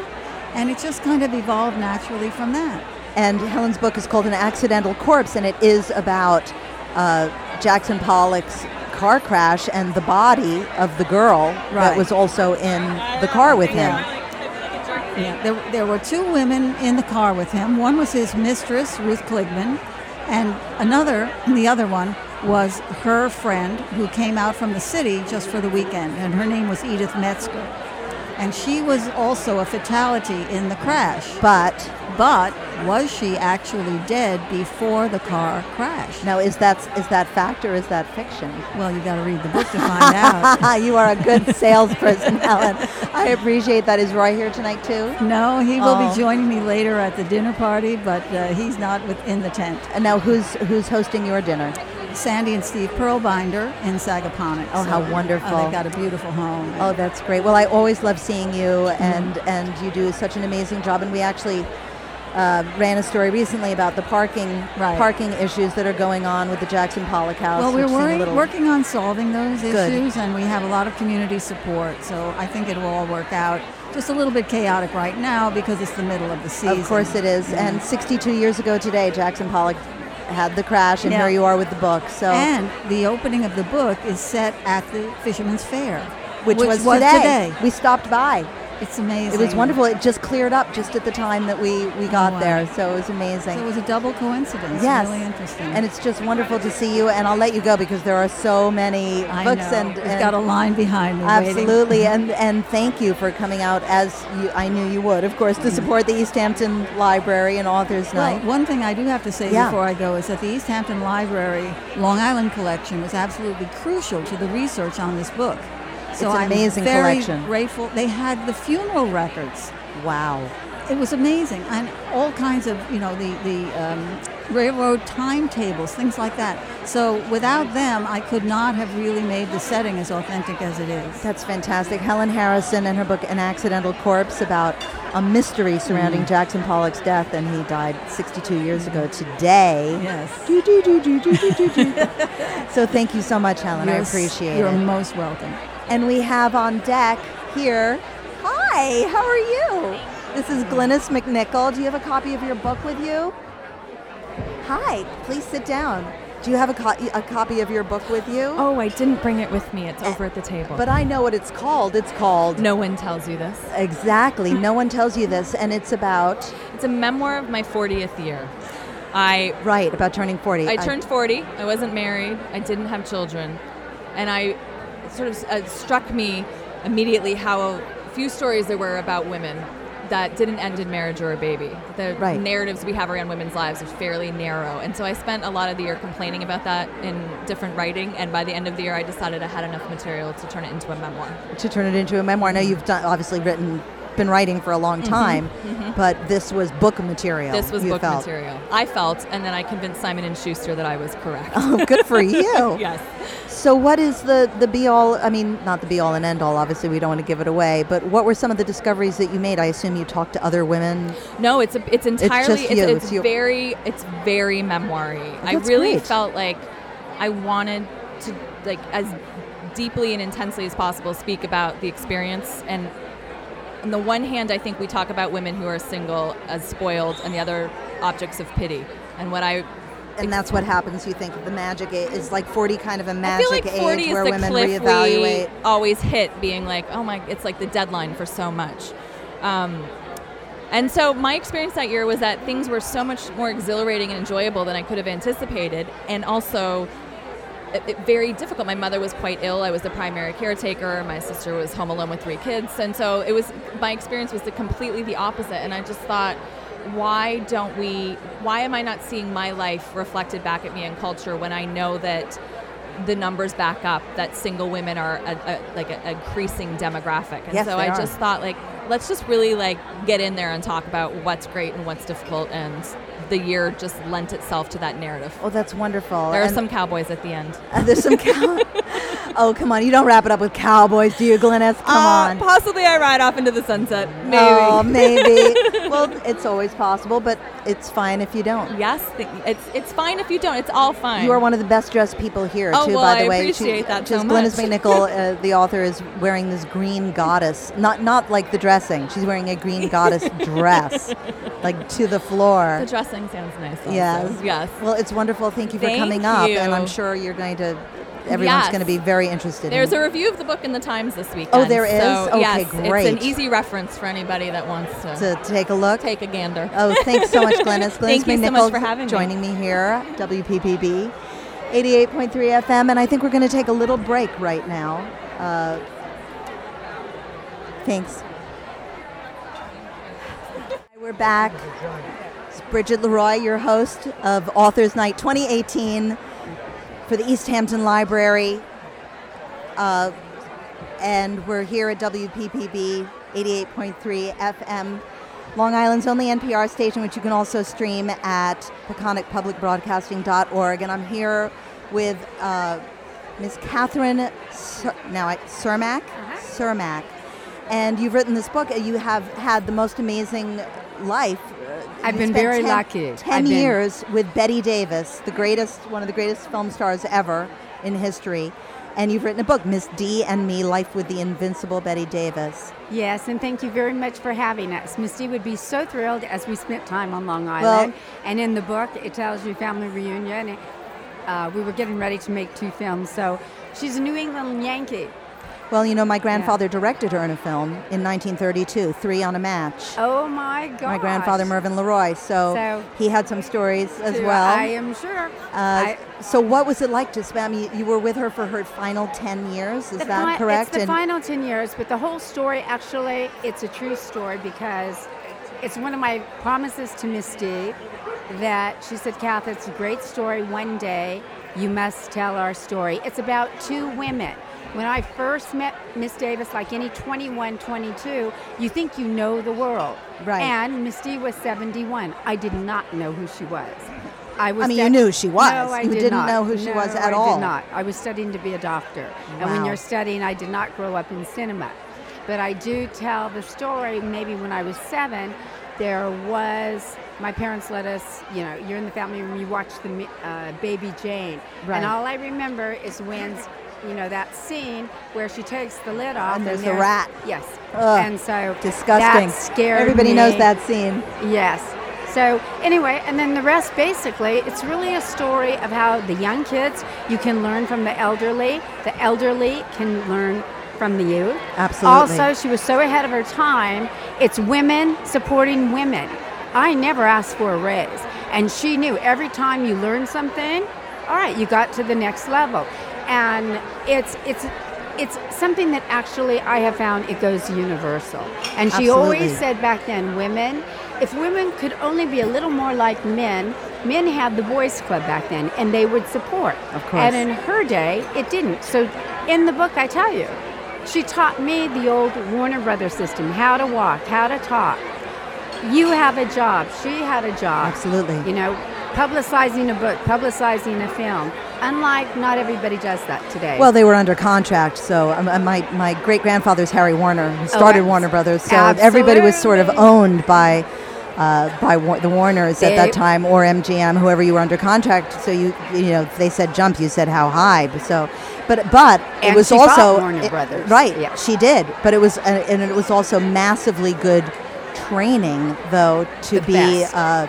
[SPEAKER 28] And it just kind of evolved naturally from that.
[SPEAKER 1] And Helen's book is called An Accidental Corpse, and it is about uh, Jackson Pollock's car crash and the body of the girl that
[SPEAKER 28] Right.
[SPEAKER 1] was also in the car with him.
[SPEAKER 28] Yeah, there, there were two women in the car with him. One was his mistress, Ruth Kligman, and another, the other one, was her friend who came out from the city just for the weekend, and her name was Edith Metzger. And she was also a fatality in the crash.
[SPEAKER 1] But,
[SPEAKER 28] but was she actually dead before the car crashed?
[SPEAKER 1] Now, is that is that fact or is that fiction?
[SPEAKER 28] Well, you got to read the book to find out.
[SPEAKER 1] you are a good salesperson, Helen. I appreciate that. Is Roy here tonight too?
[SPEAKER 28] No, he will
[SPEAKER 1] Oh.
[SPEAKER 28] be joining me later at the dinner party, but uh, he's not within the tent.
[SPEAKER 1] And now, who's who's hosting your dinner?
[SPEAKER 28] Sandy and Steve Pearlbinder in Sagaponack.
[SPEAKER 1] Oh, how
[SPEAKER 28] So,
[SPEAKER 1] wonderful.
[SPEAKER 28] Uh, they got a beautiful home.
[SPEAKER 1] Oh, that's great. Well, I always love seeing you, and and you do such an amazing job. And we actually uh, ran a story recently about the parking
[SPEAKER 28] Right.
[SPEAKER 1] parking issues that are going on with the Jackson Pollock House.
[SPEAKER 28] well, we're
[SPEAKER 1] We've seen a
[SPEAKER 28] worry-
[SPEAKER 1] little-
[SPEAKER 28] working on solving those
[SPEAKER 1] Good.
[SPEAKER 28] issues, and we have a lot of community support, so I think it will all work out. Just a little bit chaotic right now because it's the middle of the season. Mm.
[SPEAKER 1] Of course it is.
[SPEAKER 28] Yeah.
[SPEAKER 1] And 62 years ago today, Jackson Pollock had the crash, and
[SPEAKER 28] Yeah.
[SPEAKER 1] here you are with the book. So
[SPEAKER 28] and the opening of the book is set at the Fisherman's Fair.
[SPEAKER 1] which, was, today. We stopped by.
[SPEAKER 28] It's amazing. Oh,
[SPEAKER 1] It was wonderful. It just cleared up just at the time that we, we got
[SPEAKER 28] Wow.
[SPEAKER 1] there, so it was amazing.
[SPEAKER 28] So it was a double coincidence.
[SPEAKER 1] Yes.
[SPEAKER 28] Really interesting.
[SPEAKER 1] And it's just wonderful to see you. And I'll let you go because there are so many
[SPEAKER 28] I
[SPEAKER 1] books
[SPEAKER 28] know.
[SPEAKER 1] and
[SPEAKER 28] We've
[SPEAKER 1] and-
[SPEAKER 28] got a line behind me waiting.
[SPEAKER 1] Absolutely, and and thank you for coming out as you, I knew you would, of course, to
[SPEAKER 28] Mm-hmm.
[SPEAKER 1] support the East Hampton Library and Authors
[SPEAKER 28] Well,
[SPEAKER 1] Night.
[SPEAKER 28] one thing I do have to say
[SPEAKER 1] Yeah.
[SPEAKER 28] before I go is that the East Hampton Library Long Island collection was absolutely crucial to the research on this book. So
[SPEAKER 1] It's an
[SPEAKER 28] I'm
[SPEAKER 1] amazing
[SPEAKER 28] very
[SPEAKER 1] collection.
[SPEAKER 28] grateful. They had the funeral records.
[SPEAKER 1] Wow.
[SPEAKER 28] It was amazing. And all kinds of, you know, the, the um, railroad timetables, things like that. So without them, I could not have really made the setting as authentic as it is.
[SPEAKER 1] That's fantastic. Helen Harrison and her book An Accidental Corpse about a mystery surrounding
[SPEAKER 28] Mhm.
[SPEAKER 1] Jackson Pollock's death, and he died 62 years ago
[SPEAKER 28] Mm-hmm.
[SPEAKER 1] today.
[SPEAKER 28] Yes.
[SPEAKER 1] Do, do, do, do, do, do, do, do. so thank you so much, Helen. I
[SPEAKER 28] You're s-
[SPEAKER 1] appreciate
[SPEAKER 28] you're
[SPEAKER 1] it.
[SPEAKER 28] most welcome.
[SPEAKER 1] And we have on deck here. Hi, how are you? This is Glynis McNichol. Do you have a copy of your book with you? Hi, please sit down. Do you have a, co- a copy of your book with you?
[SPEAKER 29] Oh, I didn't bring it with me. It's over at the table.
[SPEAKER 1] But I know what it's called. It's called.
[SPEAKER 29] No one tells you this.
[SPEAKER 1] Exactly. No one tells you this. And it's about.
[SPEAKER 29] It's a memoir of my 40th year. I
[SPEAKER 1] Right, about turning Uh, 40.
[SPEAKER 29] I turned 40. I wasn't married. I didn't have children. And I it sort of uh, struck me immediately how few stories there were about women that didn't end in marriage or a baby. The
[SPEAKER 1] Right.
[SPEAKER 29] narratives we have around women's lives are fairly narrow. And so I spent a lot of the year complaining about that in different writing. And by the end of the year, I decided I had enough material to turn it into a memoir.
[SPEAKER 1] to turn it into a memoir. Now you've done, obviously written, been writing for a long
[SPEAKER 29] Mhm,
[SPEAKER 1] time,
[SPEAKER 29] mhm.
[SPEAKER 1] but this was book material.
[SPEAKER 29] This was
[SPEAKER 1] you
[SPEAKER 29] book
[SPEAKER 1] felt.
[SPEAKER 29] material. I felt, and then I convinced Simon and Schuster that I was correct.
[SPEAKER 1] Oh, good for you.
[SPEAKER 29] yes.
[SPEAKER 1] So, what is the the be all? I mean, not the be all and end all. Obviously, we don't want to give it away. But what were some of the discoveries that you made? I assume you talked to other women.
[SPEAKER 29] No, it's a, it's
[SPEAKER 1] just
[SPEAKER 29] entirely it's,
[SPEAKER 1] you,
[SPEAKER 29] it's
[SPEAKER 1] it's you.
[SPEAKER 29] very it's very memoir-y. I
[SPEAKER 1] That's
[SPEAKER 29] really
[SPEAKER 1] great.
[SPEAKER 29] felt like I wanted to like as deeply and intensely as possible speak about the experience and on the one hand I think we talk about women who are single as spoiled and the other objects of pity. And what I
[SPEAKER 1] And that's what happens. You think the magic age is like forty, kind of a
[SPEAKER 29] I feel
[SPEAKER 1] magic
[SPEAKER 29] like 40
[SPEAKER 1] age
[SPEAKER 29] is
[SPEAKER 1] where
[SPEAKER 29] the
[SPEAKER 1] women
[SPEAKER 29] cliff
[SPEAKER 1] reevaluate.
[SPEAKER 29] we always hit, being like, oh my, it's like the deadline for so much. Um, and so my experience that year was that things were so much more exhilarating and enjoyable than I could have anticipated, and also it, it- very difficult. My mother was quite ill. I was the primary caretaker. My sister was home alone with three kids, and so it was my experience was the completely the opposite. And I just thought, why don't we? Why am I not seeing my life reflected back at me in culture when I know that the numbers back up that single women are a, a, like a increasing demographic? And
[SPEAKER 26] Yes,
[SPEAKER 29] so
[SPEAKER 26] they
[SPEAKER 29] I
[SPEAKER 26] are.
[SPEAKER 29] just thought, like, let's just really like get in there and talk about what's great and what's difficult and. The year just lent itself to that narrative.
[SPEAKER 1] Oh, that's wonderful.
[SPEAKER 29] There are
[SPEAKER 1] And-
[SPEAKER 29] some cowboys at the end.
[SPEAKER 1] There's some cow. oh, come on! You don't wrap it up with cowboys, do you, Glennis? Come
[SPEAKER 29] Uh,
[SPEAKER 1] on.
[SPEAKER 29] Possibly I ride off into the sunset. Maybe.
[SPEAKER 1] Oh, maybe. well, it's always possible, but it's fine if you don't.
[SPEAKER 29] yes, th- it's it's fine if you don't. It's all fine.
[SPEAKER 1] You are one of the best dressed people here,
[SPEAKER 29] Oh,
[SPEAKER 1] too,
[SPEAKER 29] well,
[SPEAKER 1] by the
[SPEAKER 29] I
[SPEAKER 1] way.
[SPEAKER 29] appreciate that so
[SPEAKER 1] just Glennis
[SPEAKER 29] much.
[SPEAKER 1] McNichol, uh, the author, is wearing this green goddess. Not not like the dressing. She's wearing a green goddess dress, like to the floor.
[SPEAKER 29] The dressing sounds nice. Also.
[SPEAKER 1] Yes.
[SPEAKER 29] Yes.
[SPEAKER 1] Well, it's wonderful. Thank you for
[SPEAKER 29] Thank
[SPEAKER 1] coming up, and I'm
[SPEAKER 29] you.
[SPEAKER 1] sure you're going to. Everyone's
[SPEAKER 29] Yes.
[SPEAKER 1] going to be very interested.
[SPEAKER 29] There's
[SPEAKER 1] in
[SPEAKER 29] a review of the book in the Times this weekend.
[SPEAKER 1] Oh, there is?
[SPEAKER 29] So,
[SPEAKER 1] Okay,
[SPEAKER 29] yes,
[SPEAKER 1] great.
[SPEAKER 29] It's an easy reference for anybody that wants to,
[SPEAKER 1] to take a look.
[SPEAKER 29] take a gander.
[SPEAKER 1] Oh, thanks so much, Glennis. Glennis
[SPEAKER 29] Thank you
[SPEAKER 1] McNichol
[SPEAKER 29] so much for having me.
[SPEAKER 1] joining me here, WPPB, 88.3 FM, and I think we're going to take a little break right now. Uh, thanks. We're back. It's Bridget Leroy, your host of Authors Night 2018 for the East Hampton Library. Uh, and we're here at WPPB 88.3 FM, Long Island's only NPR station, which you can also stream at peconicpublicbroadcasting.org. And I'm here with uh, Miss Catherine Sur- now I, Cermak,
[SPEAKER 30] Uh-huh.
[SPEAKER 1] Cermak, and you've written this book. You have had the most amazing life.
[SPEAKER 30] I've
[SPEAKER 1] You
[SPEAKER 30] been
[SPEAKER 1] spent
[SPEAKER 30] very
[SPEAKER 1] 10
[SPEAKER 30] lucky.
[SPEAKER 1] 10
[SPEAKER 30] I've been-
[SPEAKER 1] years with Betty Davis, the greatest, one of the greatest film stars ever in history. And you've written a book, Miss D and Me Life with the Invincible Betty Davis.
[SPEAKER 30] Yes, and thank you very much for having us. Misty would be so thrilled as we spent time on Long
[SPEAKER 1] Well-
[SPEAKER 30] Island. and in the book, it tells you family reunion. Uh, we were getting ready to make two films, so she's a New England Yankee.
[SPEAKER 1] Well, you know, my grandfather directed her in a film in 1932, Three on a Match.
[SPEAKER 30] Oh my God.
[SPEAKER 1] My grandfather, Mervyn LeRoy. So,
[SPEAKER 30] So-
[SPEAKER 1] he had some stories as
[SPEAKER 30] Sure,
[SPEAKER 1] well.
[SPEAKER 30] I am sure.
[SPEAKER 1] Uh,
[SPEAKER 30] I-
[SPEAKER 1] so, what was it like to spend? I mean, you were with her for her final 10 years, is
[SPEAKER 30] The
[SPEAKER 1] that
[SPEAKER 30] fi-
[SPEAKER 1] correct?
[SPEAKER 30] It's the
[SPEAKER 1] And-
[SPEAKER 30] final 10 years, but the whole story, actually, it's a true story because it's one of my promises to Misty that she said, Kath, it's a great story. One day you must tell our story. It's about two women. When I first met Miss Davis, like any 21, 22, you think you know the world.
[SPEAKER 1] Right.
[SPEAKER 30] And Misty was 71. I did not know who she was. I was
[SPEAKER 1] I mean, you
[SPEAKER 30] that-
[SPEAKER 1] knew she was.
[SPEAKER 30] No, I
[SPEAKER 1] You
[SPEAKER 30] did
[SPEAKER 1] didn't
[SPEAKER 30] not.
[SPEAKER 1] know who she
[SPEAKER 30] No,
[SPEAKER 1] was at
[SPEAKER 30] I
[SPEAKER 1] all.
[SPEAKER 30] Did not. I was studying to be a doctor. And when
[SPEAKER 1] Wow.
[SPEAKER 30] you're studying, I did not grow up in cinema. But I do tell the story, maybe when I was seven, there was, my parents let us, you know, you're in the family room, you watch the mi- uh, Baby Jane.
[SPEAKER 1] Right.
[SPEAKER 30] And all I remember is when, you know, that scene where she takes the lid off.
[SPEAKER 1] there's the rat.
[SPEAKER 30] Yes.
[SPEAKER 1] Ugh,
[SPEAKER 30] and so
[SPEAKER 1] disgusting.
[SPEAKER 30] That scared
[SPEAKER 1] Everybody knows
[SPEAKER 30] me.
[SPEAKER 1] that scene.
[SPEAKER 30] Yes. So anyway, and then the rest basically, it's really a story of how the young kids you can learn from the elderly, the elderly can learn from the youth.
[SPEAKER 1] Absolutely.
[SPEAKER 30] Also, she was so ahead of her time. It's women supporting women. I never asked for a raise, and she knew every time you learn something, all right, you got to the next level, and it's it's. It's something that actually I have found it goes universal. And she always
[SPEAKER 1] Absolutely.
[SPEAKER 30] said back then, women, if women could only be a little more like men, men had the boys club back then and they would support.
[SPEAKER 1] Of course.
[SPEAKER 30] And in her day, it didn't. So in the book, I tell you, she taught me the old Warner Brothers system how to walk, how to talk. You have a job, she had a job.
[SPEAKER 1] Absolutely.
[SPEAKER 30] You know, publicizing a book, publicizing a film. Unlike not everybody does that today.
[SPEAKER 1] Well, they were under contract, so um, uh, my my great grandfather's Harry Warner who started
[SPEAKER 30] Oh, abs-
[SPEAKER 1] Warner Brothers, so everybody was sort of owned by. Uh, by War- the Warners at
[SPEAKER 30] They-
[SPEAKER 1] that time, or MGM, whoever you were under contract. So you, you know, if they said jump, you said how high. So, but but it
[SPEAKER 30] And
[SPEAKER 1] was
[SPEAKER 30] she bought
[SPEAKER 1] also
[SPEAKER 30] Warner
[SPEAKER 1] it-
[SPEAKER 30] Brothers.
[SPEAKER 1] right?
[SPEAKER 30] Yeah.
[SPEAKER 1] She did, but it was uh, and it was also massively good training, though, to be
[SPEAKER 30] best.
[SPEAKER 1] uh,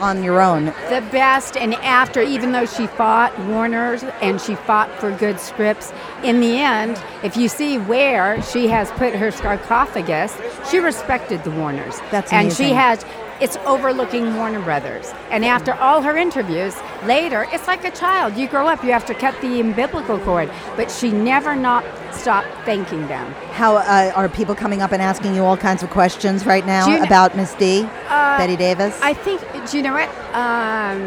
[SPEAKER 1] on your own
[SPEAKER 30] the best and after even though she fought warner's and she fought for good scripts in the end if you see where she has put her sarcophagus she respected the warners
[SPEAKER 1] That's
[SPEAKER 30] and she
[SPEAKER 1] amazing.
[SPEAKER 30] has it's overlooking warner brothers and after all her interviews later it's like a child you grow up you have to cut the umbilical cord but she never not stopped thanking them
[SPEAKER 1] How uh, are people coming up and asking you all kinds of questions right now
[SPEAKER 30] Do you kn-
[SPEAKER 1] about Miss D,
[SPEAKER 30] Uh,
[SPEAKER 1] Betty Davis?
[SPEAKER 30] I think, do you know what? Um,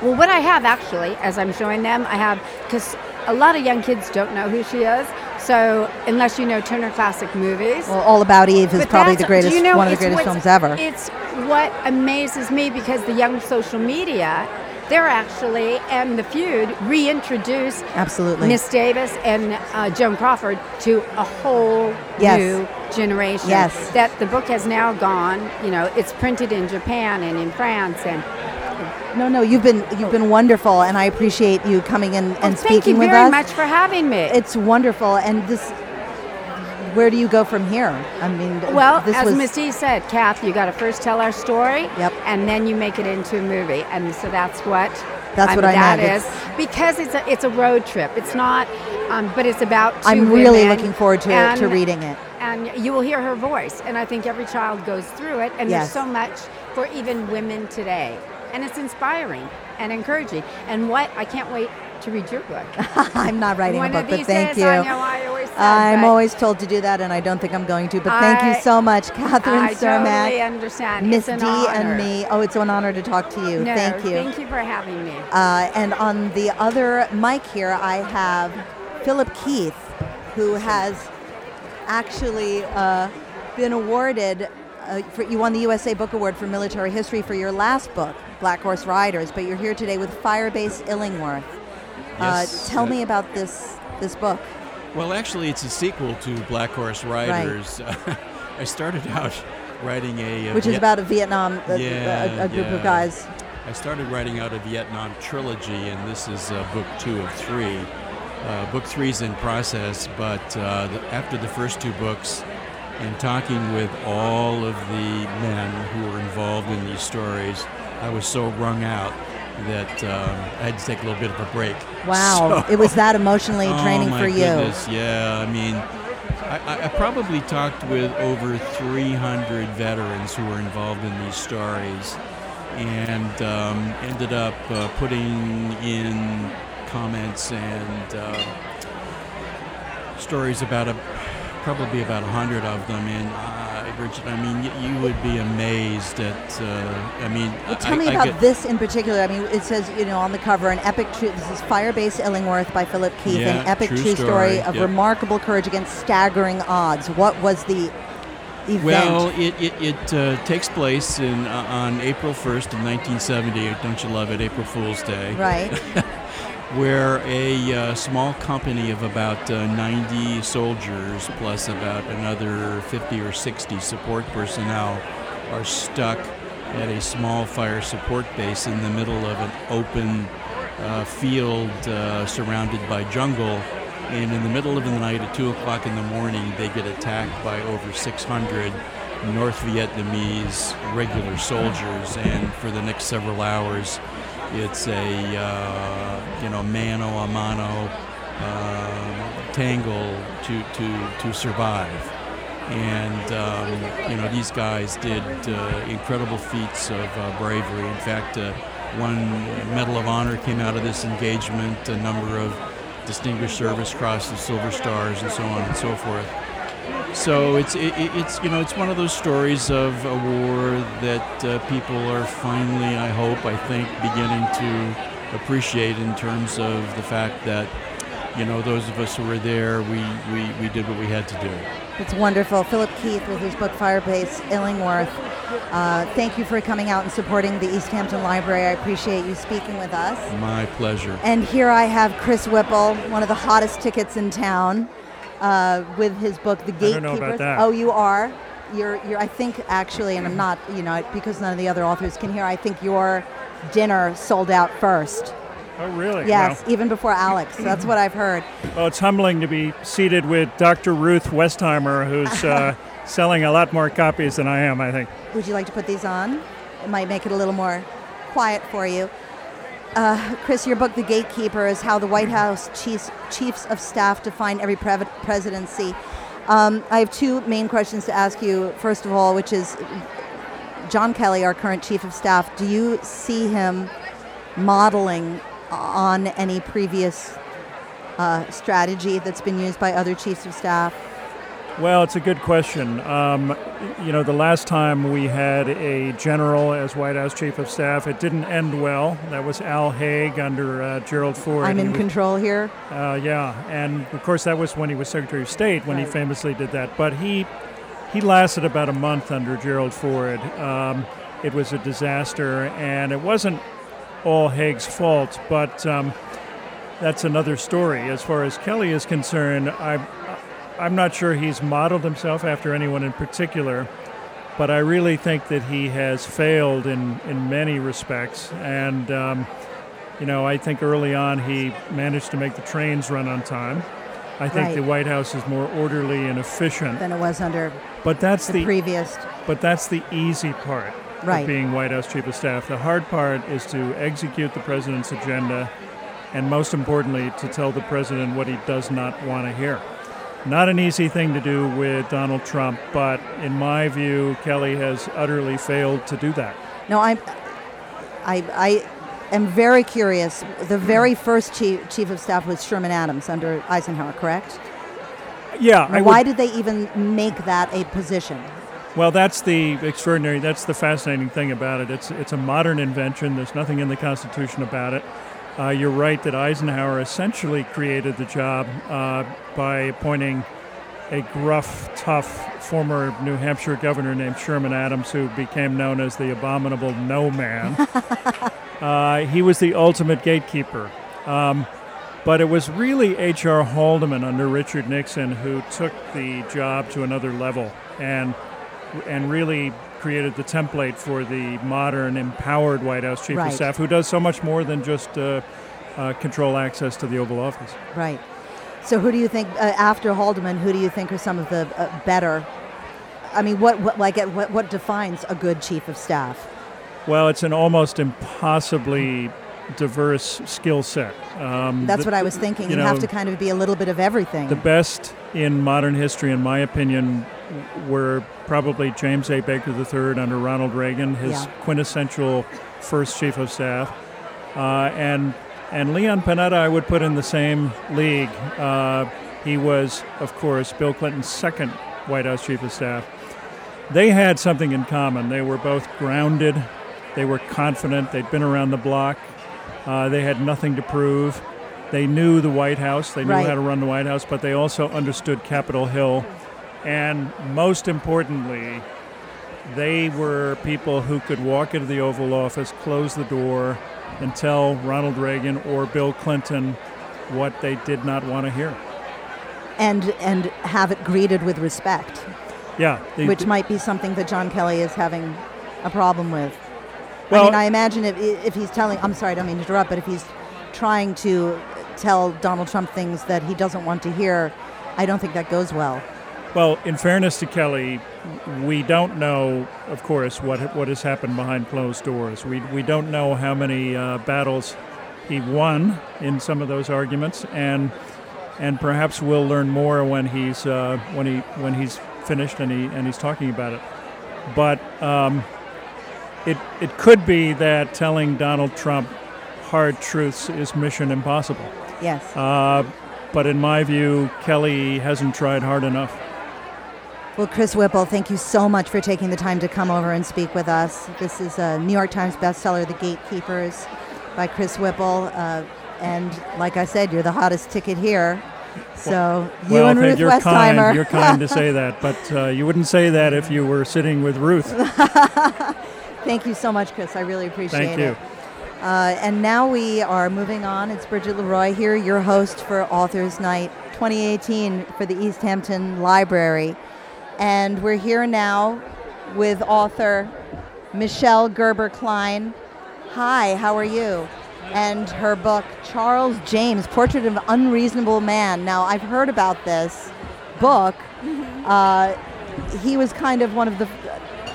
[SPEAKER 30] well, what I have actually, as I'm showing them, I have, because a lot of young kids don't know who she is. So, unless you know Turner Classic Movies.
[SPEAKER 1] well, All About Eve is
[SPEAKER 30] But
[SPEAKER 1] probably the
[SPEAKER 30] that's-
[SPEAKER 1] greatest,
[SPEAKER 30] do you know,
[SPEAKER 1] one of the
[SPEAKER 30] it's
[SPEAKER 1] greatest
[SPEAKER 30] what's-
[SPEAKER 1] films ever.
[SPEAKER 30] It's what amazes me because the young social media, they're actually, and the feud, reintroduced
[SPEAKER 1] Absolutely.
[SPEAKER 30] Miss Davis and uh, Joan Crawford to a whole
[SPEAKER 1] Yes.
[SPEAKER 30] new generation.
[SPEAKER 1] Yes.
[SPEAKER 30] That the book has now gone, you know, it's printed in Japan and in France and
[SPEAKER 1] no, no, you've been you've been wonderful, and I appreciate you coming in and
[SPEAKER 30] thank
[SPEAKER 1] speaking
[SPEAKER 30] you
[SPEAKER 1] with
[SPEAKER 30] very
[SPEAKER 1] us.
[SPEAKER 30] much for having me.
[SPEAKER 1] It's wonderful, and this. Where do you go from here? I mean,
[SPEAKER 30] Well,
[SPEAKER 1] this
[SPEAKER 30] as
[SPEAKER 1] was
[SPEAKER 30] Miss D said, Kath, you got to first tell our story,
[SPEAKER 1] Yep.
[SPEAKER 30] and then you make it into a movie, and so that's what
[SPEAKER 1] That's
[SPEAKER 30] I'm-
[SPEAKER 1] what I
[SPEAKER 30] that
[SPEAKER 1] meant.
[SPEAKER 30] is. because it's a it's a road trip. It's not, um, but it's about. Two
[SPEAKER 1] I'm really
[SPEAKER 30] women,
[SPEAKER 1] looking forward to,
[SPEAKER 30] and-
[SPEAKER 1] to reading it.
[SPEAKER 30] and you will hear her voice, and I think every child goes through it, and
[SPEAKER 1] Yes.
[SPEAKER 30] there's so much for even women today, and it's inspiring and encouraging. And what I can't wait to read your book.
[SPEAKER 1] I'm not writing
[SPEAKER 30] One
[SPEAKER 1] a book,
[SPEAKER 30] of
[SPEAKER 1] but
[SPEAKER 30] these
[SPEAKER 1] thank
[SPEAKER 30] days,
[SPEAKER 1] you.
[SPEAKER 30] I know I always said,
[SPEAKER 1] I'm
[SPEAKER 30] but-
[SPEAKER 1] always told to do that, and I don't think I'm going to. But thank you
[SPEAKER 30] I-
[SPEAKER 1] so much, Catherine
[SPEAKER 30] I
[SPEAKER 1] Cermak.
[SPEAKER 30] totally understand. It's
[SPEAKER 1] Miss
[SPEAKER 30] an
[SPEAKER 1] D
[SPEAKER 30] honor.
[SPEAKER 1] and me. Oh, it's an honor to talk to you.
[SPEAKER 30] No,
[SPEAKER 1] thank you.
[SPEAKER 30] Thank you for having me.
[SPEAKER 1] Uh, and on the other mic here, I have Philip Keith, who has actually uh, been awarded. Uh, for, you won the USA Book Award for Military History for your last book, Black Horse Riders, but you're here today with Firebase Illingworth.
[SPEAKER 31] Yes,
[SPEAKER 1] uh, tell
[SPEAKER 31] uh,
[SPEAKER 1] me about this this book.
[SPEAKER 31] Well, actually, it's a sequel to Black Horse Riders. I started out writing a, uh,
[SPEAKER 1] Which is
[SPEAKER 31] Viet-
[SPEAKER 1] about a Vietnam- a- a- a group of guys.
[SPEAKER 31] I started writing out a Vietnam trilogy, and this is uh, book two of three. Uh, book three's in process, but uh, the, after the first two books, and talking with all of the men who were involved in these stories, I was so wrung out that um, I had to take a little bit of a break.
[SPEAKER 1] Wow,
[SPEAKER 31] So-
[SPEAKER 1] it was that emotionally
[SPEAKER 31] Oh,
[SPEAKER 1] draining
[SPEAKER 31] my
[SPEAKER 1] for you.
[SPEAKER 31] goodness, Yeah, I mean, I, I- I probably talked with over 300 veterans who were involved in these stories, and um, ended up uh, putting in comments and uh, stories about a, probably about 100 of them. And uh, Richard, I mean, y- you would be amazed at. Uh, I mean,
[SPEAKER 1] Well, tell
[SPEAKER 31] I,
[SPEAKER 1] me
[SPEAKER 31] I
[SPEAKER 1] about
[SPEAKER 31] get-
[SPEAKER 1] this in particular. I mean, it says, you know, on the cover, an epic true, this is Firebase Illingworth by Philip Keith, an
[SPEAKER 31] Yeah,
[SPEAKER 1] epic
[SPEAKER 31] true
[SPEAKER 1] true,
[SPEAKER 31] story,
[SPEAKER 1] story, of
[SPEAKER 31] yep.
[SPEAKER 1] remarkable courage against staggering odds. What was the event?
[SPEAKER 31] Well, it, it, it uh, takes place in, uh, on April 1st of 1970. Don't you love it? April Fool's Day.
[SPEAKER 1] Right.
[SPEAKER 31] where a uh, small company of about uh, 90 soldiers plus about another 50 or 60 support personnel are stuck at a small fire support base in the middle of an open uh, field uh, surrounded by jungle. And in the middle of the night, at 2 o'clock in the morning, they get attacked by over 600 North Vietnamese regular soldiers. And for the next several hours, it's a, uh, you know, mano a mano uh, tangle to, to, to survive. And, um, you know, these guys did uh, incredible feats of uh, bravery. In fact, uh, one Medal of Honor came out of this engagement, a number of Distinguished Service Crosses, Silver Stars, and so on and so forth. So it's, it, it- it's, you know, it's one of those stories of a war that uh, people are finally, I hope, I think, beginning to appreciate in terms of the fact that, you know, those of us who were there, we, we, we did what we had to do.
[SPEAKER 1] It's wonderful. Philip Keith with his book Firebase Illingworth. Uh, thank you for coming out and supporting the East Hampton Library. I appreciate you speaking with us.
[SPEAKER 31] My pleasure.
[SPEAKER 1] And here I have Chris Whipple, one of the hottest tickets in town, uh, with his book The Gatekeepers.
[SPEAKER 32] don't know about that.
[SPEAKER 1] Oh, you are. You're, you're. I think actually, and I'm not. You know, because none of the other authors can hear. I think your dinner sold out first.
[SPEAKER 32] Oh, really?
[SPEAKER 1] Yes,
[SPEAKER 32] Wow.
[SPEAKER 1] even before Alex. That's what I've heard.
[SPEAKER 32] Well, it's humbling to be seated with Dr. Ruth Westheimer, who's uh, selling a lot more copies than I am, I think.
[SPEAKER 1] Would you like to put these on? It might make it a little more quiet for you. Uh, Chris, your book, The Gatekeeper, is how the White House chiefs, chiefs of staff define every prev- presidency. Um, I have two main questions to ask you. First of all, which is John Kelly, our current chief of staff, do you see him modeling on any previous uh, strategy that's been used by other chiefs of staff?
[SPEAKER 32] Well, it's a good question. Um, you know, the last time we had a general as White House chief of staff, it didn't end well. That was Al Haig under uh, Gerald Ford.
[SPEAKER 1] I'm
[SPEAKER 32] He
[SPEAKER 1] in
[SPEAKER 32] was-
[SPEAKER 1] control here.
[SPEAKER 32] Uh, yeah, and of course that was when he was Secretary of State when he
[SPEAKER 1] Right.
[SPEAKER 32] famously did that. But he he lasted about a month under Gerald Ford. Um, it was a disaster, and it wasn't all Haig's fault, but um, that's another story. As far as Kelly is concerned, I I'm not sure he's modeled himself after anyone in particular, but I really think that he has failed in, in many respects. And, um, you know, I think early on he managed to make the trains run on time. I think
[SPEAKER 1] Right.
[SPEAKER 32] the White House is more orderly and efficient.
[SPEAKER 1] Than it was under
[SPEAKER 32] But that's
[SPEAKER 1] the
[SPEAKER 32] the,
[SPEAKER 1] previous.
[SPEAKER 32] But that's the easy part
[SPEAKER 1] Right.
[SPEAKER 32] of being White House Chief of Staff. The hard part is to execute the president's agenda, and most importantly, to tell the president what he does not want to hear. Not an easy thing to do with Donald Trump, but in my view, Kelly has utterly failed to do that.
[SPEAKER 1] No, I'm. I, I am very curious. The very first chief, chief of staff was Sherman Adams under Eisenhower, correct?
[SPEAKER 32] Yeah,
[SPEAKER 1] Why
[SPEAKER 32] I would-
[SPEAKER 1] did they even make that a position?
[SPEAKER 32] Well, that's the extraordinary. That's the fascinating thing about it. It's it's a modern invention. There's nothing in the Constitution about it. Uh, you're right that Eisenhower essentially created the job uh, by appointing a gruff, tough former New Hampshire governor named Sherman Adams, who became known as the abominable No Man. uh, he was the ultimate gatekeeper. Um, but it was really H.R. Haldeman under Richard Nixon who took the job to another level and and really created the template for the modern empowered White House chief
[SPEAKER 1] Right.
[SPEAKER 32] of staff who does so much more than just uh, uh, control access to the Oval Office.
[SPEAKER 1] Right. So, who do you think uh, after Haldeman? Who do you think are some of the uh, better? I mean, what, what like what, what defines a good chief of staff?
[SPEAKER 32] Well, it's an almost impossibly diverse skill set. Um,
[SPEAKER 1] That's
[SPEAKER 32] th-
[SPEAKER 1] what I was thinking. You,
[SPEAKER 32] know,
[SPEAKER 1] have to kind of be a little bit of everything.
[SPEAKER 32] the best in modern history, in my opinion, were probably James A. Baker III under Ronald Reagan, his
[SPEAKER 1] Yeah.
[SPEAKER 32] quintessential first chief of staff, uh, and and Leon Panetta I would put in the same league. Uh, he was, of course, Bill Clinton's second White House chief of staff. They had something in common. They were both grounded. They were confident. They'd been around the block. Uh, they had nothing to prove. They knew the White House. They knew
[SPEAKER 33] Right.
[SPEAKER 32] how to run the White House, but they also understood Capitol Hill. And most importantly, they were people who could walk into the Oval Office, close the door, and tell Ronald Reagan or Bill Clinton what they did not want to hear.
[SPEAKER 1] and and have it greeted with respect,
[SPEAKER 32] Yeah. they-
[SPEAKER 1] which might be something that John Kelly is having a problem with. I
[SPEAKER 32] Well-
[SPEAKER 1] mean, I imagine if, if he's telling, I'm sorry, I don't mean to interrupt, but if he's trying to tell Donald Trump things that he doesn't want to hear, I don't think that goes well.
[SPEAKER 32] Well, in fairness to Kelly, we don't know, of course, what what has happened behind closed doors. We we don't know how many uh, battles he won in some of those arguments, and and perhaps we'll learn more when he's uh, when he when he's finished and he and he's talking about it. But um, it it could be that telling Donald Trump hard truths is mission impossible.
[SPEAKER 1] Yes.
[SPEAKER 32] Uh, but in my view, Kelly hasn't tried hard enough.
[SPEAKER 1] Well, Chris Whipple, thank you so much for taking the time to come over and speak with us. This is a New York Times bestseller, The Gatekeepers, by Chris Whipple. Uh, and like I said, you're the hottest ticket here. So you
[SPEAKER 32] well,
[SPEAKER 1] and
[SPEAKER 32] thank-
[SPEAKER 1] Ruth
[SPEAKER 32] you're
[SPEAKER 1] Westheimer.
[SPEAKER 32] kind. You're kind to say that, but uh, you wouldn't say that if you were sitting with Ruth.
[SPEAKER 1] Thank you so much, Chris. I really appreciate
[SPEAKER 32] Thank
[SPEAKER 1] it. Uh, and now we are moving on. It's Bridget Leroy here, your host for Authors Night 2018 for the East Hampton Library. And we're here now with author Michelle Gerber Klein. Hi, how are you? And her book, Charles James Portrait of an Unreasonable Man. Now, I've heard about this book.
[SPEAKER 34] Mm-hmm.
[SPEAKER 1] Uh, he was kind of one of the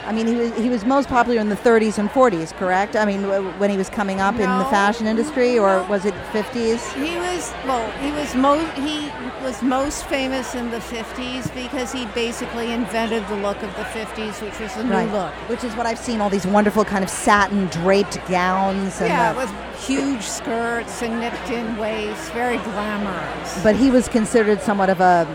[SPEAKER 1] I mean, he was, he was most popular in the 30s and 40s, correct? I mean, w- when he was coming up in the
[SPEAKER 34] No.
[SPEAKER 1] fashion industry, or was it 50s?
[SPEAKER 34] He was well. He was most he was most famous in the '50s because he basically invented the look of the '50s, which was the new
[SPEAKER 1] Right.
[SPEAKER 34] look.
[SPEAKER 1] Which is what I've seen all these wonderful kind of satin draped gowns. And
[SPEAKER 34] yeah,
[SPEAKER 1] the-
[SPEAKER 34] with huge skirts and nipped-in waists, very glamorous.
[SPEAKER 1] but he was considered somewhat of a,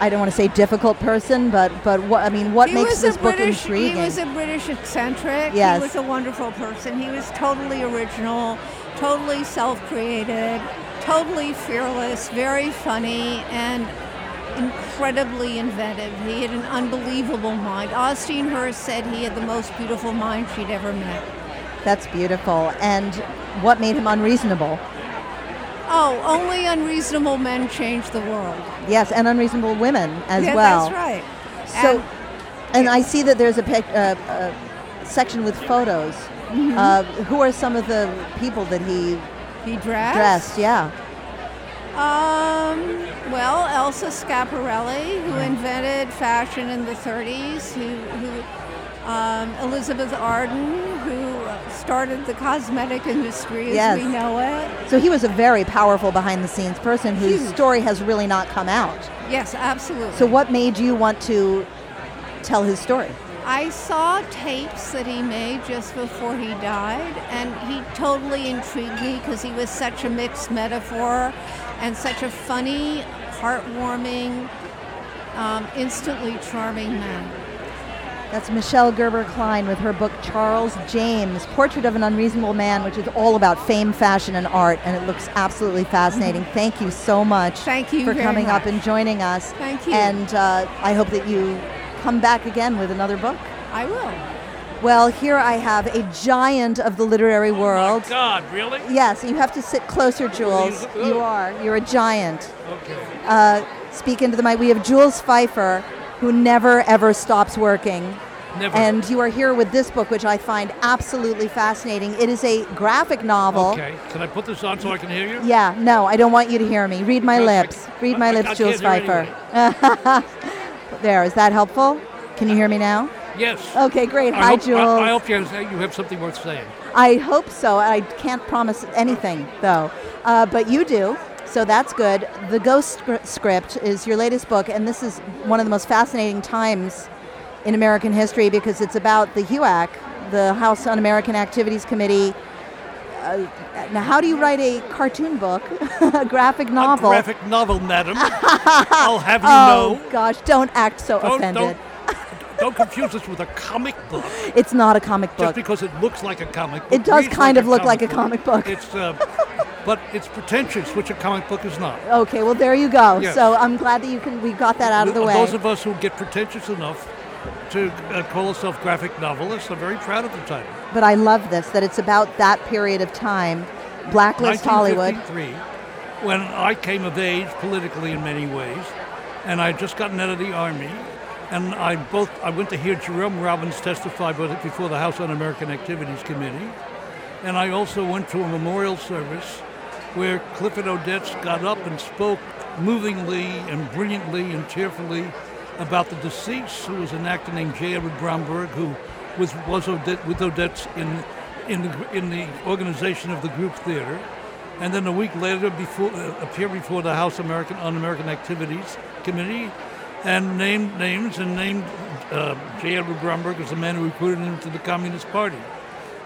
[SPEAKER 1] I don't want to say difficult person, but but what I mean, what
[SPEAKER 34] he
[SPEAKER 1] makes
[SPEAKER 34] was a
[SPEAKER 1] this book
[SPEAKER 34] British,
[SPEAKER 1] intriguing?
[SPEAKER 34] He was a British eccentric.
[SPEAKER 1] Yes.
[SPEAKER 34] He was a wonderful person. He was totally original, totally self-created, totally fearless, very funny, and incredibly inventive. He had an unbelievable mind. Austin Hearst said he had the most beautiful mind she'd ever met.
[SPEAKER 1] That's beautiful. And what made him unreasonable?
[SPEAKER 34] Oh, only unreasonable men change the world.
[SPEAKER 1] Yes, and unreasonable women as
[SPEAKER 34] yeah,
[SPEAKER 1] well.
[SPEAKER 34] That's right.
[SPEAKER 1] So, and, I see that there's a, pic, uh, a section with photos.
[SPEAKER 34] Mhm.
[SPEAKER 1] Uh, who are some of the people that he
[SPEAKER 34] He dressed.
[SPEAKER 1] dressed? Yeah.
[SPEAKER 34] Um, well, Elsa Schiaparelli,
[SPEAKER 1] Hmm.
[SPEAKER 34] who invented fashion in the 30s, who, who um, Elizabeth Arden, who started the cosmetic industry as
[SPEAKER 1] Yes.
[SPEAKER 34] we know it.
[SPEAKER 1] So he was a very powerful behind the scenes person whose
[SPEAKER 34] Huge.
[SPEAKER 1] story has really not come out.
[SPEAKER 34] Yes, absolutely.
[SPEAKER 1] So what made you want to tell his story?
[SPEAKER 34] I saw tapes that he made just before he died, and he totally intrigued me because he was such a mixed metaphor and such a funny, heartwarming, um, instantly charming man.
[SPEAKER 1] That's Michelle Gerber Klein with her book Charles James, Portrait of an Unreasonable Man, which is all about fame, fashion, and art, and it looks absolutely fascinating. Thank you so much. Thank
[SPEAKER 34] Mm-hmm. you
[SPEAKER 1] for
[SPEAKER 34] very
[SPEAKER 1] coming up
[SPEAKER 34] much.
[SPEAKER 1] and joining us.
[SPEAKER 34] Thank you.
[SPEAKER 1] And uh, I hope that you come back again with another book.
[SPEAKER 34] I will.
[SPEAKER 1] Well, here I have a giant of the literary world.
[SPEAKER 12] Oh God, really?
[SPEAKER 1] Yes, you have to sit closer, Jules.
[SPEAKER 12] Please.
[SPEAKER 1] You are. You're a giant.
[SPEAKER 12] Okay.
[SPEAKER 1] Uh, speak into the mic. We have Jules Pfeiffer, who never ever stops working.
[SPEAKER 12] Never.
[SPEAKER 1] And you are here with this book, which I find absolutely fascinating. It is a graphic novel.
[SPEAKER 12] Okay. Can I put this on so I can hear you?
[SPEAKER 1] Yeah, no, I don't want you to hear me. Read my lips. Read my
[SPEAKER 12] I- I
[SPEAKER 1] lips,
[SPEAKER 12] can't
[SPEAKER 1] Jules
[SPEAKER 12] hear
[SPEAKER 1] Pfeiffer. there, is that helpful? Can you hear me now?
[SPEAKER 12] Yes.
[SPEAKER 1] Okay, Oh, great.
[SPEAKER 12] I
[SPEAKER 1] Hi,
[SPEAKER 12] hope, I-
[SPEAKER 1] Jules.
[SPEAKER 12] I, hope you have, you have something worth saying.
[SPEAKER 1] I hope so. I can't promise anything, though. Uh, but you do, so that's good. The Ghost Scri- Script is your latest book, and this is one of the most fascinating times in American history because it's about the HUAC, the House Un American Activities Committee. Uh, now, how do you write a cartoon book, a graphic novel?
[SPEAKER 12] Graphic novel, madam. I'll have you
[SPEAKER 1] oh,
[SPEAKER 12] know.
[SPEAKER 1] gosh, don't act so
[SPEAKER 12] Don't-
[SPEAKER 1] offended.
[SPEAKER 12] Don't, don't confuse this with a comic book.
[SPEAKER 1] It's not a comic book.
[SPEAKER 12] Just because it looks like a comic book.
[SPEAKER 1] It does
[SPEAKER 12] reads
[SPEAKER 1] kind
[SPEAKER 12] like
[SPEAKER 1] of look like a comic book.
[SPEAKER 12] It's, uh, but it's pretentious, which a comic book is not.
[SPEAKER 1] Okay, well there you go.
[SPEAKER 12] Yes.
[SPEAKER 1] So I'm glad that you can we got that Oh, out of the way.
[SPEAKER 12] uh, Those of us who get pretentious enough to uh, call ourselves graphic novelists are very proud of the title.
[SPEAKER 1] But I love this that it's about that period of time, Blacklist Hollywood.
[SPEAKER 12] 1953, When I came of age politically in many ways, and I had just gotten out of the army, and I both I went to hear Jerome Robbins testify both before the House Un-American Activities Committee, and I also went to a memorial service where Clifford Odets got up and spoke movingly and brilliantly and cheerfully about the deceased, who was an actor named J. Edward Bromberg, who was was Odette, with Odets in in the, in the organization of the group theater. And then a week later, before uh, appeared before the House American Un-American Activities Committee, and named names and named uh, J. Edward Bromberg as the man who recruited him to the Communist Party.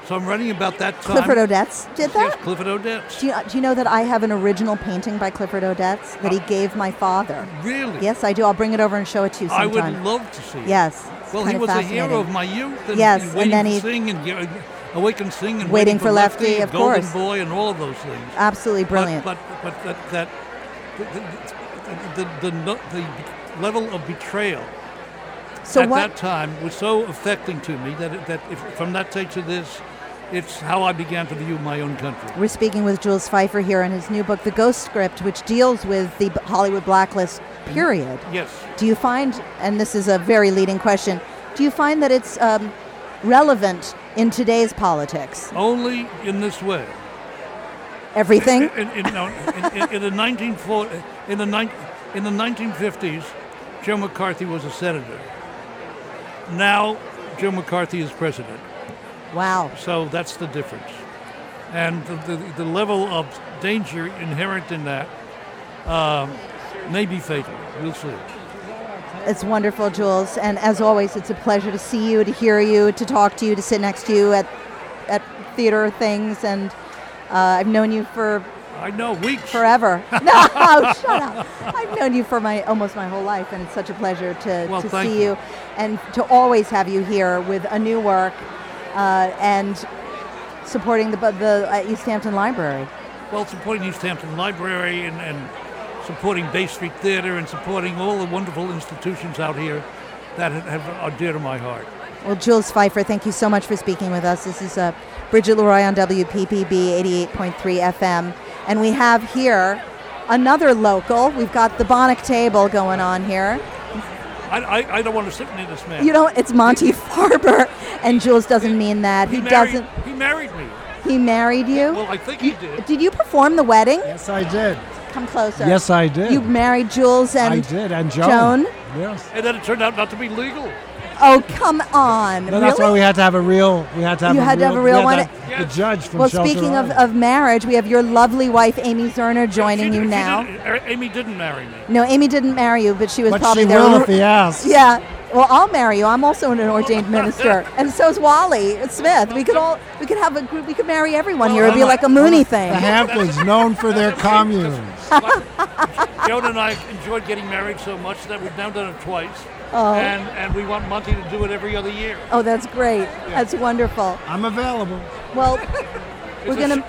[SPEAKER 12] So I'm writing about that time.
[SPEAKER 1] Clifford Odets did that?
[SPEAKER 12] Yes, Clifford Odets.
[SPEAKER 1] Do you, do you know that I have an original painting by Clifford Odets that he gave my father?
[SPEAKER 12] Uh, Really?
[SPEAKER 1] Yes, I do. I'll bring it over and show it to you
[SPEAKER 12] I
[SPEAKER 1] sometime.
[SPEAKER 12] would love to see. it.
[SPEAKER 1] Yes. it's
[SPEAKER 12] Well,
[SPEAKER 1] kind
[SPEAKER 12] he
[SPEAKER 1] of
[SPEAKER 12] was a
[SPEAKER 1] fascinating.
[SPEAKER 12] hero of my youth. And
[SPEAKER 1] Yes,
[SPEAKER 12] and
[SPEAKER 1] and
[SPEAKER 12] waiting
[SPEAKER 1] then
[SPEAKER 12] to
[SPEAKER 1] he-
[SPEAKER 12] sing and uh, awake and sing and
[SPEAKER 1] Waiting for
[SPEAKER 12] Lefty,
[SPEAKER 1] Lefty,
[SPEAKER 12] and
[SPEAKER 1] of
[SPEAKER 12] Golden
[SPEAKER 1] course.
[SPEAKER 12] Boy, and all of those things.
[SPEAKER 1] Absolutely brilliant.
[SPEAKER 12] But but, but that that the the, the, the, no- the level of betrayal
[SPEAKER 1] So
[SPEAKER 12] at
[SPEAKER 1] what-
[SPEAKER 12] that time was so affecting to me that it, that if, from that day to this, it's how I began to view my own country.
[SPEAKER 1] We're speaking with Jules Pfeiffer here in his new book, The Ghost Script, which deals with the Hollywood blacklist
[SPEAKER 12] Mm.
[SPEAKER 1] period.
[SPEAKER 12] Yes.
[SPEAKER 1] Do you find, and this is a very leading question, do you find that it's um, relevant in today's politics?
[SPEAKER 12] Only in this way.
[SPEAKER 1] Everything?
[SPEAKER 12] In, in, no, in, in, in the 1940, in the nine in the 1950s, Joe McCarthy was a senator. Now, Joe McCarthy is president.
[SPEAKER 1] Wow.
[SPEAKER 12] So that's the difference, and the, the, the level of danger inherent in that um, may be fatal. We'll see.
[SPEAKER 1] It's wonderful, Jules. And as always, it's a pleasure to see you, to hear you, to talk to you, to sit next to you at, at theater things. And uh, I've known you for
[SPEAKER 12] I know weeks.
[SPEAKER 1] forever. No, shut up. I've known you for my almost my whole life, and it's such a pleasure to,
[SPEAKER 12] Well,
[SPEAKER 1] to
[SPEAKER 12] thank
[SPEAKER 1] see you.
[SPEAKER 12] you.
[SPEAKER 1] and to always have you here with a new work uh, and supporting the the uh, East Hampton Library.
[SPEAKER 12] Well, supporting East Hampton Library and, and supporting Bay Street Theater and supporting all the wonderful institutions out here that have, are dear to my heart.
[SPEAKER 1] Well, Jules Pfeiffer, thank you so much for speaking with us. This is uh, Bridget Leroy on WPPB 88.3 FM. And we have here another local. We've got the Bonic table going on here.
[SPEAKER 12] I, I, I don't want to sit near this man.
[SPEAKER 1] You know, it's Monty Farber, and Jules doesn't mean that. He,
[SPEAKER 12] married,
[SPEAKER 1] doesn't.
[SPEAKER 12] He married me.
[SPEAKER 1] He married you?
[SPEAKER 12] Well, I think he did.
[SPEAKER 1] Did you perform the wedding?
[SPEAKER 14] Yes, I did.
[SPEAKER 1] Come closer.
[SPEAKER 14] Yes, I did.
[SPEAKER 1] You married Jules and
[SPEAKER 14] I did, and Joan.
[SPEAKER 12] Yes. And then it turned out not to be legal.
[SPEAKER 1] Oh, come on.
[SPEAKER 14] No, that's why we had to have a real. We had to have.
[SPEAKER 1] You
[SPEAKER 14] a
[SPEAKER 1] had to
[SPEAKER 14] real,
[SPEAKER 1] have a real
[SPEAKER 14] we had to
[SPEAKER 1] one?
[SPEAKER 14] have The judge from
[SPEAKER 1] well,
[SPEAKER 14] Shelter
[SPEAKER 1] speaking of, uh,
[SPEAKER 14] Island.
[SPEAKER 1] of marriage, we have your lovely wife, Amy Zerner, joining you now.
[SPEAKER 12] Er, Amy didn't marry me.
[SPEAKER 1] No, Amy didn't marry you, but she was
[SPEAKER 14] But
[SPEAKER 1] probably
[SPEAKER 14] she
[SPEAKER 1] there.
[SPEAKER 14] will if he asks.
[SPEAKER 1] Yeah. Well, I'll marry you. I'm also an ordained minister, and so is Wally Smith. We could all we could have a group. We could marry everyone here. It'd be like a Mooney thing.
[SPEAKER 14] The Hamptons, known for their communes.
[SPEAKER 12] Joan and I enjoyed getting married so much that we've now done it twice.
[SPEAKER 1] Oh.
[SPEAKER 12] And, and we want Monty to do it every other year.
[SPEAKER 1] Oh, that's great. That's wonderful.
[SPEAKER 14] I'm available.
[SPEAKER 1] Well, we're
[SPEAKER 12] It's a
[SPEAKER 1] going to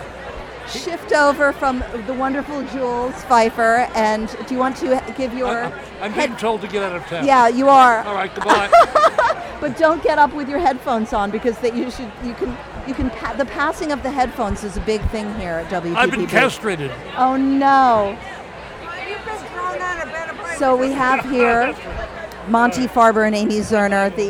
[SPEAKER 1] shift over from the wonderful Jules Pfeiffer. And do you want to give
[SPEAKER 14] Uh,
[SPEAKER 1] your.
[SPEAKER 12] I'm being told to get out of town.
[SPEAKER 1] Yeah, you are.
[SPEAKER 12] All right, goodbye.
[SPEAKER 1] But don't get up with your headphones on because that you should. You can. You can. Pa- the passing of the headphones is a big thing here at WPPB.
[SPEAKER 12] I've been castrated.
[SPEAKER 1] Oh no. So we have here Monty Farber and Amy Zerner. The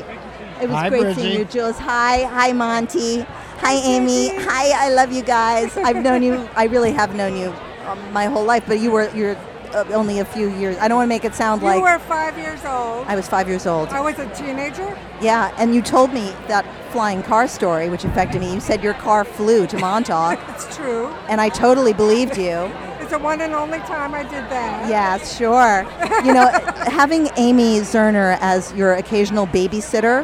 [SPEAKER 1] it was
[SPEAKER 14] Hi,
[SPEAKER 1] great
[SPEAKER 14] Bridgie.
[SPEAKER 1] seeing you, Jules. Hi, hi Monty. Hi Amy. Hi, I love you guys. I've known you. I really have known you um, my whole life, but you were you're uh, only a few years. I don't want to make it sound
[SPEAKER 8] You
[SPEAKER 1] like
[SPEAKER 8] were five years old.
[SPEAKER 1] I was five years old.
[SPEAKER 8] I was a teenager.
[SPEAKER 1] Yeah, and you told me that flying car story, which affected me. You said your car flew to Montauk,
[SPEAKER 8] It's true.
[SPEAKER 1] Uh, and I totally believed you.
[SPEAKER 8] It's the one and only time I did that.
[SPEAKER 1] Yes, sure. You know, having Amy Zerner as your occasional babysitter,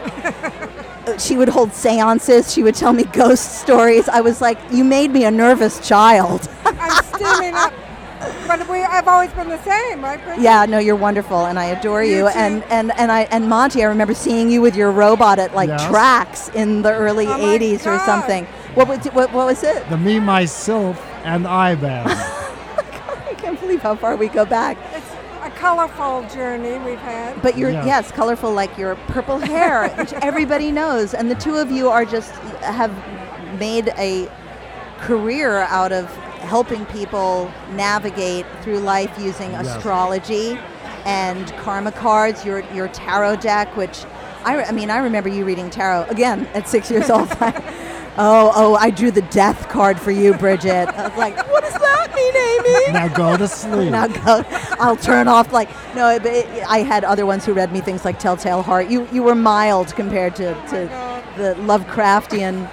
[SPEAKER 1] she would hold seances, she would tell me ghost stories. I was like, you made me a nervous child.
[SPEAKER 8] I'm steaming up. But we, I've always been the same, right? Bridget?
[SPEAKER 1] Yeah, no, you're wonderful, and I adore you.
[SPEAKER 8] You
[SPEAKER 1] And and and I and Monty, I remember seeing you with your robot at like
[SPEAKER 14] Yes.
[SPEAKER 1] tracks in the early '80s or something. What was what, what was it?
[SPEAKER 14] The me, myself, and I band.
[SPEAKER 1] I can't believe how far we go back.
[SPEAKER 8] It's a colorful journey we've had.
[SPEAKER 1] But you're
[SPEAKER 8] yeah.
[SPEAKER 1] yes, colorful like your purple hair, which everybody knows, and the two of you are just have made a career out of helping people navigate through life using
[SPEAKER 15] Yes.
[SPEAKER 1] astrology and karma cards, your your tarot deck, which I, re- I mean I remember you reading tarot again at six years old. oh oh, I drew the death card for you, Bridget. I was like, what does that mean, Amy?
[SPEAKER 14] now go to sleep.
[SPEAKER 1] Now go. I'll turn off like no. It, it, I had other ones who read me things like Telltale Heart. You you were mild compared to, to the Lovecraftian.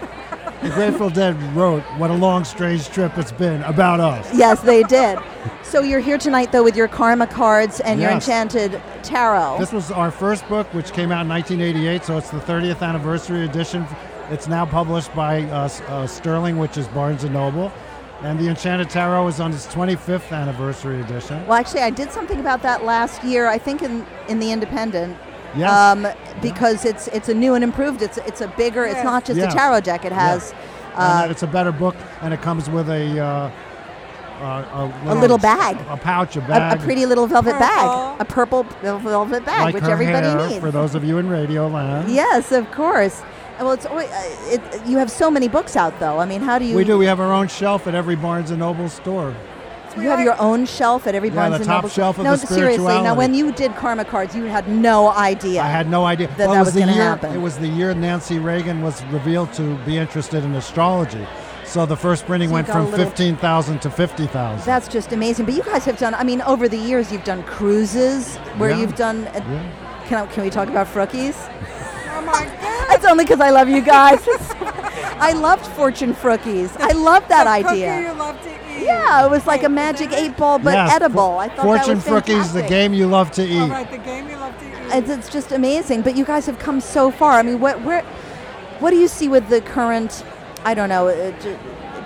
[SPEAKER 14] The Grateful Dead wrote, What a long, strange trip it's been about us.
[SPEAKER 1] Yes, they did. So you're here tonight though with your karma cards and your
[SPEAKER 14] Yes.
[SPEAKER 1] enchanted tarot.
[SPEAKER 14] This was our first book, which came out in 1988, so it's the 30th anniversary edition. It's now published by uh, S- uh, Sterling, which is Barnes & Noble. And The Enchanted Tarot is on its 25th anniversary edition.
[SPEAKER 1] well, actually, I did something about that last year. I think in in the Independent.
[SPEAKER 14] Yes.
[SPEAKER 1] Um, because it's it's a new and improved. It's it's a bigger. It's
[SPEAKER 14] Yes.
[SPEAKER 1] not just
[SPEAKER 14] Yeah.
[SPEAKER 1] a tarot deck. It has.
[SPEAKER 14] And
[SPEAKER 1] Uh,
[SPEAKER 14] it's a better book, and it comes with a... Uh, uh,
[SPEAKER 1] A little bag.
[SPEAKER 14] A pouch, a
[SPEAKER 1] a,
[SPEAKER 14] bag.
[SPEAKER 1] a pretty little velvet bag, a purple velvet bag,
[SPEAKER 14] like
[SPEAKER 1] which
[SPEAKER 14] her
[SPEAKER 1] everybody
[SPEAKER 14] hair,
[SPEAKER 1] needs.
[SPEAKER 14] For those of you in radio land.
[SPEAKER 1] Yes, of course. Uh, Well, it's always, uh, it, you have so many books out, though. I mean, how do you?
[SPEAKER 14] We do. We have our own shelf at every Barnes and Noble store.
[SPEAKER 1] You have your own shelf at every
[SPEAKER 14] Yeah,
[SPEAKER 1] Barnes
[SPEAKER 14] the
[SPEAKER 1] and
[SPEAKER 14] top
[SPEAKER 1] Noble.
[SPEAKER 14] shelf of
[SPEAKER 1] no,
[SPEAKER 14] the
[SPEAKER 1] seriously. Now,
[SPEAKER 14] spirituality.
[SPEAKER 1] when you did karma cards, you had no idea.
[SPEAKER 14] I had no idea
[SPEAKER 1] that
[SPEAKER 14] Well,
[SPEAKER 1] that
[SPEAKER 14] it
[SPEAKER 1] was, going
[SPEAKER 14] the
[SPEAKER 1] to
[SPEAKER 14] year-
[SPEAKER 1] happen.
[SPEAKER 14] It was the year Nancy Reagan was revealed to be interested in astrology. So the first printing
[SPEAKER 1] So you
[SPEAKER 14] went
[SPEAKER 1] got a
[SPEAKER 14] from
[SPEAKER 1] little-
[SPEAKER 14] fifteen thousand to fifty thousand.
[SPEAKER 1] That's just amazing. But you guys have done. I mean, over the years, you've done cruises where
[SPEAKER 14] Yeah.
[SPEAKER 1] you've done. uh, Can I, can we talk about Frookies?
[SPEAKER 8] Oh my God!
[SPEAKER 1] it's only because I love you guys. I loved Fortune Frookies. I loved that
[SPEAKER 8] The cookie
[SPEAKER 1] idea.
[SPEAKER 8] you love to eat.
[SPEAKER 1] Yeah, it was like a magic eight ball, but edible. I thought
[SPEAKER 14] Fortune
[SPEAKER 1] that was
[SPEAKER 14] Frookies, the
[SPEAKER 1] fantastic.
[SPEAKER 14] game you love to eat.
[SPEAKER 8] All right, the game you love to eat.
[SPEAKER 1] It's, it's just amazing. But you guys have come so far. I mean, what where, what do you see with the current? I don't know. uh, j-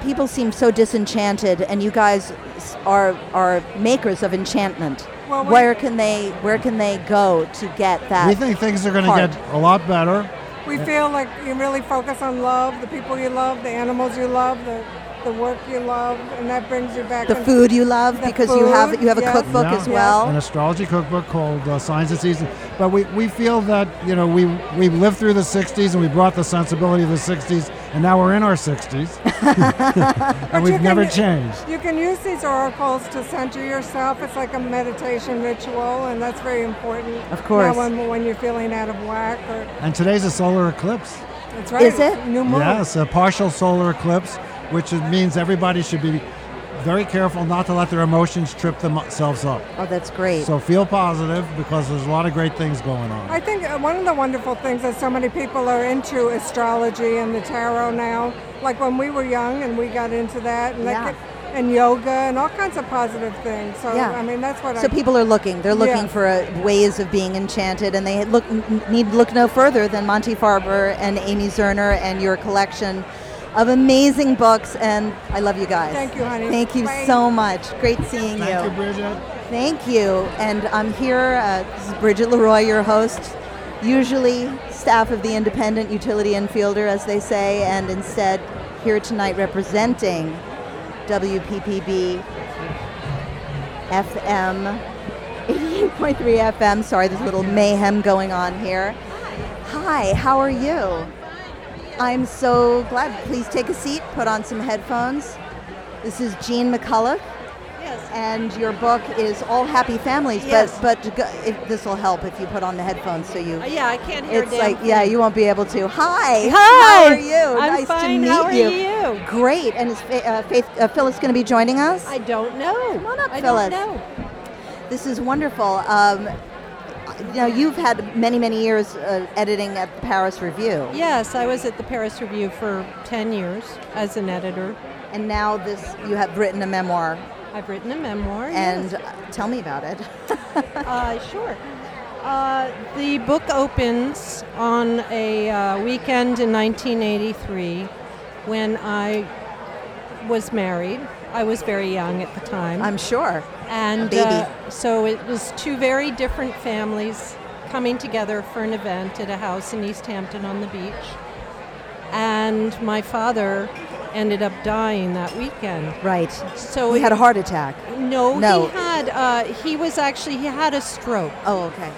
[SPEAKER 1] people seem so disenchanted, and you guys s- are are makers of enchantment.
[SPEAKER 8] Well, we-
[SPEAKER 1] where can they where can they go to get that?
[SPEAKER 14] We think things are going to
[SPEAKER 1] part?
[SPEAKER 14] get a lot better.
[SPEAKER 8] We feel like you really focus on love, the people you love, the animals you love, the, the work you love, and that brings you back.
[SPEAKER 1] The
[SPEAKER 8] in-
[SPEAKER 1] food you love,
[SPEAKER 8] the
[SPEAKER 1] because you have-
[SPEAKER 8] food,
[SPEAKER 1] you have a
[SPEAKER 8] yes,
[SPEAKER 1] cookbook
[SPEAKER 14] Yeah,
[SPEAKER 1] as well.
[SPEAKER 14] An astrology cookbook called uh, Signs of Season. But we, we feel that, you know, we, we lived through the 60s and we brought the sensibility of the 60s, and now we're in our 60s. and we've never changed.
[SPEAKER 8] You can use these oracles to center yourself. It's like a meditation ritual, and that's very important.
[SPEAKER 14] Of course.
[SPEAKER 8] Now when, when you're feeling out of whack, or
[SPEAKER 14] And today's a solar eclipse.
[SPEAKER 8] that's right.
[SPEAKER 1] Is
[SPEAKER 8] it's New moon.
[SPEAKER 14] Yes, a partial solar eclipse, which is- means everybody should be very careful not to let their emotions trip themselves up.
[SPEAKER 1] Oh, that's great.
[SPEAKER 14] So feel positive because there's a lot of great things going on.
[SPEAKER 8] I think uh, one of the wonderful things that so many people are into astrology and the tarot now. Like when we were young and we got into that, and,
[SPEAKER 1] Yeah.
[SPEAKER 8] that, and yoga and all kinds of positive things. So
[SPEAKER 1] Yeah.
[SPEAKER 8] I mean, that's what.
[SPEAKER 1] So
[SPEAKER 8] I,
[SPEAKER 1] people are looking. They're looking
[SPEAKER 8] Yeah.
[SPEAKER 1] for uh, ways of being enchanted, and they look n- need look no further than Monty Farber and Amy Zerner and your collection of amazing books. And I love you guys.
[SPEAKER 8] Thank you, honey.
[SPEAKER 1] Thank you
[SPEAKER 8] Bye.
[SPEAKER 1] so much. Great seeing you.
[SPEAKER 8] Thank you,
[SPEAKER 14] Bridget.
[SPEAKER 1] Thank you. And I'm here. Uh, this is Bridget Leroy, your host. Usually staff of the Independent Utility Infielder, as they say, and instead here tonight representing WPPB FM, 88.3 FM. Sorry, there's a little mayhem going on here. Hi, how are you? I'm so glad. Please take a seat, put on some headphones. This is Jean McCulloch. Yes. And your book is All Happy Families,
[SPEAKER 21] Yes.
[SPEAKER 1] but but to go- if, this will help if you put on the headphones so you.
[SPEAKER 21] Uh, yeah, I can't hear a
[SPEAKER 1] It's
[SPEAKER 21] damn
[SPEAKER 1] like yeah,
[SPEAKER 21] thing.
[SPEAKER 1] you won't be able to. Hi.
[SPEAKER 21] Hi.
[SPEAKER 1] How are you?
[SPEAKER 21] I'm
[SPEAKER 1] nice
[SPEAKER 21] fine.
[SPEAKER 1] to meet
[SPEAKER 21] How are
[SPEAKER 1] you.
[SPEAKER 21] you?
[SPEAKER 1] Great. And is Fa- uh, Faith uh, Phyllis going to be joining us?
[SPEAKER 21] I don't know. Come on
[SPEAKER 1] up,
[SPEAKER 21] I
[SPEAKER 1] Phyllis.
[SPEAKER 21] don't know.
[SPEAKER 1] This is wonderful. Um, you know, you've had many, many years uh, editing at the Paris Review.
[SPEAKER 35] Yes, I was at the Paris Review for 10 years as an editor.
[SPEAKER 1] And now this, you have written a memoir.
[SPEAKER 35] I've written a memoir.
[SPEAKER 1] And
[SPEAKER 35] yes.
[SPEAKER 1] uh, tell me about it.
[SPEAKER 35] uh, sure. Uh, the book opens on a uh, weekend in 1983 when I was married. I was very young at the time.
[SPEAKER 1] I'm sure.
[SPEAKER 35] And
[SPEAKER 1] A baby.
[SPEAKER 35] uh, so it was two very different families coming together for an event at a house in East Hampton on the beach. And my father ended up dying that weekend.
[SPEAKER 1] Right.
[SPEAKER 35] So
[SPEAKER 1] he had
[SPEAKER 35] it-
[SPEAKER 1] a heart attack.
[SPEAKER 35] No,
[SPEAKER 1] No.
[SPEAKER 35] he had. Uh, he was actually he had a stroke.
[SPEAKER 1] Oh, okay.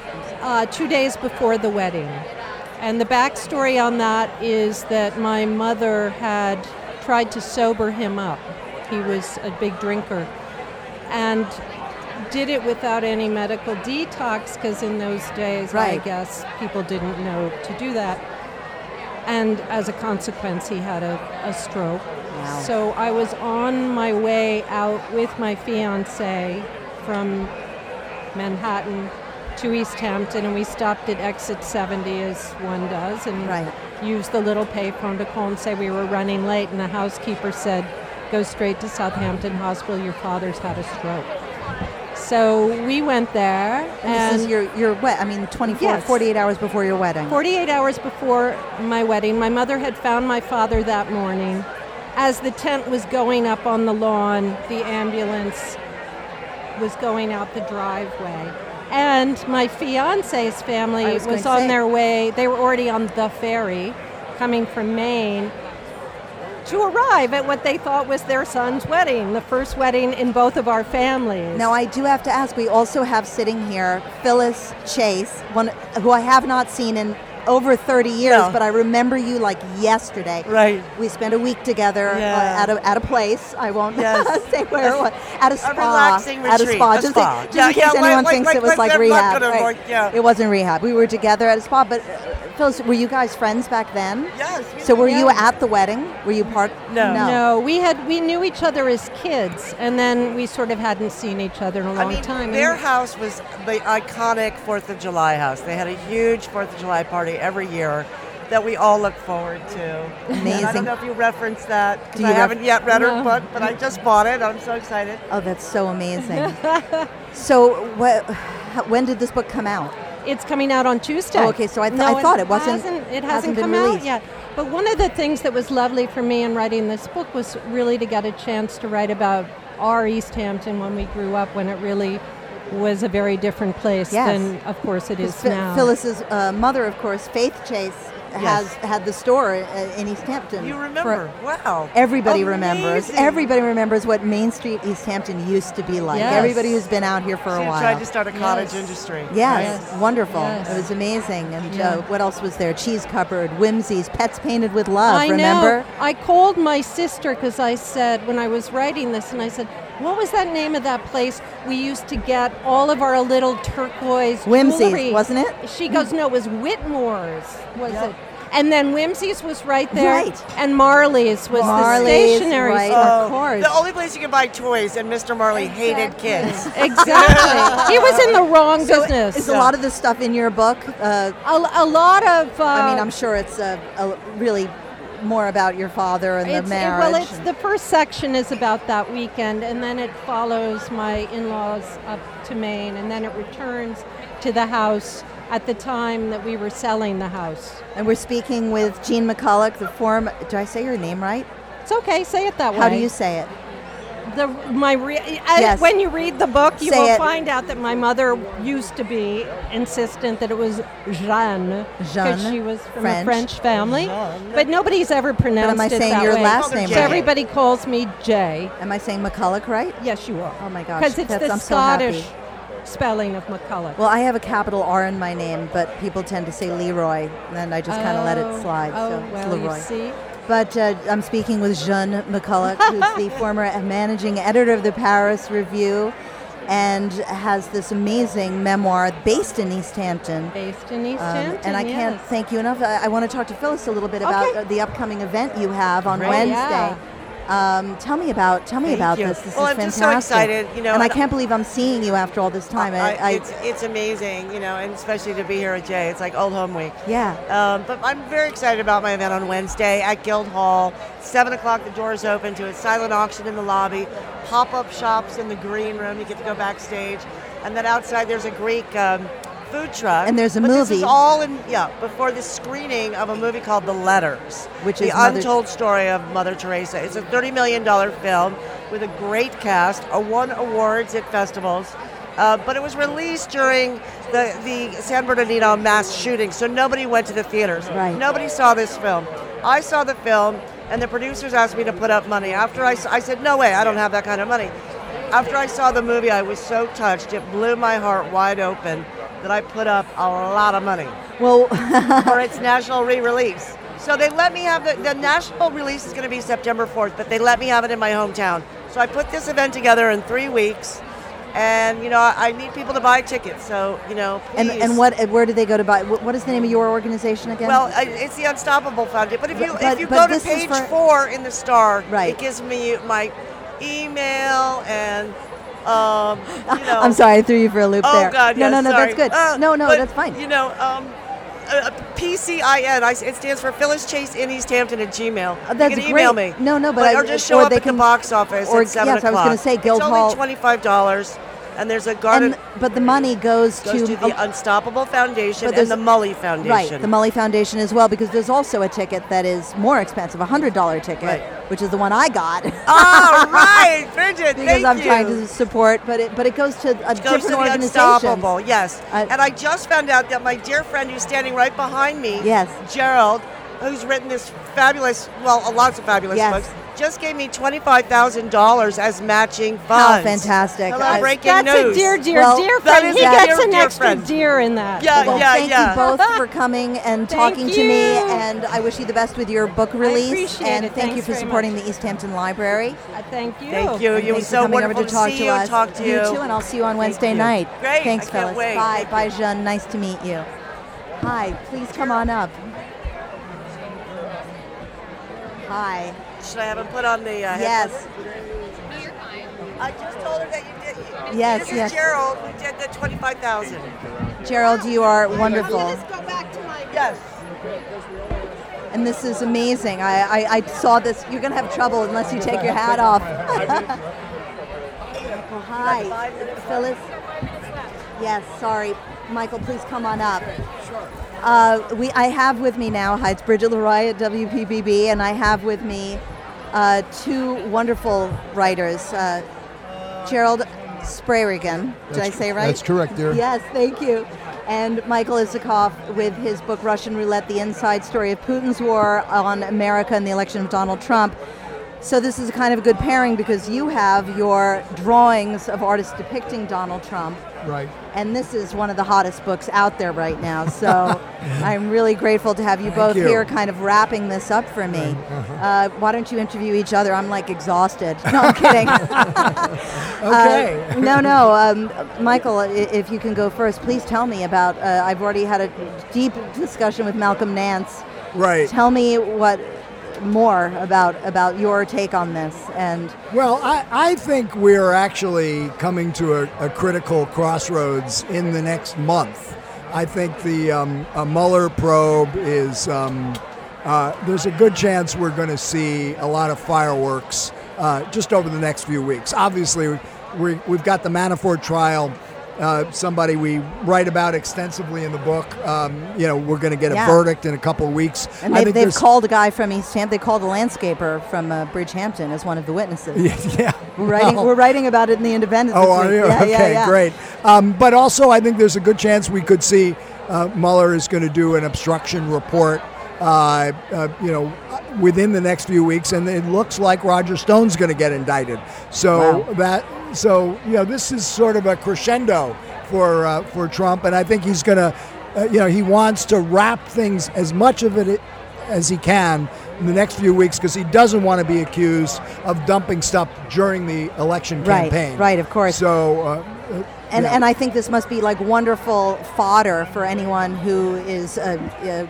[SPEAKER 35] Uh, two days before the wedding, and the backstory on that is that my mother had tried to sober him up. He was a big drinker, and did it without any medical detox because in those days,
[SPEAKER 1] Right.
[SPEAKER 35] I guess people didn't know to do that and as a consequence, he had a, a stroke.
[SPEAKER 1] Wow.
[SPEAKER 35] So I was on my way out with my fiance from Manhattan to East Hampton, and we stopped at exit 70 as one does, and used the little payphone to call and say we were running late, and the housekeeper said, "Go straight to Southampton Hospital. Your father's had a stroke." So we went there,
[SPEAKER 1] And
[SPEAKER 35] and
[SPEAKER 1] this is your, your wed- I mean, 24,
[SPEAKER 35] Yes.
[SPEAKER 1] 48 hours before your wedding.
[SPEAKER 35] 48 hours before my wedding, my mother had found my father that morning. As the tent was going up on the lawn, the ambulance was going out the driveway. And my fiance's family
[SPEAKER 34] I was
[SPEAKER 35] was,
[SPEAKER 34] going to
[SPEAKER 35] on
[SPEAKER 34] say.
[SPEAKER 35] their way, they were already on the ferry coming from Maine to arrive at what they thought was their son's wedding, the first wedding in both of our families.
[SPEAKER 1] Now, I do have to ask, we also have sitting here Phyllis Chase, one who I have not seen in over 30 years,
[SPEAKER 36] No.
[SPEAKER 1] but I remember you like yesterday. Right. We spent a week together uh,
[SPEAKER 36] Yeah.
[SPEAKER 1] at, a, at a place. I won't
[SPEAKER 36] Yes.
[SPEAKER 1] say where it was. At a spa.
[SPEAKER 36] relaxing
[SPEAKER 1] At a
[SPEAKER 36] retreat,
[SPEAKER 1] spa.
[SPEAKER 36] a
[SPEAKER 1] just
[SPEAKER 36] spa.
[SPEAKER 1] in, just
[SPEAKER 36] Yeah,
[SPEAKER 1] in case
[SPEAKER 36] yeah,
[SPEAKER 1] anyone
[SPEAKER 36] like-
[SPEAKER 1] thinks
[SPEAKER 36] like-
[SPEAKER 1] it
[SPEAKER 36] like
[SPEAKER 1] was like,
[SPEAKER 36] they're not
[SPEAKER 1] rehab.
[SPEAKER 36] gonna
[SPEAKER 1] right.
[SPEAKER 36] work, yeah.
[SPEAKER 1] It wasn't rehab. We were together at a spa, but uh, Phyllis, were you guys friends back then? Yes. So were you at the wedding? Were you part?
[SPEAKER 35] No. we had we knew each other as kids, and then we sort of hadn't seen each other in a long
[SPEAKER 36] I mean,
[SPEAKER 35] time.
[SPEAKER 36] Their
[SPEAKER 35] And-
[SPEAKER 36] house was the iconic Fourth of July house. They had a huge Fourth of July party every year that we all look forward to. Amazing. I
[SPEAKER 1] Amazing.
[SPEAKER 36] don't know if you referenced that because
[SPEAKER 1] Do
[SPEAKER 36] I
[SPEAKER 1] you ref-
[SPEAKER 36] haven't yet read
[SPEAKER 1] No.
[SPEAKER 36] her book, but I just bought it. I'm so excited.
[SPEAKER 1] Oh, that's so amazing. so, what, how- when did this book come out?
[SPEAKER 35] It's coming out on Tuesday.
[SPEAKER 1] Oh, okay, so I, th- I thought it wasn't.
[SPEAKER 35] Hasn't, it hasn't,
[SPEAKER 1] hasn't been
[SPEAKER 35] come
[SPEAKER 1] released.
[SPEAKER 35] out yet. But one of the things that was lovely for me in writing this book was really to get a chance to write about our East Hampton when we grew up, when it really was a very different place
[SPEAKER 1] Yes.
[SPEAKER 35] than, of course, it is
[SPEAKER 1] Phil-
[SPEAKER 35] now.
[SPEAKER 1] Phyllis's uh, mother, of course, Faith Chase, has
[SPEAKER 36] Yes.
[SPEAKER 1] had the store uh, in East Hampton.
[SPEAKER 36] You
[SPEAKER 1] for-
[SPEAKER 36] remember? wow.
[SPEAKER 1] Everybody remembers.
[SPEAKER 36] Amazing.
[SPEAKER 1] Everybody remembers what Main Street East Hampton used to be like.
[SPEAKER 36] Yes.
[SPEAKER 1] Everybody who's been out here
[SPEAKER 36] She
[SPEAKER 1] for a
[SPEAKER 36] had
[SPEAKER 1] while.
[SPEAKER 36] tried to start a cottage industry.
[SPEAKER 1] Yes,
[SPEAKER 36] Right.
[SPEAKER 1] wonderful.
[SPEAKER 36] Yes.
[SPEAKER 1] It was amazing. And
[SPEAKER 36] Yeah.
[SPEAKER 1] uh, what else was there? Cheese cupboard, whimsies, pets painted with love.
[SPEAKER 35] I
[SPEAKER 1] remember?
[SPEAKER 35] know. I called my sister because I said when I was writing this, and I said, "What was that name of that place we used to get all of our little turquoise
[SPEAKER 1] Whimsy's,
[SPEAKER 35] jewelry?"
[SPEAKER 1] wasn't it?
[SPEAKER 35] She goes, "No, it was Whitmore's." Was it? And then Whimsy's was right there,
[SPEAKER 36] Right.
[SPEAKER 35] and Marley's was
[SPEAKER 36] Marley's,
[SPEAKER 35] the stationery store.
[SPEAKER 36] Oh,
[SPEAKER 35] Of course,
[SPEAKER 36] The only place you could buy toys, and Mr. Marley hated kids.
[SPEAKER 35] exactly. he was in the wrong
[SPEAKER 1] So
[SPEAKER 35] business.
[SPEAKER 1] Is a lot of this stuff in your book? Uh,
[SPEAKER 35] a, lot of. Uh,
[SPEAKER 1] I mean, I'm sure it's uh a really more about your father and the
[SPEAKER 35] It's- it-
[SPEAKER 1] marriage.
[SPEAKER 35] well, it's the first section is about that weekend, and then it follows my in-laws up to Maine, and then it returns to the house at the time that we were selling the house.
[SPEAKER 1] and we're speaking with Jean McCulloch, the form. Do I say your name right?
[SPEAKER 35] It's okay. Say it that
[SPEAKER 1] How do
[SPEAKER 35] way.
[SPEAKER 1] you say it?
[SPEAKER 35] The my re- I-
[SPEAKER 1] Yes.
[SPEAKER 35] when you read the book, you
[SPEAKER 1] Say
[SPEAKER 35] will
[SPEAKER 1] it.
[SPEAKER 35] find out that my mother used to be insistent that it was Jeanne because
[SPEAKER 1] Jeanne,
[SPEAKER 35] she was from
[SPEAKER 1] French.
[SPEAKER 35] a French family, but nobody's ever pronounced
[SPEAKER 1] I
[SPEAKER 35] it
[SPEAKER 1] saying
[SPEAKER 35] that
[SPEAKER 1] your
[SPEAKER 35] way.
[SPEAKER 1] last name
[SPEAKER 35] So
[SPEAKER 1] right?
[SPEAKER 35] everybody calls me Jay.
[SPEAKER 1] Am I saying McCulloch right?
[SPEAKER 35] Yes, you are.
[SPEAKER 1] Oh my gosh!
[SPEAKER 35] because it's
[SPEAKER 1] that's-
[SPEAKER 35] the
[SPEAKER 1] I'm so happy.
[SPEAKER 35] Scottish spelling of McCulloch.
[SPEAKER 1] Well, I have a capital R in my name, but people tend to say Leroy, and I just kind of let
[SPEAKER 35] Oh,
[SPEAKER 1] it slide. so
[SPEAKER 35] oh,
[SPEAKER 1] it's
[SPEAKER 35] well, you
[SPEAKER 1] Leroy.
[SPEAKER 35] see.
[SPEAKER 1] But uh, I'm speaking with Jean McCulloch, who's the former managing editor of the Paris Review and has this amazing memoir based in East Hampton.
[SPEAKER 35] Based in East
[SPEAKER 1] Um,
[SPEAKER 35] Hampton,
[SPEAKER 1] and I can't
[SPEAKER 35] yes.
[SPEAKER 1] thank you enough. I, I want to talk to Phyllis a little bit about uh, the upcoming event you have on
[SPEAKER 35] Great.
[SPEAKER 1] Wednesday.
[SPEAKER 35] Yeah.
[SPEAKER 1] Um, tell me about tell me
[SPEAKER 36] Thank
[SPEAKER 1] about
[SPEAKER 36] you.
[SPEAKER 1] this. This
[SPEAKER 36] Well,
[SPEAKER 1] is
[SPEAKER 36] I'm just
[SPEAKER 1] fantastic.
[SPEAKER 36] so excited, you know,
[SPEAKER 1] and I
[SPEAKER 36] and-
[SPEAKER 1] can't believe I'm seeing you after all this time. I, I,
[SPEAKER 36] it's, it's amazing, you know, and especially to be here at Jay. It's like old home week.
[SPEAKER 1] Yeah.
[SPEAKER 36] Um, but I'm very excited about my event on Wednesday at Guildhall. Seven o'clock, the doors open to a silent auction in the lobby, pop-up shops in the green room. You get to go backstage, and then outside there's a Greek um, food truck.
[SPEAKER 1] And there's a
[SPEAKER 36] but This is
[SPEAKER 1] movie.
[SPEAKER 36] all in yeah before the screening of a movie called The Letters,
[SPEAKER 1] Which
[SPEAKER 36] the
[SPEAKER 1] is Mother-
[SPEAKER 36] untold story of Mother Teresa. It's a thirty million dollar film with a great cast, a won awards at festivals. Uh, but it was released during the, the San Bernardino mass shooting, so nobody went to the theaters.
[SPEAKER 1] Right.
[SPEAKER 36] Nobody saw this film. I saw the film, and the producers asked me to put up money. After I, s- I said, no way, I don't have that kind of money. After I saw the movie, I was so touched. It blew my heart wide open that I put up a lot of money
[SPEAKER 1] well,
[SPEAKER 36] for its national re-release. So they let me have the, the national release is going to be September 4th, but they let me have it in my hometown. So I put this event together in three weeks, and you know I, I need people to buy tickets. So you know,
[SPEAKER 1] and,
[SPEAKER 36] please.
[SPEAKER 1] and what where do they go to buy? What, what is the name of your organization again?
[SPEAKER 36] Well, I, it's the Unstoppable Foundation. But if you
[SPEAKER 1] But- but-
[SPEAKER 36] if you
[SPEAKER 1] but
[SPEAKER 36] go to
[SPEAKER 1] this is
[SPEAKER 36] page
[SPEAKER 1] for-
[SPEAKER 36] four in the star,
[SPEAKER 1] Right.
[SPEAKER 36] it gives me my email and um, you know.
[SPEAKER 1] I'm sorry, I threw you for a loop
[SPEAKER 36] oh
[SPEAKER 1] there.
[SPEAKER 36] God,
[SPEAKER 1] no,
[SPEAKER 36] yes,
[SPEAKER 1] no, no,
[SPEAKER 36] sorry.
[SPEAKER 1] that's good.
[SPEAKER 36] Uh,
[SPEAKER 1] no, no,
[SPEAKER 36] but,
[SPEAKER 1] that's fine.
[SPEAKER 36] You know, um, uh, PCIN. I, it stands for Phyllis Chase in East Hampton at Gmail.
[SPEAKER 1] Uh, that's
[SPEAKER 36] you can email
[SPEAKER 1] great.
[SPEAKER 36] me.
[SPEAKER 1] No, no, but I-
[SPEAKER 36] or just
[SPEAKER 1] or
[SPEAKER 36] show up
[SPEAKER 1] they
[SPEAKER 36] at
[SPEAKER 1] can-
[SPEAKER 36] the box office
[SPEAKER 1] or-
[SPEAKER 36] at seven
[SPEAKER 1] yes, I was
[SPEAKER 36] o'clock.
[SPEAKER 1] gonna say
[SPEAKER 36] It's
[SPEAKER 1] Guildhall-
[SPEAKER 36] only twenty-five dollars, and there's a garden.
[SPEAKER 1] And- but the money goes,
[SPEAKER 36] goes to, the Unstoppable Foundation and
[SPEAKER 1] there's-
[SPEAKER 36] the Mully Foundation.
[SPEAKER 1] Right, the Mully Foundation as well, because there's also a ticket that is more expensive, a hundred dollar ticket, which is the one I got.
[SPEAKER 36] All right, Bridget.
[SPEAKER 1] because
[SPEAKER 36] thank
[SPEAKER 1] I'm
[SPEAKER 36] you.
[SPEAKER 1] trying to support, but it but it goes to
[SPEAKER 36] goes to
[SPEAKER 1] a different
[SPEAKER 36] the
[SPEAKER 1] organization.
[SPEAKER 36] Unstoppable, yes. and I just found out that my dear friend who's standing right behind me,
[SPEAKER 1] Yes.
[SPEAKER 36] Gerald, who's written this fabulous, well, lots of fabulous
[SPEAKER 1] Yes.
[SPEAKER 36] books, just gave me twenty-five thousand dollars as matching funds.
[SPEAKER 1] How fantastic!
[SPEAKER 36] Hello,
[SPEAKER 1] I-
[SPEAKER 36] breaking
[SPEAKER 35] That's a
[SPEAKER 36] news.
[SPEAKER 35] dear, dear, dear friend. He
[SPEAKER 36] that-
[SPEAKER 35] gets an
[SPEAKER 36] dear
[SPEAKER 35] extra
[SPEAKER 36] friend.
[SPEAKER 35] dear in that.
[SPEAKER 36] Yeah,
[SPEAKER 1] well,
[SPEAKER 36] yeah,
[SPEAKER 1] thank
[SPEAKER 36] yeah.
[SPEAKER 1] you both for coming and talking to me,
[SPEAKER 35] you.
[SPEAKER 1] and I wish you the best with your book release.
[SPEAKER 35] appreciate
[SPEAKER 1] and
[SPEAKER 35] it.
[SPEAKER 1] thank you
[SPEAKER 35] Thanks
[SPEAKER 1] for
[SPEAKER 35] very
[SPEAKER 1] supporting the East Hampton Library.
[SPEAKER 35] thank you.
[SPEAKER 36] Thank you.
[SPEAKER 1] And
[SPEAKER 36] You were
[SPEAKER 1] thanks for
[SPEAKER 36] so
[SPEAKER 1] coming
[SPEAKER 36] wonderful
[SPEAKER 1] over to
[SPEAKER 36] to
[SPEAKER 1] talk
[SPEAKER 36] see
[SPEAKER 1] to
[SPEAKER 36] you and
[SPEAKER 1] us.
[SPEAKER 36] talk to
[SPEAKER 1] you.
[SPEAKER 36] you.
[SPEAKER 1] too, and I'll see you on
[SPEAKER 36] Thank
[SPEAKER 1] Wednesday
[SPEAKER 36] you.
[SPEAKER 1] night.
[SPEAKER 36] Great.
[SPEAKER 1] Thanks,
[SPEAKER 36] I can't
[SPEAKER 1] fellas.
[SPEAKER 36] wait.
[SPEAKER 1] Bye,
[SPEAKER 36] Thank
[SPEAKER 1] bye, Jean. Nice to meet you. Hi. Please come on up. Hi.
[SPEAKER 36] Should I have him put on the? Uh,
[SPEAKER 1] Yes.
[SPEAKER 36] headphones? I just told her that you did. You,
[SPEAKER 1] Yes,
[SPEAKER 36] This
[SPEAKER 1] yes.
[SPEAKER 36] is Gerald who did the twenty-five thousand.
[SPEAKER 1] Gerald, you are wonderful.
[SPEAKER 36] go back to my yes.
[SPEAKER 1] And this is amazing. I, I, I saw this. You're going to have trouble unless you take your hat off. Well, hi. Phyllis? Yes, sorry. Michael, please come on up. Uh, we, I have with me now, hi, it's Bridget Leroy at WPBB, and I have with me uh, two wonderful writers, uh, Gerald Sprayrigan. Did I
[SPEAKER 18] That's-
[SPEAKER 1] say right?
[SPEAKER 18] that's correct, dear.
[SPEAKER 1] Yes, thank you. And Michael Isakoff with his book Russian Roulette: The Inside Story of Putin's War on America and the Election of Donald Trump. So this is kind of a good pairing because you have your drawings of artists depicting Donald Trump.
[SPEAKER 18] Right.
[SPEAKER 1] And this is one of the hottest books out there right now. So I'm really grateful to have you both
[SPEAKER 18] you. uh-huh.
[SPEAKER 1] here kind of wrapping this up for me. Uh, why don't you interview each other? I'm like exhausted. No, I'm kidding.
[SPEAKER 18] Okay.
[SPEAKER 1] Uh, no, no. Um, Michael, i- if you can go first, please tell me about. Uh, I've already had a deep discussion with Malcolm Nance.
[SPEAKER 18] Right.
[SPEAKER 1] Tell me what more about about your take on this and
[SPEAKER 18] Well, I, I think we're actually coming to a, a critical crossroads in the next month. I think the um, a Mueller probe is, um, uh, there's a good chance we're going to see a lot of fireworks uh, just over the next few weeks. Obviously, we, we've got the Manafort trial. Uh, somebody we write about extensively in the book. Um, you know, we're going to get
[SPEAKER 1] Yeah.
[SPEAKER 18] a verdict in a couple of weeks.
[SPEAKER 1] and
[SPEAKER 18] I
[SPEAKER 1] they've,
[SPEAKER 18] think
[SPEAKER 1] they've
[SPEAKER 18] there's-
[SPEAKER 1] called a guy from East Hampton. They called a landscaper from uh, Bridgehampton as one of the witnesses.
[SPEAKER 18] yeah.
[SPEAKER 1] We're writing,
[SPEAKER 18] Well-
[SPEAKER 1] we're writing about it in the Independent.
[SPEAKER 18] Oh,
[SPEAKER 1] this
[SPEAKER 18] are
[SPEAKER 1] week.
[SPEAKER 18] you?
[SPEAKER 1] Yeah,
[SPEAKER 18] okay,
[SPEAKER 1] yeah, yeah.
[SPEAKER 18] great. Um, but also, I think there's a good chance we could see uh, Mueller is going to do an obstruction report. Uh, uh, you know, within the next few weeks, and it looks like Roger Stone's going to get indicted. So
[SPEAKER 8] Wow.
[SPEAKER 18] that, so you know, this is sort of a crescendo for uh, for Trump, and I think he's going to, uh, you know, he wants to wrap things as much of it as he can in the next few weeks because he doesn't want to be accused of dumping stuff during the election
[SPEAKER 1] Right,
[SPEAKER 18] campaign.
[SPEAKER 1] right, of course.
[SPEAKER 18] So, uh, uh,
[SPEAKER 1] And,
[SPEAKER 18] yeah.
[SPEAKER 1] and I think this must be like wonderful fodder for anyone who is a, a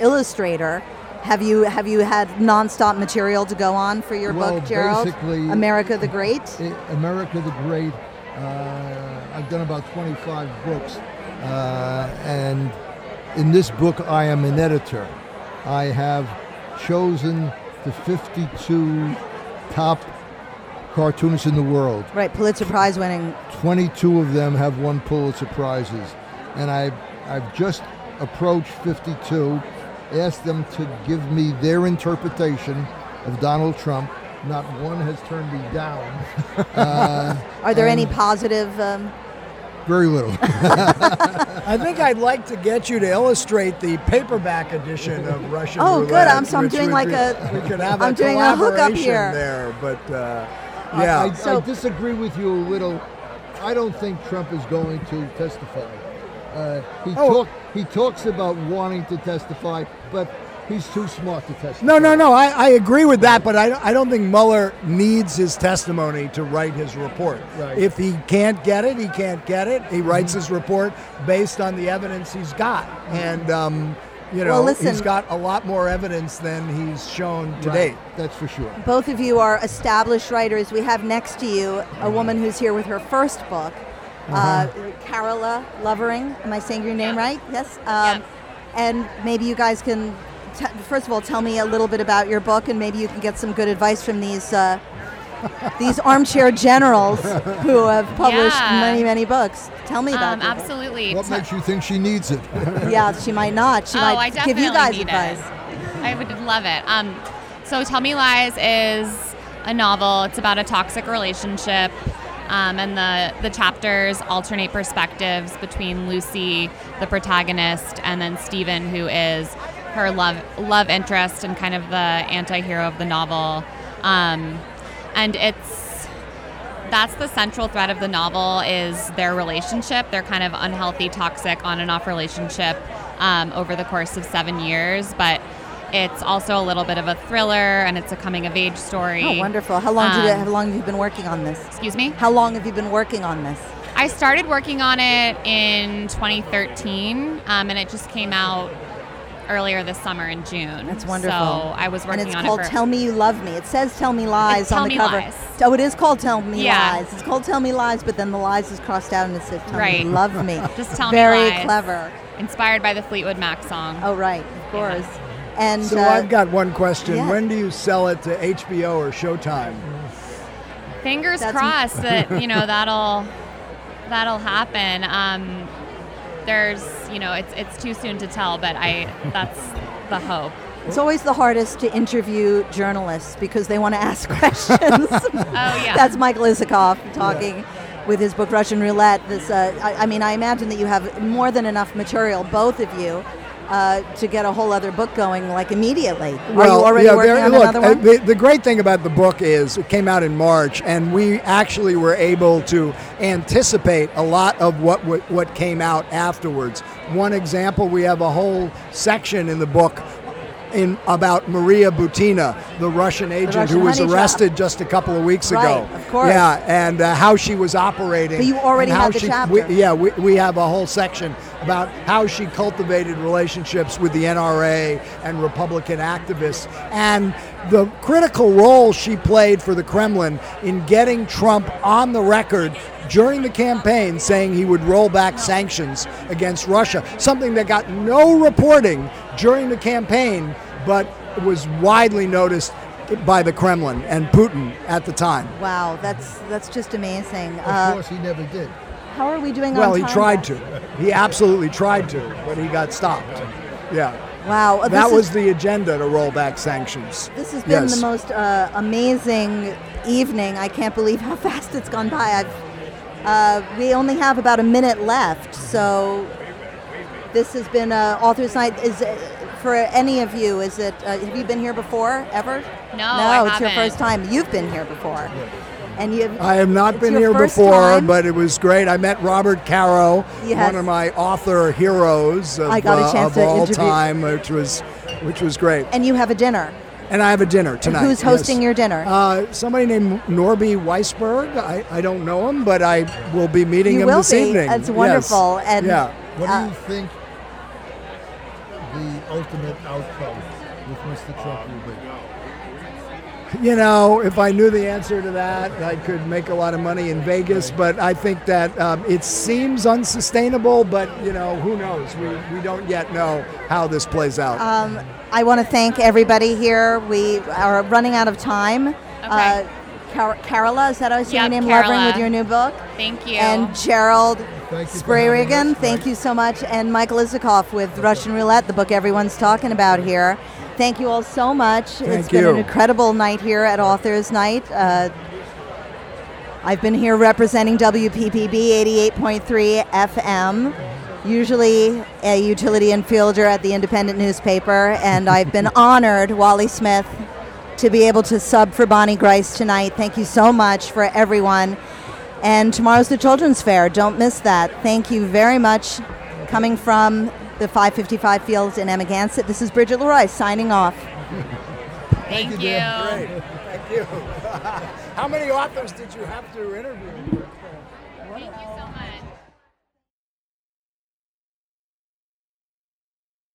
[SPEAKER 1] illustrator Have you have you had nonstop material to go on for your
[SPEAKER 37] well,
[SPEAKER 1] book, Gerald?
[SPEAKER 37] basically,
[SPEAKER 1] America the Great.
[SPEAKER 37] I- America the Great. Uh, I've done about 25 books, uh, and in this book, I am an editor. I have chosen the 52 top cartoonists in the world.
[SPEAKER 1] Right, Pulitzer Prize winning.
[SPEAKER 37] 22 of them have won Pulitzer Prizes, and I've, I've just approached 52, asked them to give me their interpretation of Donald Trump. Not one has turned me down. Uh,
[SPEAKER 1] Are there any
[SPEAKER 37] and
[SPEAKER 1] positive? Um,
[SPEAKER 37] Very little.
[SPEAKER 18] I think I'd like to get you to illustrate the paperback edition of Russian
[SPEAKER 1] Oh, good.
[SPEAKER 18] Roulette,
[SPEAKER 1] I'm- so I'm
[SPEAKER 18] which
[SPEAKER 1] doing
[SPEAKER 18] would
[SPEAKER 1] like
[SPEAKER 18] be-
[SPEAKER 1] a-
[SPEAKER 18] We could have
[SPEAKER 1] I'm
[SPEAKER 18] a
[SPEAKER 1] doing a hookup
[SPEAKER 18] collaboration
[SPEAKER 1] here.
[SPEAKER 18] there, but uh,
[SPEAKER 37] I-
[SPEAKER 18] yeah.
[SPEAKER 37] I, I disagree with you a little. I don't think Trump is going to testify. Uh, he,
[SPEAKER 1] Oh.
[SPEAKER 37] talk, he talks about wanting to testify, but he's too smart to testify.
[SPEAKER 18] no, no, no. I, I agree with that, but I, don't- I don't think Mueller needs his testimony to write his report.
[SPEAKER 37] Right. Mm-hmm.
[SPEAKER 18] If he can't get it, he can't get it. He writes his report based on the evidence he's got,
[SPEAKER 37] Mm-hmm.
[SPEAKER 18] and um, you know
[SPEAKER 1] Well, listen-
[SPEAKER 18] he's got a lot more evidence than he's shown to
[SPEAKER 37] Right.
[SPEAKER 18] date.
[SPEAKER 37] That's for sure.
[SPEAKER 1] both of you are established writers. We have next to you a woman who's here with her first book, uh
[SPEAKER 37] Uh-huh.
[SPEAKER 1] Carola Lovering. Am I saying your name right? Yes. Um, And maybe you guys can, t- first of all, tell me a little bit about your book, and maybe you can get some good advice from these. Uh, these armchair generals who have published
[SPEAKER 37] Yeah.
[SPEAKER 1] many, many books. Tell me about
[SPEAKER 26] Um,
[SPEAKER 1] your book.
[SPEAKER 26] absolutely.
[SPEAKER 37] What
[SPEAKER 26] So-
[SPEAKER 37] makes you think she needs it?
[SPEAKER 1] Yeah, she might not. She
[SPEAKER 26] oh, I
[SPEAKER 1] might give
[SPEAKER 26] definitely
[SPEAKER 1] you guys
[SPEAKER 26] need
[SPEAKER 1] advice.
[SPEAKER 26] It. I would love it. Um, so Tell Me Lies is a novel. It's about a toxic relationship, um, and the the chapters alternate perspectives between Lucy, the protagonist, and then Stephen, who is her love love interest and kind of the anti-hero of the novel. Um, and it's that's the central thread of the novel is their relationship their kind of unhealthy toxic on and off relationship um, over the course of seven years but it's also a little bit of a thriller and it's a coming of age story
[SPEAKER 1] Oh, wonderful! How long did it?
[SPEAKER 26] Um,
[SPEAKER 1] How long have you been working on this? Excuse
[SPEAKER 26] me.
[SPEAKER 1] How long have you been working on this?
[SPEAKER 26] I started working on it in 2013, um, and it just came out earlier this summer in June.
[SPEAKER 1] That's wonderful.
[SPEAKER 26] So I was working
[SPEAKER 1] and it's
[SPEAKER 26] on
[SPEAKER 1] called
[SPEAKER 26] it. for-
[SPEAKER 1] "Tell Me You Love Me." It says "Tell Me Lies"
[SPEAKER 26] It's
[SPEAKER 1] on
[SPEAKER 26] Tell
[SPEAKER 1] the
[SPEAKER 26] Me
[SPEAKER 1] cover.
[SPEAKER 26] Lies.
[SPEAKER 1] Oh, it is called "Tell Me
[SPEAKER 26] Yeah.
[SPEAKER 1] Lies." It's called "Tell Me Lies," but then the lies is crossed out and it says "Tell
[SPEAKER 26] right.
[SPEAKER 1] Me Love Me."
[SPEAKER 26] just tell
[SPEAKER 1] Very
[SPEAKER 26] me.
[SPEAKER 1] Very
[SPEAKER 26] lies.
[SPEAKER 1] clever.
[SPEAKER 26] Inspired by the Fleetwood Mac song.
[SPEAKER 1] Oh, right. Of course. And
[SPEAKER 18] so
[SPEAKER 26] uh,
[SPEAKER 18] I've got one question:
[SPEAKER 26] yeah.
[SPEAKER 18] When do you sell it to HBO or Showtime?
[SPEAKER 37] Mm.
[SPEAKER 26] Fingers
[SPEAKER 18] That's-
[SPEAKER 26] crossed that you know that'll that'll happen. Um, there's you know it's it's too soon to tell, but I that's the hope.
[SPEAKER 1] It's always the hardest to interview journalists because they want to ask questions. oh
[SPEAKER 26] yeah.
[SPEAKER 1] That's Michael Isikoff talking with his book Russian Roulette. This, uh, I, I mean, I imagine that you have more than enough material, both of you. Uh, to get a whole other book going, like immediately. Are you already
[SPEAKER 18] yeah,
[SPEAKER 1] working
[SPEAKER 18] there-
[SPEAKER 1] on
[SPEAKER 18] look,
[SPEAKER 1] another
[SPEAKER 18] uh,
[SPEAKER 1] one?
[SPEAKER 18] The, the great thing about the book is it came out in March, and we actually were able to anticipate a lot of what w- what came out afterwards. One example, we have a whole section in the book. In about Maria Butina, the Russian agent
[SPEAKER 1] Russian
[SPEAKER 18] who was
[SPEAKER 1] honey trap.
[SPEAKER 18] arrested just a couple of weeks ago.
[SPEAKER 1] Right, of course.
[SPEAKER 18] Yeah, and uh, how she was operating.
[SPEAKER 1] But you
[SPEAKER 18] and
[SPEAKER 1] already
[SPEAKER 18] how
[SPEAKER 1] had the
[SPEAKER 18] she-
[SPEAKER 1] chapter.
[SPEAKER 18] we- yeah, we, we have a whole section about how she cultivated relationships with the NRA and Republican activists and the critical role she played for the Kremlin in getting Trump on the record during the campaign saying he would roll back sanctions against Russia, something that got no reporting during the campaign but was widely noticed by the Kremlin and Putin at the time.
[SPEAKER 1] Wow, that's that's just amazing. Uh,
[SPEAKER 37] Of course, he never did.
[SPEAKER 1] How are we doing?
[SPEAKER 18] Well,
[SPEAKER 1] on
[SPEAKER 18] he
[SPEAKER 1] time,
[SPEAKER 18] tried
[SPEAKER 1] guys?
[SPEAKER 18] to. He absolutely tried to, but he got stopped. Yeah.
[SPEAKER 1] Wow, uh,
[SPEAKER 18] That
[SPEAKER 1] this
[SPEAKER 18] was
[SPEAKER 1] is-
[SPEAKER 18] the agenda to roll back sanctions.
[SPEAKER 1] This has been
[SPEAKER 18] Yes.
[SPEAKER 1] the most uh, amazing evening. I can't believe how fast it's gone by. I've, uh, we only have about a minute left, so this has been uh, Authors Night. Is it, for any of you? Is it? Uh, have you been here before ever?
[SPEAKER 26] No,
[SPEAKER 1] no,
[SPEAKER 26] I
[SPEAKER 1] it's your
[SPEAKER 26] haven't.
[SPEAKER 1] first time. You've been here before, and you.
[SPEAKER 18] I have not
[SPEAKER 1] it's
[SPEAKER 18] been
[SPEAKER 1] your
[SPEAKER 18] here
[SPEAKER 1] first
[SPEAKER 18] before,
[SPEAKER 1] time.
[SPEAKER 18] but it was great. I met Robert Caro,
[SPEAKER 1] Yes.
[SPEAKER 18] one of my author heroes of,
[SPEAKER 1] I got a
[SPEAKER 18] uh,
[SPEAKER 1] chance
[SPEAKER 18] of
[SPEAKER 1] to
[SPEAKER 18] all
[SPEAKER 1] interview-
[SPEAKER 18] time, which was which was great.
[SPEAKER 1] And you have a dinner.
[SPEAKER 18] And I have a dinner tonight.
[SPEAKER 1] Who's hosting your dinner?
[SPEAKER 18] Uh, somebody named Norby Weisberg. I, I don't know him, but I will be meeting
[SPEAKER 1] You
[SPEAKER 18] him
[SPEAKER 1] will
[SPEAKER 18] this
[SPEAKER 1] be.
[SPEAKER 18] evening.
[SPEAKER 1] That's
[SPEAKER 18] Yes.
[SPEAKER 1] wonderful, and,
[SPEAKER 18] yeah.
[SPEAKER 37] What
[SPEAKER 1] Uh,
[SPEAKER 37] do you think the ultimate outcome
[SPEAKER 17] with Mr. Trump will be?
[SPEAKER 18] You know, if I knew the answer to that, I could make a lot of money in Vegas. But I think that um, it seems unsustainable. But you know, who knows? We we don't yet know how this plays out.
[SPEAKER 1] Um, I want to thank everybody here. We are running out of time. Okay. Uh, Car- Carola, is that how I say your
[SPEAKER 19] Yep,
[SPEAKER 1] name?
[SPEAKER 19] Carola.
[SPEAKER 1] Lovering with your new book.
[SPEAKER 19] Thank you.
[SPEAKER 1] And Gerald
[SPEAKER 19] Thank you for having
[SPEAKER 1] Sprayrigan,
[SPEAKER 19] us.
[SPEAKER 1] thank you so much. And Michael Isakoff with Russian Roulette, the book everyone's talking about here. Thank you all so much. it's
[SPEAKER 18] Thank
[SPEAKER 1] been an
[SPEAKER 18] you.
[SPEAKER 1] incredible night here at Authors Night. Uh, I've been here representing WPPB 88.3 FM, usually a utility infielder at the independent newspaper, and I've been honored, Wally Smith, to be able to sub for Bonnie Grice tonight. Thank you so much for everyone. And tomorrow's the Children's Fair. Don't miss that. Thank you very much. Coming from the 555 Fields in Amagansett, this is Bridget Leroy signing off.
[SPEAKER 18] Thank, you. dear. Great. Thank you. How many authors did you have to interview? Thank you.